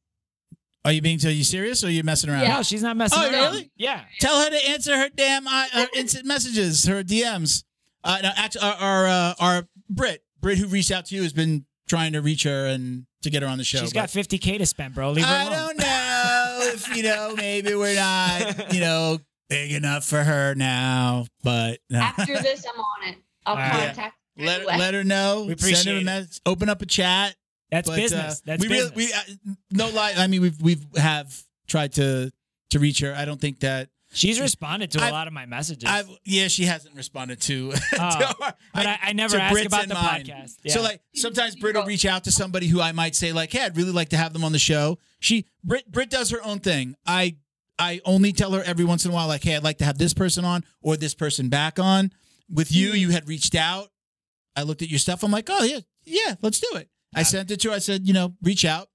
S2: Are you being are you serious or are you messing around?
S3: No, she's not messing
S2: Oh,
S3: around.
S2: really?
S3: Yeah,
S2: Tell her to answer her damn uh, her instant messages, her DMs. Uh, no, actually, our our, uh, our Brit Brit who reached out to you has been trying to reach her and to get her on the show.
S3: she's got
S2: but-
S3: 50k to spend, bro. Leave her
S2: I
S3: alone.
S2: don't know if you know. Maybe we're
S3: <laughs>
S2: not you know big enough for her now, but uh,
S4: After this, I'm on it. I'll
S3: All right.
S4: contact. her
S2: Let,
S4: anyway.
S2: let her know. Send
S3: We
S2: her
S3: appreciate it.
S2: a message. Open up a chat.
S3: That's
S2: but, uh,
S3: business. That's
S2: we
S3: business.
S2: Really, we, uh, no lie. I mean, we've we've have tried to to reach her. I don't think that
S3: she's responded to a
S2: I've-
S3: lot of my messages.
S2: I've.
S3: <laughs>
S2: Yeah, she hasn't responded to. <laughs>
S3: Uh,
S2: to our-
S3: but I, I never
S2: to
S3: ask
S2: Brit's
S3: about
S2: and
S3: the
S2: mine.
S3: podcast.
S2: So
S3: Yeah.
S2: like sometimes Brit will reach out to somebody who I might say like, "Hey, I'd really like to have them on the show." She Brit Brit does her own thing. I I only tell her every once in a while like, "Hey, I'd like to have this person on or this person back on." With
S3: Mm-hmm.
S2: you, you had reached out. I looked at your stuff. I'm like, "Oh yeah, yeah, let's do it." I
S3: Got it.
S2: sent it to her. I said, "You know, reach out."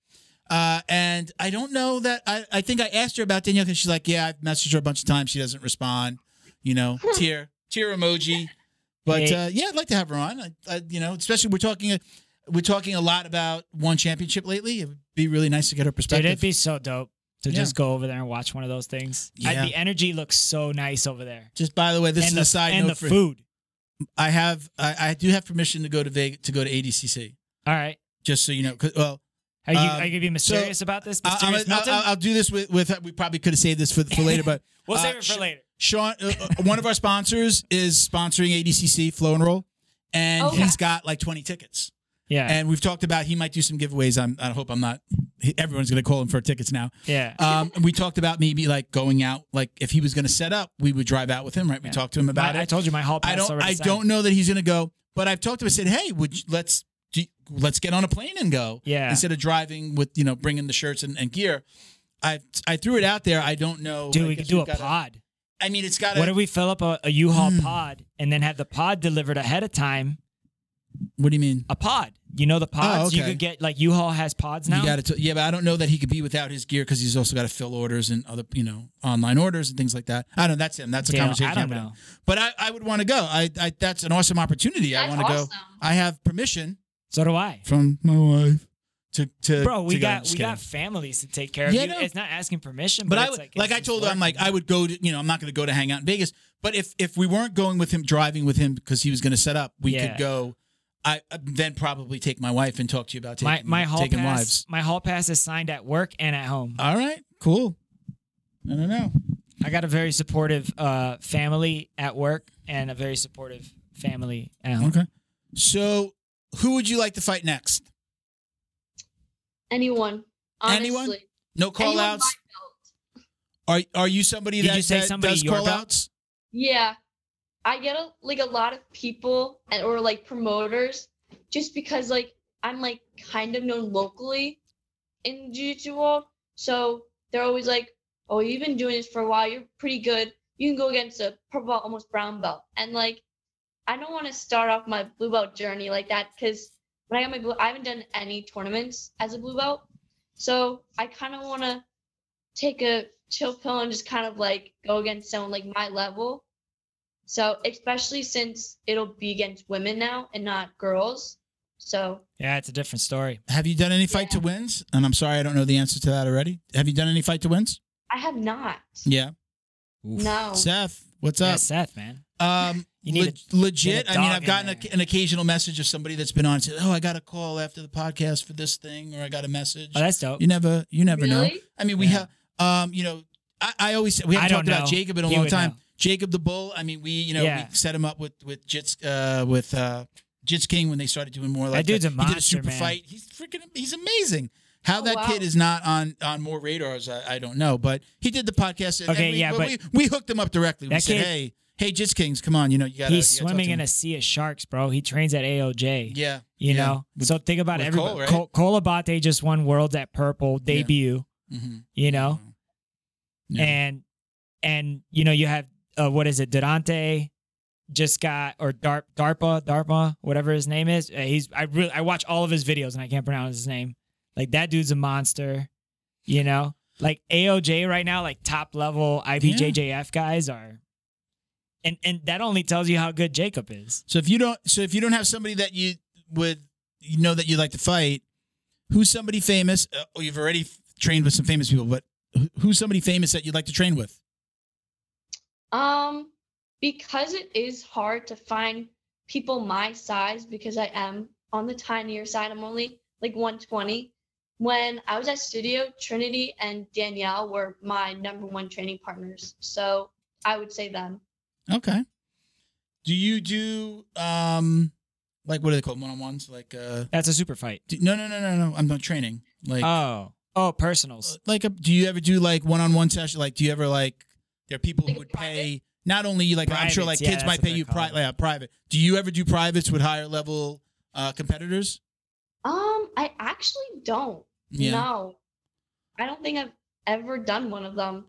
S2: Uh, and I don't know that I, I think I asked her about Danielle because she's like, yeah, I've messaged her a bunch of times. She doesn't respond. You know, tear tear emoji. But
S3: Yeah.
S2: uh, yeah, I'd like to have her on. I, I, you know, especially we're talking uh, we're talking a lot about one championship lately. It would be really nice to get her
S3: Dude,
S2: perspective.
S3: it'd be so dope to
S2: Yeah.
S3: just go over there and watch one of those things. I-
S2: Yeah.
S3: the energy looks so nice over there.
S2: Just by the way, this
S3: and
S2: is
S3: the,
S2: a side
S3: and
S2: note
S3: the
S2: for
S3: food.
S2: I have I, I do have permission to go to Vegas to go to ADCC.
S3: All right.
S2: Just so you know, 'cause- well,
S3: Are you,
S2: Um,
S3: are you gonna be mysterious about this?
S2: I, I'm-
S3: Mysterious
S2: I'll,
S3: Milton?
S2: I'll, I'll do this with, with we probably could have saved this for, for later, but
S3: we'll save
S2: uh,
S3: it
S2: sh-
S3: for later.
S2: Sean, uh, uh, one of our sponsors is sponsoring ADCC Flow and Roll, and
S4: Okay.
S2: he's got like 20 tickets.
S3: Yeah.
S2: And we've talked about he might do some giveaways. I'm, I hope I'm not. he- Everyone's going to call him for tickets now.
S3: yeah.
S2: Um, and we talked about maybe like going out, like if he was going to set up, we would drive out with him, right? We
S3: Yeah.
S2: talked to him about
S3: My- I
S2: it.
S3: told you my hall pass
S2: I, don't.
S3: already
S2: I
S3: signed.
S2: don't know that he's going to go, but I've talked to him. and said, hey, would you, let's do, let's get on a plane and go
S3: Yeah.
S2: instead of driving with you know bringing the shirts and, and gear. I I threw it out there. I don't know.
S3: Dude,
S2: I
S3: we
S2: guess
S3: could do
S2: we've
S3: a
S2: gotta-
S3: pod.
S2: I mean, it's got.
S3: What if we fill up a, a U-Haul
S2: Hmm.
S3: pod and then have the pod delivered ahead of time?
S2: What do you mean?
S3: A pod. You know the pods? You
S2: okay.
S3: could get like U-Haul has pods now.
S2: You got to, yeah, but I don't know that he could be without his gear because he's also got to fill orders and other, you know, online orders and things like that. I don't. know. That's him. That's a
S3: Dale,
S2: conversation.
S3: I don't
S2: we're
S3: know.
S2: having. But I, I would want to go. I, I, that's an awesome opportunity. I
S4: That's
S2: want to
S4: awesome.
S2: go. I have permission
S3: So do I.
S2: from my wife to, to
S3: Bro,
S2: to
S3: we
S2: go.
S3: got
S2: Just
S3: we
S2: kidding.
S3: got families to take care of
S2: Yeah,
S3: you.
S2: no.
S3: It's not asking permission, but,
S2: But I
S3: it's
S2: would,
S3: like,
S2: like I told her, I'm like,
S3: I.
S2: I would go to, you know, I'm not going to go to hang out in Vegas. But if if we weren't going with him, driving with him because he was going to set up, we
S3: Yeah.
S2: could go. I uh, then probably take my wife and talk to you about taking
S3: my my hall
S2: taking
S3: pass
S2: wives.
S3: my hall pass is signed at work and at home.
S2: All right, cool. I don't know.
S3: I got a very supportive uh, family at work and a very supportive family at home.
S2: Okay. So, who would you like to fight next?
S4: Anyone. Honestly.
S2: Anyone? No call
S4: Anyone
S2: outs.
S4: my belt.
S2: Are are you somebody
S3: Did
S2: that,
S3: you say
S2: that
S3: somebody
S2: does
S3: your
S2: call
S3: belt?
S2: outs?
S4: Yeah. I get a, like a lot of people and or like promoters just because like I'm like kind of known locally in jiu-jitsu world. So they're always like, "Oh, you've been doing this for a while. You're pretty good. You can go against a purple belt, almost brown belt." And like I don't want to start off my blue belt journey like that because when I got my blue, I haven't done any tournaments as a blue belt. So I kind of want to take a chill pill and just kind of like go against someone like my level. So especially since it'll be against women now and not girls. So
S3: Yeah, it's a different story.
S2: Have you done any fight to wins? And I'm sorry, I don't know the answer to that already. Have you done any fight to wins?
S4: I have not.
S2: Yeah.
S3: Oof.
S4: No.
S2: Seth, what's
S3: Yeah,
S2: up?
S3: Seth, man.
S2: Um,
S3: Oh. <laughs> You need
S2: leg-
S3: a-
S2: legit.
S3: need
S2: I
S3: a
S2: mean,
S3: dog
S2: I've
S3: in
S2: gotten
S3: there.
S2: a, an occasional message of somebody that's been on and said, "Oh, I got a call after the podcast for this thing," or I got a message.
S3: Oh, that's dope.
S2: you never, you never know.
S4: really?
S2: I mean, we
S3: Yeah.
S2: have, um, you know, I, I always we
S3: I
S2: haven't
S3: don't
S2: talked about
S3: know.
S2: Jacob in a
S3: He
S2: long
S3: would
S2: time.
S3: know.
S2: Jacob the Bull. I mean, we you know
S3: Yeah.
S2: we set him up with with Jits uh, with uh, Jits King when they started doing more like
S3: dude's a
S2: he did
S3: monster,
S2: a super
S3: man.
S2: fight. He's freaking he's amazing. How
S4: Oh,
S2: that
S4: wow.
S2: kid is not on on more radars, I, I don't know. But he did the podcast. And,
S3: Okay,
S2: and we,
S3: yeah, but-
S2: we, we hooked him up directly. We
S3: That
S2: said,
S3: kid-
S2: hey, hey, Jits Kings, come on, you know you got.
S3: He's swimming in a sea of sharks, bro. He trains at AOJ.
S2: yeah.
S3: You
S2: yeah.
S3: know,
S2: With-
S3: so think about
S2: with
S3: everybody.
S2: Cole, right?
S3: Cole, Cole Abate just won Worlds at Purple debut.
S2: mhm.
S3: You know,
S2: Yeah.
S3: and and you know you have uh, what is it? Durante just got or Darp Darpa Darpa whatever his name is. Uh, he's I really I watch all of his videos and I can't pronounce his name. Like that dude's a monster. You know, like AOJ right now, like top level IBJJF guys are, and and that only tells you how good Jacob is.
S2: So if you don't, so if you don't have somebody that you would you know that you'd like to fight, who's somebody famous? Uh, oh, you've already f- trained with some famous people, but who- who's somebody famous that you'd like to train with?
S4: Um, because it is hard to find people my size because I am on the tinier side. I'm only like 120. When I was at studio, Trinity and Danielle were my number one training partners. So I would say them.
S2: Okay. Do you do um like what are they called one on ones? Like uh
S3: That's a super fight.
S2: do, no no no no no I'm not training like
S3: oh, oh, personals.
S2: like a, do you ever do like one on one session? Like do you ever like there are people who
S4: Like
S2: would
S4: private?
S2: pay not only like I'm sure like
S3: Privates, yeah,
S2: kids
S3: that's
S2: might
S3: what
S2: pay
S3: they're
S2: you pri-
S3: called.
S2: yeah, private. Do you ever do privates with higher level uh competitors?
S4: Um, I actually don't.
S2: Yeah.
S4: No, I don't think I've ever done one of them.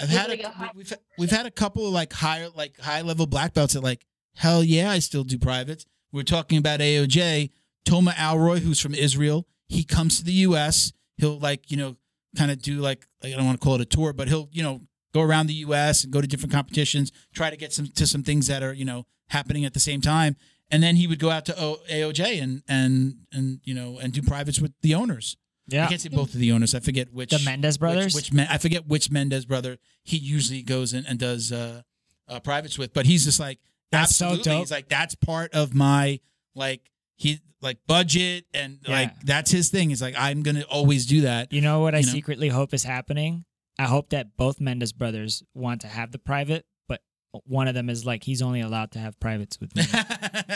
S2: I've
S4: With,
S2: had
S4: like,
S2: a,
S4: a high-
S2: we've we've had a couple of like higher like high level black belts that like hell yeah I still do privates. We're talking about AOJ Toma Alroy who's from Israel. He comes to the U.S. He'll like you know kind of do like I don't want to call it a tour, but he'll you know go around the U.S. and go to different competitions, try to get some to some things that are you know happening at the same time, and then he would go out to o- AOJ and and and you know and do privates with the owners. I
S3: Yeah,
S2: can't say both of the owners. I forget which
S3: the Mendez brothers.
S2: which, which Men- I forget which Mendez brother he usually goes in and does uh, uh, privates with, but he's just like
S3: That's so
S2: absolutely.
S3: dope.
S2: He's like that's part of my like he like budget and
S3: Yeah.
S2: like that's his thing. He's like I'm gonna always do that.
S3: You know what I
S2: You know?
S3: secretly hope is happening? I hope that both Mendes brothers want to have the private, but one of them is like he's only allowed to have privates
S2: <laughs>
S3: with me. <laughs>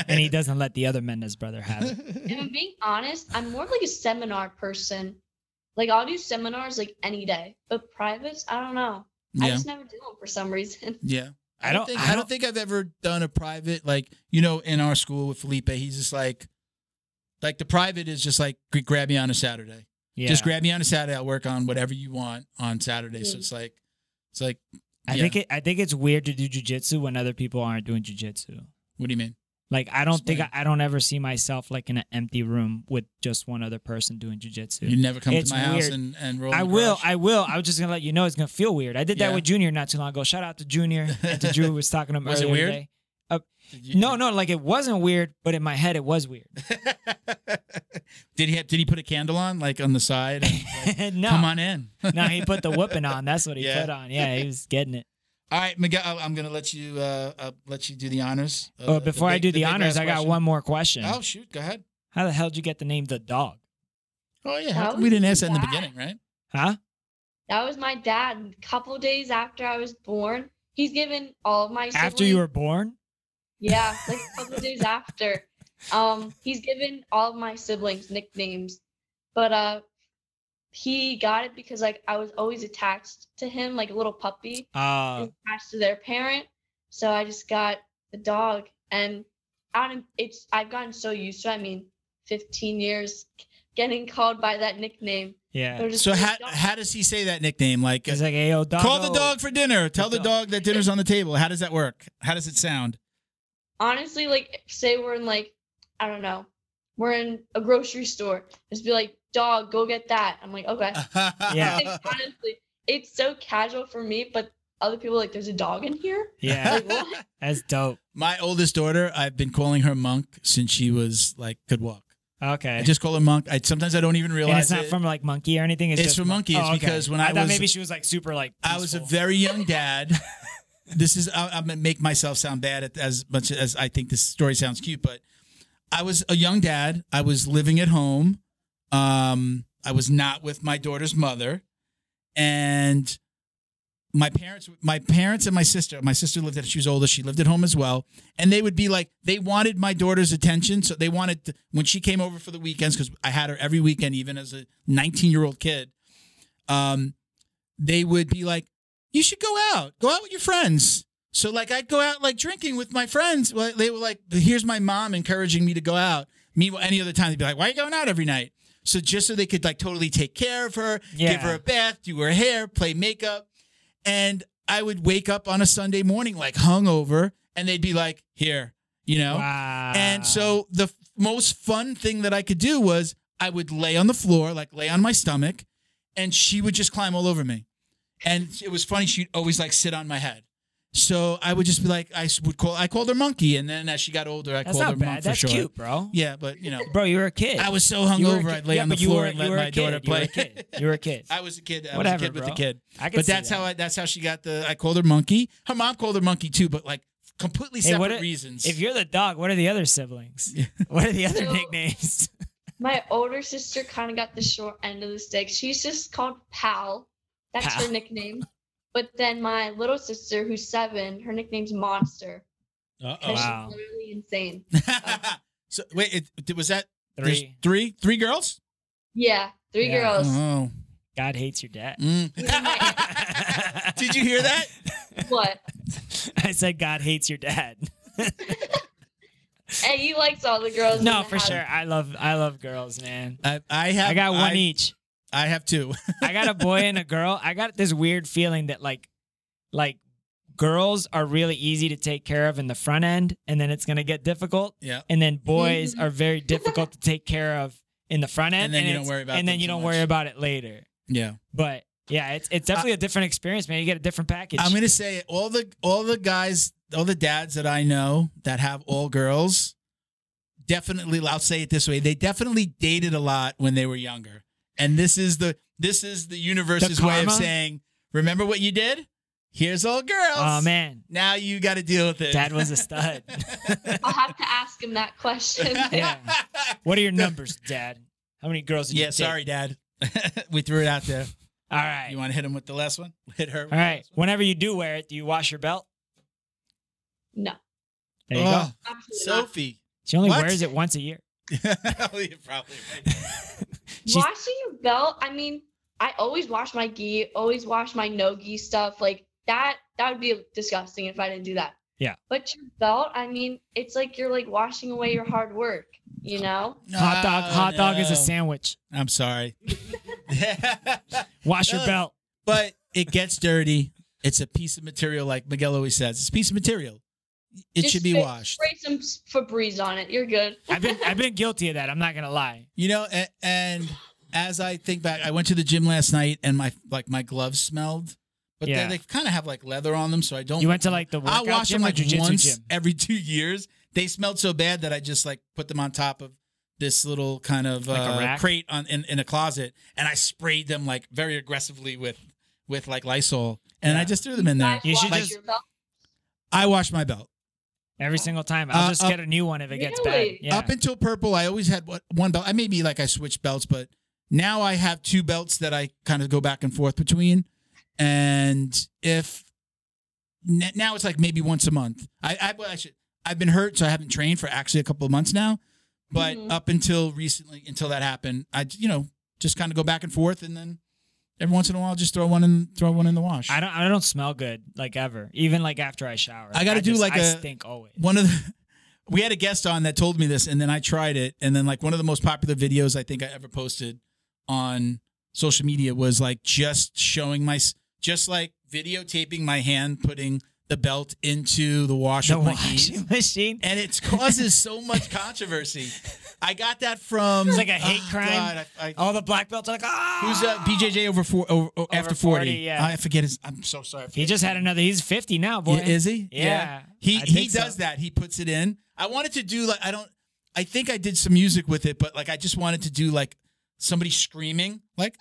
S3: and he doesn't let the other Mendes brother have it.
S4: If
S3: <laughs>
S4: I'm being honest, I'm more of like a seminar person. Like I'll do seminars like any day, but privates, I don't know. I
S2: yeah,
S4: just never do them for some reason. <laughs>
S2: yeah.
S3: I don't-
S2: think,
S3: I
S2: I
S3: don't-
S2: don't think I've ever done a private like you know in our school with Felipe. He's just like. Like the private is just like grab me on a Saturday.
S3: Yeah.
S2: Just grab me on a Saturday. I'll work on whatever you want on Saturday. So
S4: Yeah.
S2: it's like, it's like,
S3: I
S2: yeah.
S3: think it, I think it's weird to do jujitsu when other people aren't doing jujitsu.
S2: what do you mean?
S3: Like I don't think
S2: Explain.
S3: I, I don't ever see myself like in an empty room with just one other person doing jujitsu.
S2: You never come
S3: It's
S2: to my house
S3: weird.
S2: and, and roll.
S3: I will. I will. I was just gonna let you know it's gonna feel weird. I did that
S2: Yeah.
S3: with Junior not too long ago. Shout out to Junior
S2: <laughs>
S3: and to Drew. who was talking to him
S2: Was it
S3: earlier
S2: weird?
S3: today. No, no, like it wasn't weird, but in my head it was weird.
S2: <laughs>
S3: <laughs>
S2: did he have, did he put a candle on like on the
S3: <laughs>
S2: side? and, like,
S3: no,
S2: Come on in.
S3: no, he put the whooping on. That's what he
S2: Yeah.
S3: put on. Yeah, he was getting it.
S2: All right, Miguel, I- I'm gonna let you uh, uh let you do the honors. of
S3: But
S2: the-
S3: Oh, before I
S2: big-
S3: do the,
S2: big
S3: honors,
S2: last
S3: I got
S2: question.
S3: one more question.
S2: Oh shoot, go ahead.
S3: How the hell did you get the name the dog?
S2: Oh yeah,
S4: How
S2: how come
S4: would
S2: we didn't
S4: you
S2: ask
S4: do
S2: that in the
S4: that?
S2: beginning, right?
S3: Huh?
S4: That was my dad. A couple days after I was born, he's given all of my
S3: After you
S4: siblings-
S3: were born?
S4: yeah, like a couple days after, um, he's given all of my siblings nicknames, but uh, he got it because like I was always attached to him like a little puppy.
S3: Uh,
S4: is attached to their parent. So I just got the dog, and out in, it's I've gotten so used to. it, I mean, 15 years getting called by that nickname.
S3: yeah.
S4: They're just
S2: So
S4: like,
S2: how
S4: "Dog."
S2: how does he say that nickname? Like
S3: He's like, hey, yo, dog.
S2: call the dog for dinner. Tell the
S3: dog."
S2: dog that dinner's on the table. How does that work? How does it sound?
S4: honestly, like say we're in like I don't know, we're in a grocery store. Just be like, dog, go get that. I'm like, okay. Like,
S2: yeah.
S4: honestly, it's so casual for me, but other people are like, there's a dog in here.
S3: <laughs> Yeah,
S2: <laughs>
S4: Like, what?
S3: that's dope.
S2: <laughs> My oldest daughter, I've been calling her Monk since she was like could walk. I
S3: Okay.
S2: just call her Monk. I sometimes I don't even
S3: And
S2: realize
S3: it's not
S2: it.
S3: from like monkey or anything. It's,
S2: It's
S3: just
S2: from
S3: mon- Oh,
S2: monkey, it's
S3: okay.
S2: because when I
S3: thought
S2: was-
S3: maybe she was like super like.
S2: I was a
S3: peaceful.
S2: very young dad. <laughs> this is I, I'm gonna make myself sound bad at, as much as I think this story sounds cute, but I was a young dad. I was living at home. Um, I was not with my daughter's mother, and my parents, my parents and my sister. My sister lived at she was older. She lived at home as well, and they would be like they wanted my daughter's attention, so they wanted to, when she came over for the weekends because I had her every weekend, even as a 19 year old kid. Um, they would be like, "You should go out. Go out with your friends." So like I'd go out like drinking with my friends. Well, they were like, "Here's my mom encouraging me to go out." Meanwhile, any other time they'd be like, "Why are you going out every night?" So just so they could like totally take care of her,
S3: Yeah.
S2: give her a bath, do her hair, play makeup, and I would wake up on a Sunday morning like hungover, and they'd be like, "Here, you know."
S3: Wow.
S2: And so the f- most fun thing that I could do was I would lay on the floor, like lay on my stomach, and she would just climb all over me. And it was funny; she'd always like sit on my head. So I would just be like, I s- would call, I called her monkey, and then as she got older, I
S3: that's
S2: called her
S3: not
S2: monk
S3: bad.
S2: for
S3: That's
S2: short.
S3: cute, bro.
S2: Yeah, but you know,
S3: Bro, you were a kid.
S2: I was so
S3: You were a
S2: hungover,
S3: kid.
S2: I'd lay
S3: Yeah,
S2: on the
S3: but you
S2: floor
S3: were-
S2: and
S3: you
S2: let
S3: were a
S2: my daughter
S3: kid. You were
S2: play.
S3: a
S2: <laughs>
S3: kid. You were a kid.
S2: I was a kid. I was
S3: Whatever,
S2: a kid with
S3: bro.
S2: a kid.
S3: I can
S2: But
S3: see
S2: that's
S3: that.
S2: how I that's how she got the I called her monkey. Her mom called her monkey too, but like completely
S3: Hey, what
S2: separate
S3: i-
S2: reasons.
S3: If you're the dog, what are the other siblings?
S2: <laughs> Yeah.
S3: What are the other
S4: So-
S3: nicknames?
S4: My older sister kind of got the short end of the stick. She's just called Pal. That's
S3: Pal.
S4: her nickname. But then my little sister, who's seven, her nickname's Monster.
S2: Uh-oh.
S4: Because
S3: Oh, Wow.
S4: she's literally insane.
S2: so wait, it, was that <laughs> there's
S3: Three.
S2: three, three girls?
S4: Yeah, three
S3: Yeah. Mm-hmm.
S4: girls.
S2: Oh,
S3: God hates your dad.
S2: Mm. <laughs> Did you hear that?
S4: <laughs> What?
S3: <laughs> I said God hates your dad.
S4: Hey, he likes all the girls. in
S3: No,
S4: the
S3: for
S4: house.
S3: sure. I love I love girls, man.
S2: I, I have.
S3: I got one e-
S2: I,
S3: each.
S2: I have two.
S3: I got a boy and a girl. I got this weird feeling that like like girls are really easy to take care of in the front end and then it's going to get difficult
S2: Yeah.
S3: and then boys
S4: Mhm.
S3: are very difficult to take care of in the front end
S2: And then you don't
S3: it's-
S2: worry about
S3: and then
S2: them
S3: you
S2: so
S3: don't
S2: much.
S3: worry about it later.
S2: Yeah.
S3: But yeah, it's it's definitely a different experience, man. You get a different package.
S2: I'm gonna say it. all the all the guys, all the dads that I know that have all girls, definitely. I'll say it this way: they definitely dated a lot when they were younger, and this is the this is the universe's way of
S3: karma?
S2: saying, remember what you did? Here's all girls.
S3: oh man,
S2: Now you got to deal with it. <laughs>
S3: dad was a stud. <laughs>
S4: I'll have to ask him that question.
S2: <laughs>
S3: Yeah. what are your numbers, dad? How many girls did you
S2: Yeah,
S3: date?
S2: sorry, Dad. <laughs> we threw it out there.
S3: All right.
S2: You want to hit him with the last one? Hit her.
S3: All right. Whenever you do wear it, do you wash your belt?
S4: No.
S3: There you go.
S4: Absolutely not.
S2: Oh, Sophie.
S3: She only
S2: What?
S3: wears it once a year.
S2: You're <laughs> probably right.
S3: She's-
S4: Washing your belt, I mean, I always wash my gi, always wash my no gi stuff. Like that, that would be disgusting if I didn't do that.
S3: Yeah.
S4: But your belt, I mean, it's like you're like washing away your hard work, you know?
S3: hot dog.
S2: No,
S3: hot dog is a
S2: no.
S3: sandwich.
S2: I'm <laughs> sorry.
S3: Wash your
S2: No.
S3: belt.
S2: but it gets dirty. It's a piece of material, like Miguel always says. It's a piece of material. It
S4: Just
S2: should be
S4: spray-
S2: washed.
S4: Spray some s- Febreze on it. You're good.
S3: I've been I've been guilty of that. I'm not gonna lie.
S2: You know, and, and as I think back, I went to the gym last night and my like my gloves smelled, but
S3: Yeah.
S2: they, they kind of have like leather on them, so I don't.
S3: You went to like the
S2: I
S3: workout
S2: wash
S3: gym
S2: them like
S3: or jujitsu
S2: once
S3: gym.
S2: every <laughs> two years. They smelled so bad that I just like put them on top of this little kind of
S3: Like a
S2: uh,
S3: rack?
S2: crate on in, in a closet, and I sprayed them like very aggressively with with like Lysol, and
S3: Yeah.
S2: I just threw them in there.
S4: Guys,
S3: You should
S4: wash
S3: just-
S4: your belt.
S2: I washed my belt
S3: Every single time. I'll
S2: Uh,
S3: just
S2: up-
S3: get a new one if it gets
S4: Really?
S3: bad. Yeah.
S2: up until purple. I always had one- one belt. I maybe like I switched belts, but now I have two belts that I kind of go back and forth between, and if n- now it's like maybe once a month. I I, well, I should. I've been hurt, so I haven't trained for actually a couple of months now. But
S4: Mhm.
S2: up until recently, until that happened, I j- you know just kind of go back and forth, and then every once in a while, just throw one in throw one in the wash.
S3: I don't I don't smell good like ever. Even like after I shower.
S2: I gotta do,
S3: just-
S2: like,
S3: I
S2: a-
S3: stink always.
S2: one of the <laughs> we had a guest on that told me this and then i tried it and then like one of the most popular videos i think i ever posted on social media was like just showing my just like videotaping my hand putting the belt into the washer
S3: The
S2: with my keys.
S3: washing <laughs> machine.
S2: and it causes so much controversy. I got that from Ah,
S3: It's like a hate crime.
S2: God, I- I-
S3: All the black belts are like, ah.
S2: who's uh, BJJ over four over, oh, after forty?
S3: 40, yeah.
S2: I forget his. I'm so sorry. I
S3: He
S2: forget
S3: just
S2: his
S3: had
S2: name.
S3: another. He's 50 now, boy.
S2: Yeah, is he?
S3: Yeah.
S2: He
S3: I
S2: he
S3: think so.
S2: does that. He puts it in. I wanted to do like I don't. I think I did some music with it, but like I just wanted to do like somebody screaming like.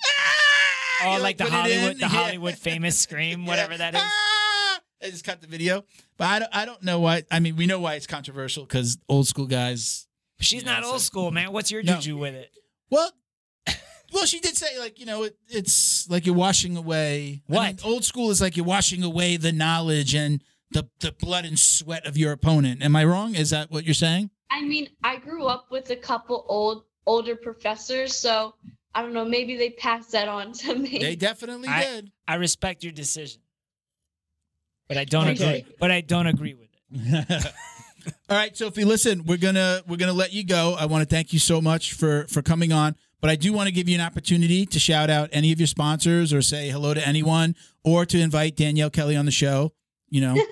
S2: Ah!
S3: Oh,
S2: You,
S3: like the
S2: put it
S3: Hollywood,
S2: in. <laughs>
S3: the
S2: Yeah.
S3: Hollywood famous scream, whatever
S2: Yeah. <laughs>
S3: that is.
S2: Ah! I just cut the video, but I don't, I don't know why. I mean, we know why it's controversial because old school guys
S3: She's
S2: Yeah,
S3: not old
S2: so-
S3: school, man. What's your
S2: No.
S3: juju with it?
S2: Well, well, she did say like you know it, it's like you're washing away. I
S3: What?
S2: mean, old school is like you're washing away the knowledge and the the blood and sweat of your opponent. Am I wrong? Is that what you're saying?
S4: I mean, I grew up with a couple old older professors, so I don't know, maybe they passed that on to me.
S2: They definitely
S3: I-
S2: did.
S3: I respect your decision, but I don't
S4: Okay.
S3: agree. But I don't agree with it.
S2: All right, Sophie. Listen, we're gonna we're gonna let you go. I want to thank you so much for for coming on, but I do want to give you an opportunity to shout out any of your sponsors or say hello to anyone or to invite Danielle Kelly on the show. You know,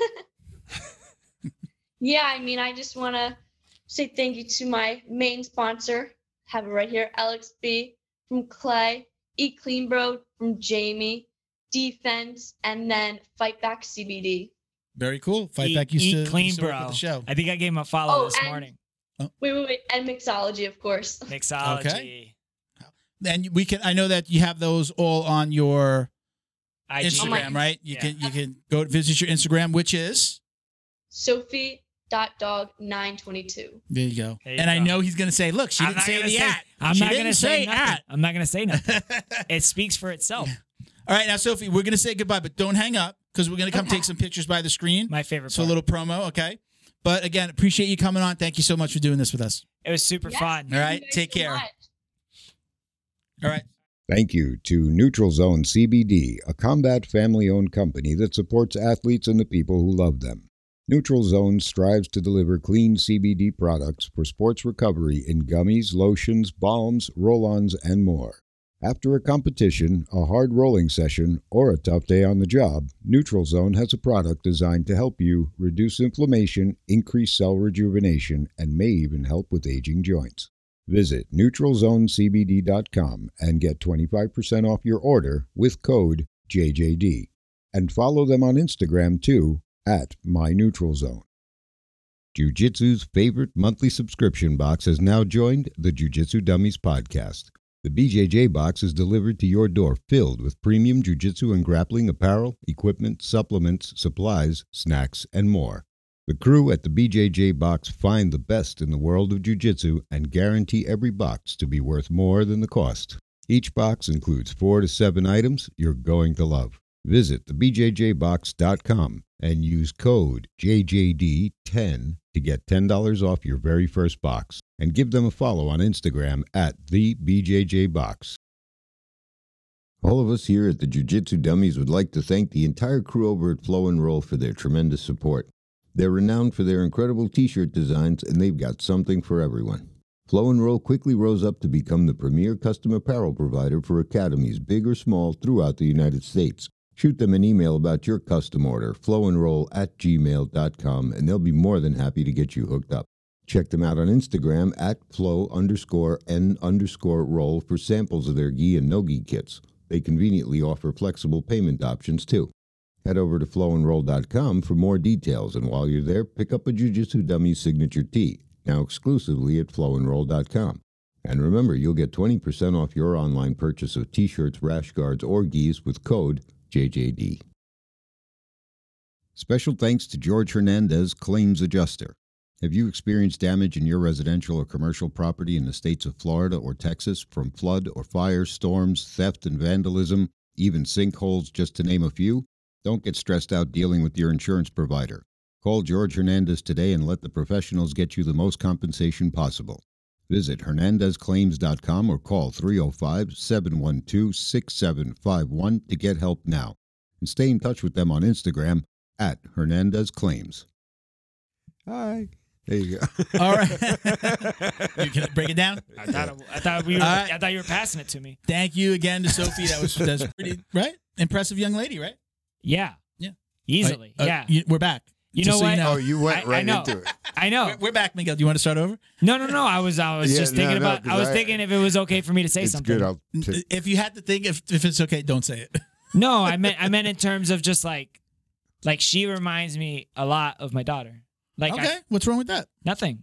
S4: Yeah, I mean, I just want to say thank you to my main sponsor, have it right here, Alex B from Clay, Eat Clean Bro from Jamie, Defense, and then Fight Back CBD.
S2: very cool. Fight
S3: Eat-
S2: back used
S3: eat
S2: to
S3: clean,
S2: used to work
S3: bro.
S2: with the show.
S3: I think I gave him a follow
S4: Oh,
S3: this
S4: and-
S3: morning.
S4: Wait, wait, wait, and mixology, of course. <laughs>
S3: Mixology.
S2: And we can. I know that you have those all on your
S3: IG.
S2: Instagram, right? You
S3: Yeah.
S2: can you can go visit your Instagram, which is
S4: Sophie.dog922.
S2: there you go.
S3: There you
S2: and I
S3: go.
S2: know he's gonna say, look, she
S3: I'm
S2: didn't
S3: not
S2: say
S3: gonna
S2: the at.
S3: I'm
S2: She
S3: not
S2: didn't
S3: gonna
S2: say
S3: say, nothing.
S2: at.
S3: I'm not gonna say nothing.
S2: <laughs>
S3: it speaks for itself.
S2: all right, now Sophie, we're gonna say goodbye, but don't hang up because we're gonna come
S4: Okay.
S2: take some pictures by the screen.
S3: My favorite.
S2: So a
S3: part.
S2: little promo, okay? But again, appreciate you coming on. Thank you so much for doing this with us.
S3: It was super
S4: Yeah.
S3: fun.
S2: All right, take care. All
S3: <laughs>
S2: right.
S5: Thank you to Neutral Zone CBD, a combat family owned company that supports athletes and the people who love them. Neutral Zone strives to deliver clean CBD products for sports recovery in gummies, lotions, balms, roll ons, and more. After a competition, a hard rolling session, or a tough day on the job, Neutral Zone has a product designed to help you reduce inflammation, increase cell rejuvenation, and may even help with aging joints. Visit neutralzonecbd.com and get 25% off your order with code JJD. And follow them on Instagram too at MyNeutralZone. Jiu Jitsu's favorite monthly subscription box has now joined the Jiu Jitsu Dummies podcast. The BJJ box is delivered to your door filled with premium Jiu Jitsu and grappling apparel, equipment, supplements, supplies, snacks, and more. The crew at the BJJ box find the best in the world of jiu-jitsu and guarantee every box to be worth more than the cost. Each box includes 4 to 7 items you're going to love. Visit thebjjbox.com and use code JJD10 to get $10 off your very first box and give them a follow on Instagram at thebjjbox. All of us here at the Jiu Jitsu Dummies would like to thank the entire crew over at Flow and Roll for their tremendous support. They're renowned for their incredible t shirt designs, and they've got something for everyone. Flow and Roll quickly rose up to become the premier custom apparel provider for academies, big or small, throughout the United States. Shoot them an email about your custom order, flowandroll at gmail.com, and they'll be more than happy to get you hooked up. Check them out on Instagram at flow underscore n underscore roll for samples of their gi and no gi kits. They conveniently offer flexible payment options too. Head over to flowandroll.com for more details, and while you're there, pick up a Jujitsu Dummy signature tee, now exclusively at flowandroll.com. And remember, you'll get 20% off your online purchase of t shirts, rash guards, or geese with code JJD. Special thanks to George Hernandez, Claims Adjuster. Have you experienced damage in your residential or commercial property in the states of Florida or Texas from flood or fire, storms, theft and vandalism, even sinkholes, just to name a few? Don't get stressed out dealing with your insurance provider. Call George Hernandez today and let the professionals get you the most compensation possible. Visit HernandezClaims.com or call 305 712 6751 to get help now. And stay in touch with them on Instagram at Hernandez Claims. Hi. There you <laughs> go.
S2: All right. <laughs> you can break it down.
S3: I thought, it- I thought we were,
S2: All right.
S3: I thought you were passing it to me.
S2: Thank you again to Sophie. That was that's pretty right? Impressive young lady, right?
S3: Yeah.
S2: Yeah.
S3: easily.
S2: Uh, uh,
S3: yeah.
S2: you- we're back.
S3: You
S2: Just
S3: know
S2: so
S3: what?
S2: know.
S1: Oh, you
S3: I- I
S1: went right
S3: know.
S1: into it.
S3: I know.
S2: We're- We're back, Miguel. Do you want to start over?
S3: No, no, no. I was, I was
S1: Yeah,
S3: just
S1: no,
S3: thinking
S1: no,
S3: about. I
S1: 'cause
S3: was
S1: I-
S3: thinking if it was okay for me to say
S1: It's
S3: something. uh,
S1: good. I'll t-
S2: If you had to think, if if it's okay, don't say it.
S3: no, I meant, I meant in terms of just like, like she reminds me a lot of my daughter. Like I-
S2: okay, what's wrong with that?
S3: nothing.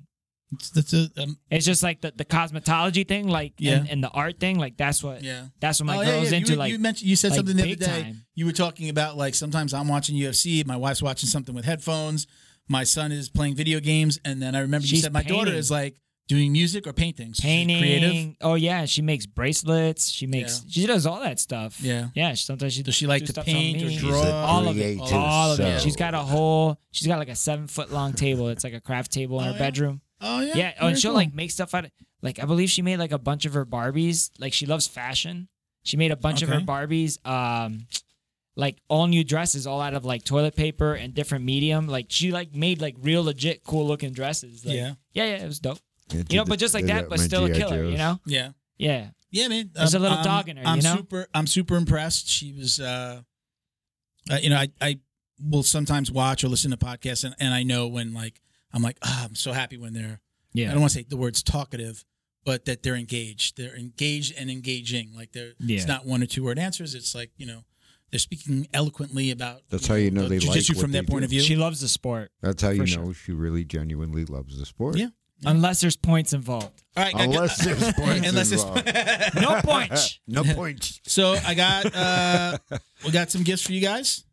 S2: It's, that's a, um,
S3: It's just like the, the cosmetology thing, like
S2: Yeah.
S3: and, and the art thing, like that's what
S2: yeah.
S3: that's what my
S2: oh, yeah,
S3: girl's
S2: yeah.
S3: into.
S2: You,
S3: like
S2: you mentioned, you said
S3: like,
S2: something the other
S3: big
S2: day.
S3: time.
S2: You were talking about like sometimes I'm watching UFC, my wife's watching something with headphones, my son is playing video games, and then I remember you
S3: She's
S2: said my daughter
S3: painting.
S2: is like doing music or painting. She's
S3: painting.
S2: creative.
S3: Oh yeah, she makes bracelets. She makes she does all that stuff.
S2: Yeah.
S3: yeah. She, sometimes she
S2: Does she like
S3: do
S2: to
S3: stuff on
S2: paint or
S3: me.
S2: draw?
S3: All of it.
S1: creative
S3: All of it.
S1: soul.
S3: She's got a whole. She's got like a seven foot long table. It's like a craft table
S2: Oh,
S3: in her
S2: yeah.
S3: bedroom.
S2: Oh yeah.
S3: Yeah. Oh, and
S2: very
S3: she'll
S2: cool.
S3: like make stuff out of like I believe she made like a bunch of her Barbies. Like she loves fashion. She made a bunch of her
S2: Okay.
S3: Barbies. Um like all new dresses all out of like toilet paper and different medium. Like she like made like real legit cool looking dresses. Like,
S2: yeah,
S3: Yeah, yeah, it was dope.
S5: Yeah,
S3: You know,
S5: did
S3: but just like
S5: did
S3: that, but
S5: my
S3: still a
S5: G.I.
S3: killer, you
S5: Joes.
S3: know?
S2: yeah,
S3: Yeah.
S2: yeah, man.
S3: There's
S2: Um,
S3: a little
S2: I'm-
S3: dog in her,
S2: I'm
S3: you know?
S2: super. I'm super impressed. She was. uh, uh You know, I I will sometimes watch or listen to podcasts, and and I know when like I'm like, ah, I'm so happy when they're I don't want to say the words talkative, but that they're engaged. They're engaged and engaging. Like they're
S3: Yeah.
S2: it's not one or two word answers. It's like you know they're speaking eloquently about.
S5: That's how you know
S2: the
S5: they like
S2: jujitsu
S5: what
S2: from their
S5: they
S2: point
S5: do.
S2: of view.
S3: She loves the sport.
S5: That's how you
S3: For
S5: know
S3: sure.
S5: she really genuinely loves the sport.
S2: Yeah.
S3: Unless there's points involved.
S2: All right, I got-
S5: Unless
S2: <laughs>
S5: there's points
S2: unless
S5: involved. <laughs>
S2: it's
S3: No points.
S5: No points.
S2: so I got uh we got some gifts for you guys.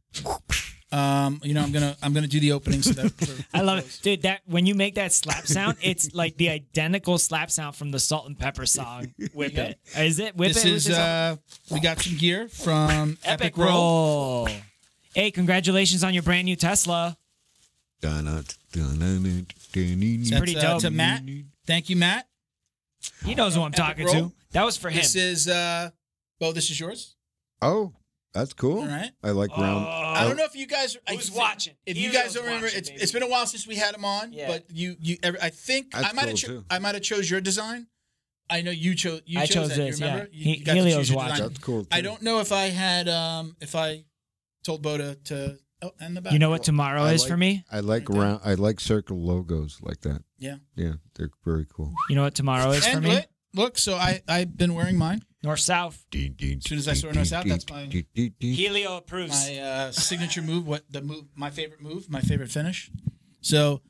S2: Um, you know I'm gonna I'm gonna do the opening so
S3: <laughs>
S2: that for-
S3: <laughs> I love it. Dude, that when you make that slap sound, it's like the identical slap sound from the salt and pepper song. Whip
S2: <laughs> Yeah.
S3: it. Is it whip
S2: This
S3: it? Which
S2: is uh we got some gear from
S3: Epic,
S2: Epic, Roll.
S3: roll. Hey, congratulations on your brand new Tesla.
S2: That's,
S5: Pretty
S3: pretty
S2: uh,
S3: dope.
S2: to Matt. Thank you, Matt.
S3: He knows who I'm talking to.
S2: roll.
S3: That was for him.
S2: This is uh Bo, this is yours.
S5: Oh, that's cool.
S2: All right.
S5: I like round.
S3: Oh.
S2: I don't know if you guys I
S3: Who's
S2: thi-
S3: watching?
S2: If
S3: He
S2: you guys
S3: was
S2: don't remember,
S3: watching,
S2: it's,
S3: baby.
S2: it's been a while since we had him on.
S3: Yeah.
S2: But you you every, I think I
S5: That's
S2: might have
S5: cool,
S2: cho-
S5: too.
S2: I might have chose your design. I know you chose you
S3: I chose
S2: that.
S3: this,
S2: you remember?
S3: yeah.
S2: You,
S3: He-
S2: you got to
S3: Helio's
S2: choose your
S3: watching.
S2: design.
S5: That's cool. Too.
S2: I don't know if I had um if I told Bo to, to oh and the back.
S3: You know what tomorrow
S5: I
S3: is
S5: like-
S3: for me?
S5: I like
S2: Right there.
S5: round. I like circle logos like that.
S2: Yeah.
S5: Yeah, they're very cool.
S3: You know what tomorrow is for
S2: and
S3: me?
S2: look, look, so I I've been wearing mine.
S3: North South.
S5: As
S2: soon as I sort us out, that's my-
S3: Helio approves.
S2: My uh, signature move, what the move, my favorite move, my favorite finish. So,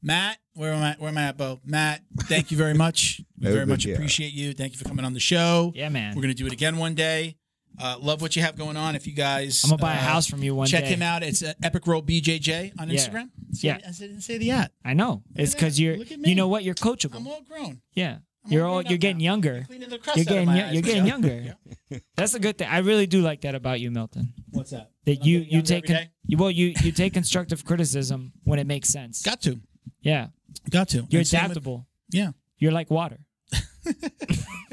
S2: Matt, where am I? Where am I at, Bo? Matt, thank you very much. We
S5: Oh,
S2: very
S5: good,
S2: much
S5: yeah.
S2: appreciate you. Thank you for coming on the show.
S3: Yeah, man.
S2: We're gonna do it again one day. Uh, love what you have going on. If you guys,
S3: I'm gonna buy a
S2: uh,
S3: house from you one
S2: check
S3: day.
S2: him out. It's uh, Epic Roll BJJ on
S3: Yeah.
S2: Instagram.
S3: Yeah.
S2: I didn't say the at.
S3: I know. It's
S2: at
S3: because
S2: that.
S3: you're.
S2: Look at me.
S3: You know what? You're coachable.
S2: I'm all grown.
S3: yeah.
S2: I'm
S3: You're
S2: all
S3: all.
S2: grown
S3: You're
S2: up
S3: getting
S2: now.
S3: younger.
S2: Cleaning the crust out
S3: You're
S2: of
S3: getting.
S2: my
S3: yo-
S2: eyes,
S3: You're getting
S2: Michelle.
S3: younger. That's a good thing. I really do like that about you, Milton.
S2: What's that?
S3: That
S2: I'm
S3: you
S2: getting
S3: you
S2: younger
S3: take
S2: every
S3: con-
S2: day?
S3: you, well you you take constructive criticism when it makes sense.
S2: Got to.
S3: yeah.
S2: Got to.
S3: You're
S2: And same with-
S3: adaptable.
S2: yeah.
S3: you're like water.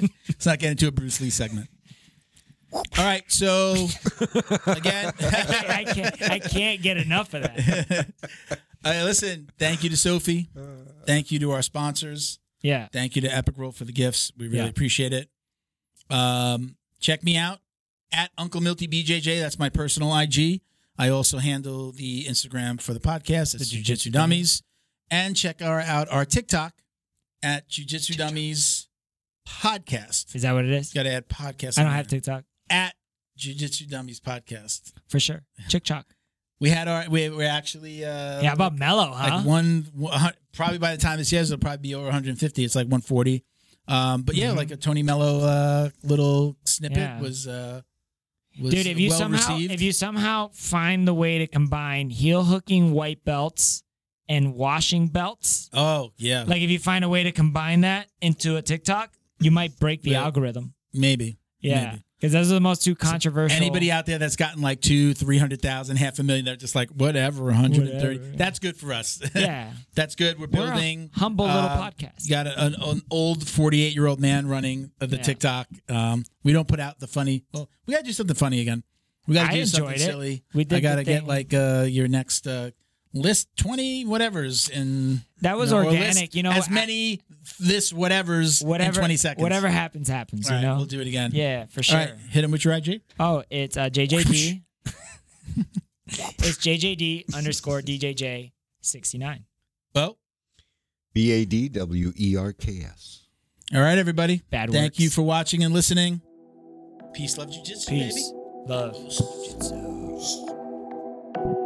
S2: Let's not get into a Bruce Lee segment. All right, so
S3: <laughs>
S2: again, <laughs>
S3: I can't. I can't get enough of that.
S2: uh, listen. Thank you to Sophie.
S3: Uh.
S2: Thank you to our sponsors.
S3: Yeah.
S2: Thank you to Epic Roll for the gifts. We really
S3: Yeah.
S2: appreciate it. Um, check me out at Uncle Milty BJJ. That's my personal IG. I also handle the Instagram for the podcast. It's Jiu
S3: The Jujitsu
S2: Jitsu Dummies. And check our, out our TikTok at Jiu Jitsu Dummies Podcast.
S3: Is that what it is?
S2: Got to add podcast.
S3: I
S2: on
S3: don't
S2: there.
S3: have TikTok
S2: at Jiu Jitsu Dummies Podcast.
S3: for sure. Chick Chock.
S2: We had our we we're actually uh
S3: Yeah, about Mellow,
S2: like
S3: huh?
S2: one one hun- probably by the time this year's it'll probably be over 150. It's like 140. Um, but yeah,
S3: Mhm.
S2: like a Tony Mello uh, little snippet
S3: Yeah.
S2: was uh was
S3: Dude, if you
S2: well
S3: somehow
S2: received.
S3: if you somehow find the way to combine heel hooking white belts and washing belts,
S2: oh yeah,
S3: like if you find a way to combine that into a TikTok, you might break the
S2: Yeah.
S3: algorithm.
S2: maybe
S3: Yeah,
S2: Maybe.
S3: because those are the most two controversial.
S2: anybody out there that's gotten like two, three hundred thousand, half a million, they're just like whatever, 130.
S3: Whatever, yeah.
S2: That's good for us. <laughs>
S3: yeah,
S2: that's good. We're
S3: We're a
S2: building.
S3: humble little
S2: uh,
S3: podcast.
S2: You got a, an, an old 48 year old man running the
S3: Yeah.
S2: TikTok. Um, we don't put out the funny. Well, we got to do something funny again. We got
S3: I
S2: to do
S3: enjoyed
S2: something
S3: it.
S2: silly.
S3: We did
S2: I
S3: the
S2: got to get
S3: thing.
S2: like uh, your next uh, list 20 whatever's in.
S3: That was
S2: you know, or
S3: organic,
S2: list
S3: you know.
S2: As
S3: I-
S2: many this whatever's whatever, in
S3: whatever
S2: 20 seconds.
S3: whatever happens happens.
S2: All right,
S3: you know.
S2: we'll do it again.
S3: yeah, for sure. uh,
S2: <laughs> All right, hit him with your IG.
S3: Oh, it's uh, JJD It's JJD underscore DJJ sixty nine.
S2: Well,
S5: B A D W E R K S.
S2: all right, everybody.
S3: Bad words.
S2: Thank you for watching and listening. Peace, love, jujitsu,
S3: peace,
S2: baby.
S3: love.
S2: Jiu-jitsu.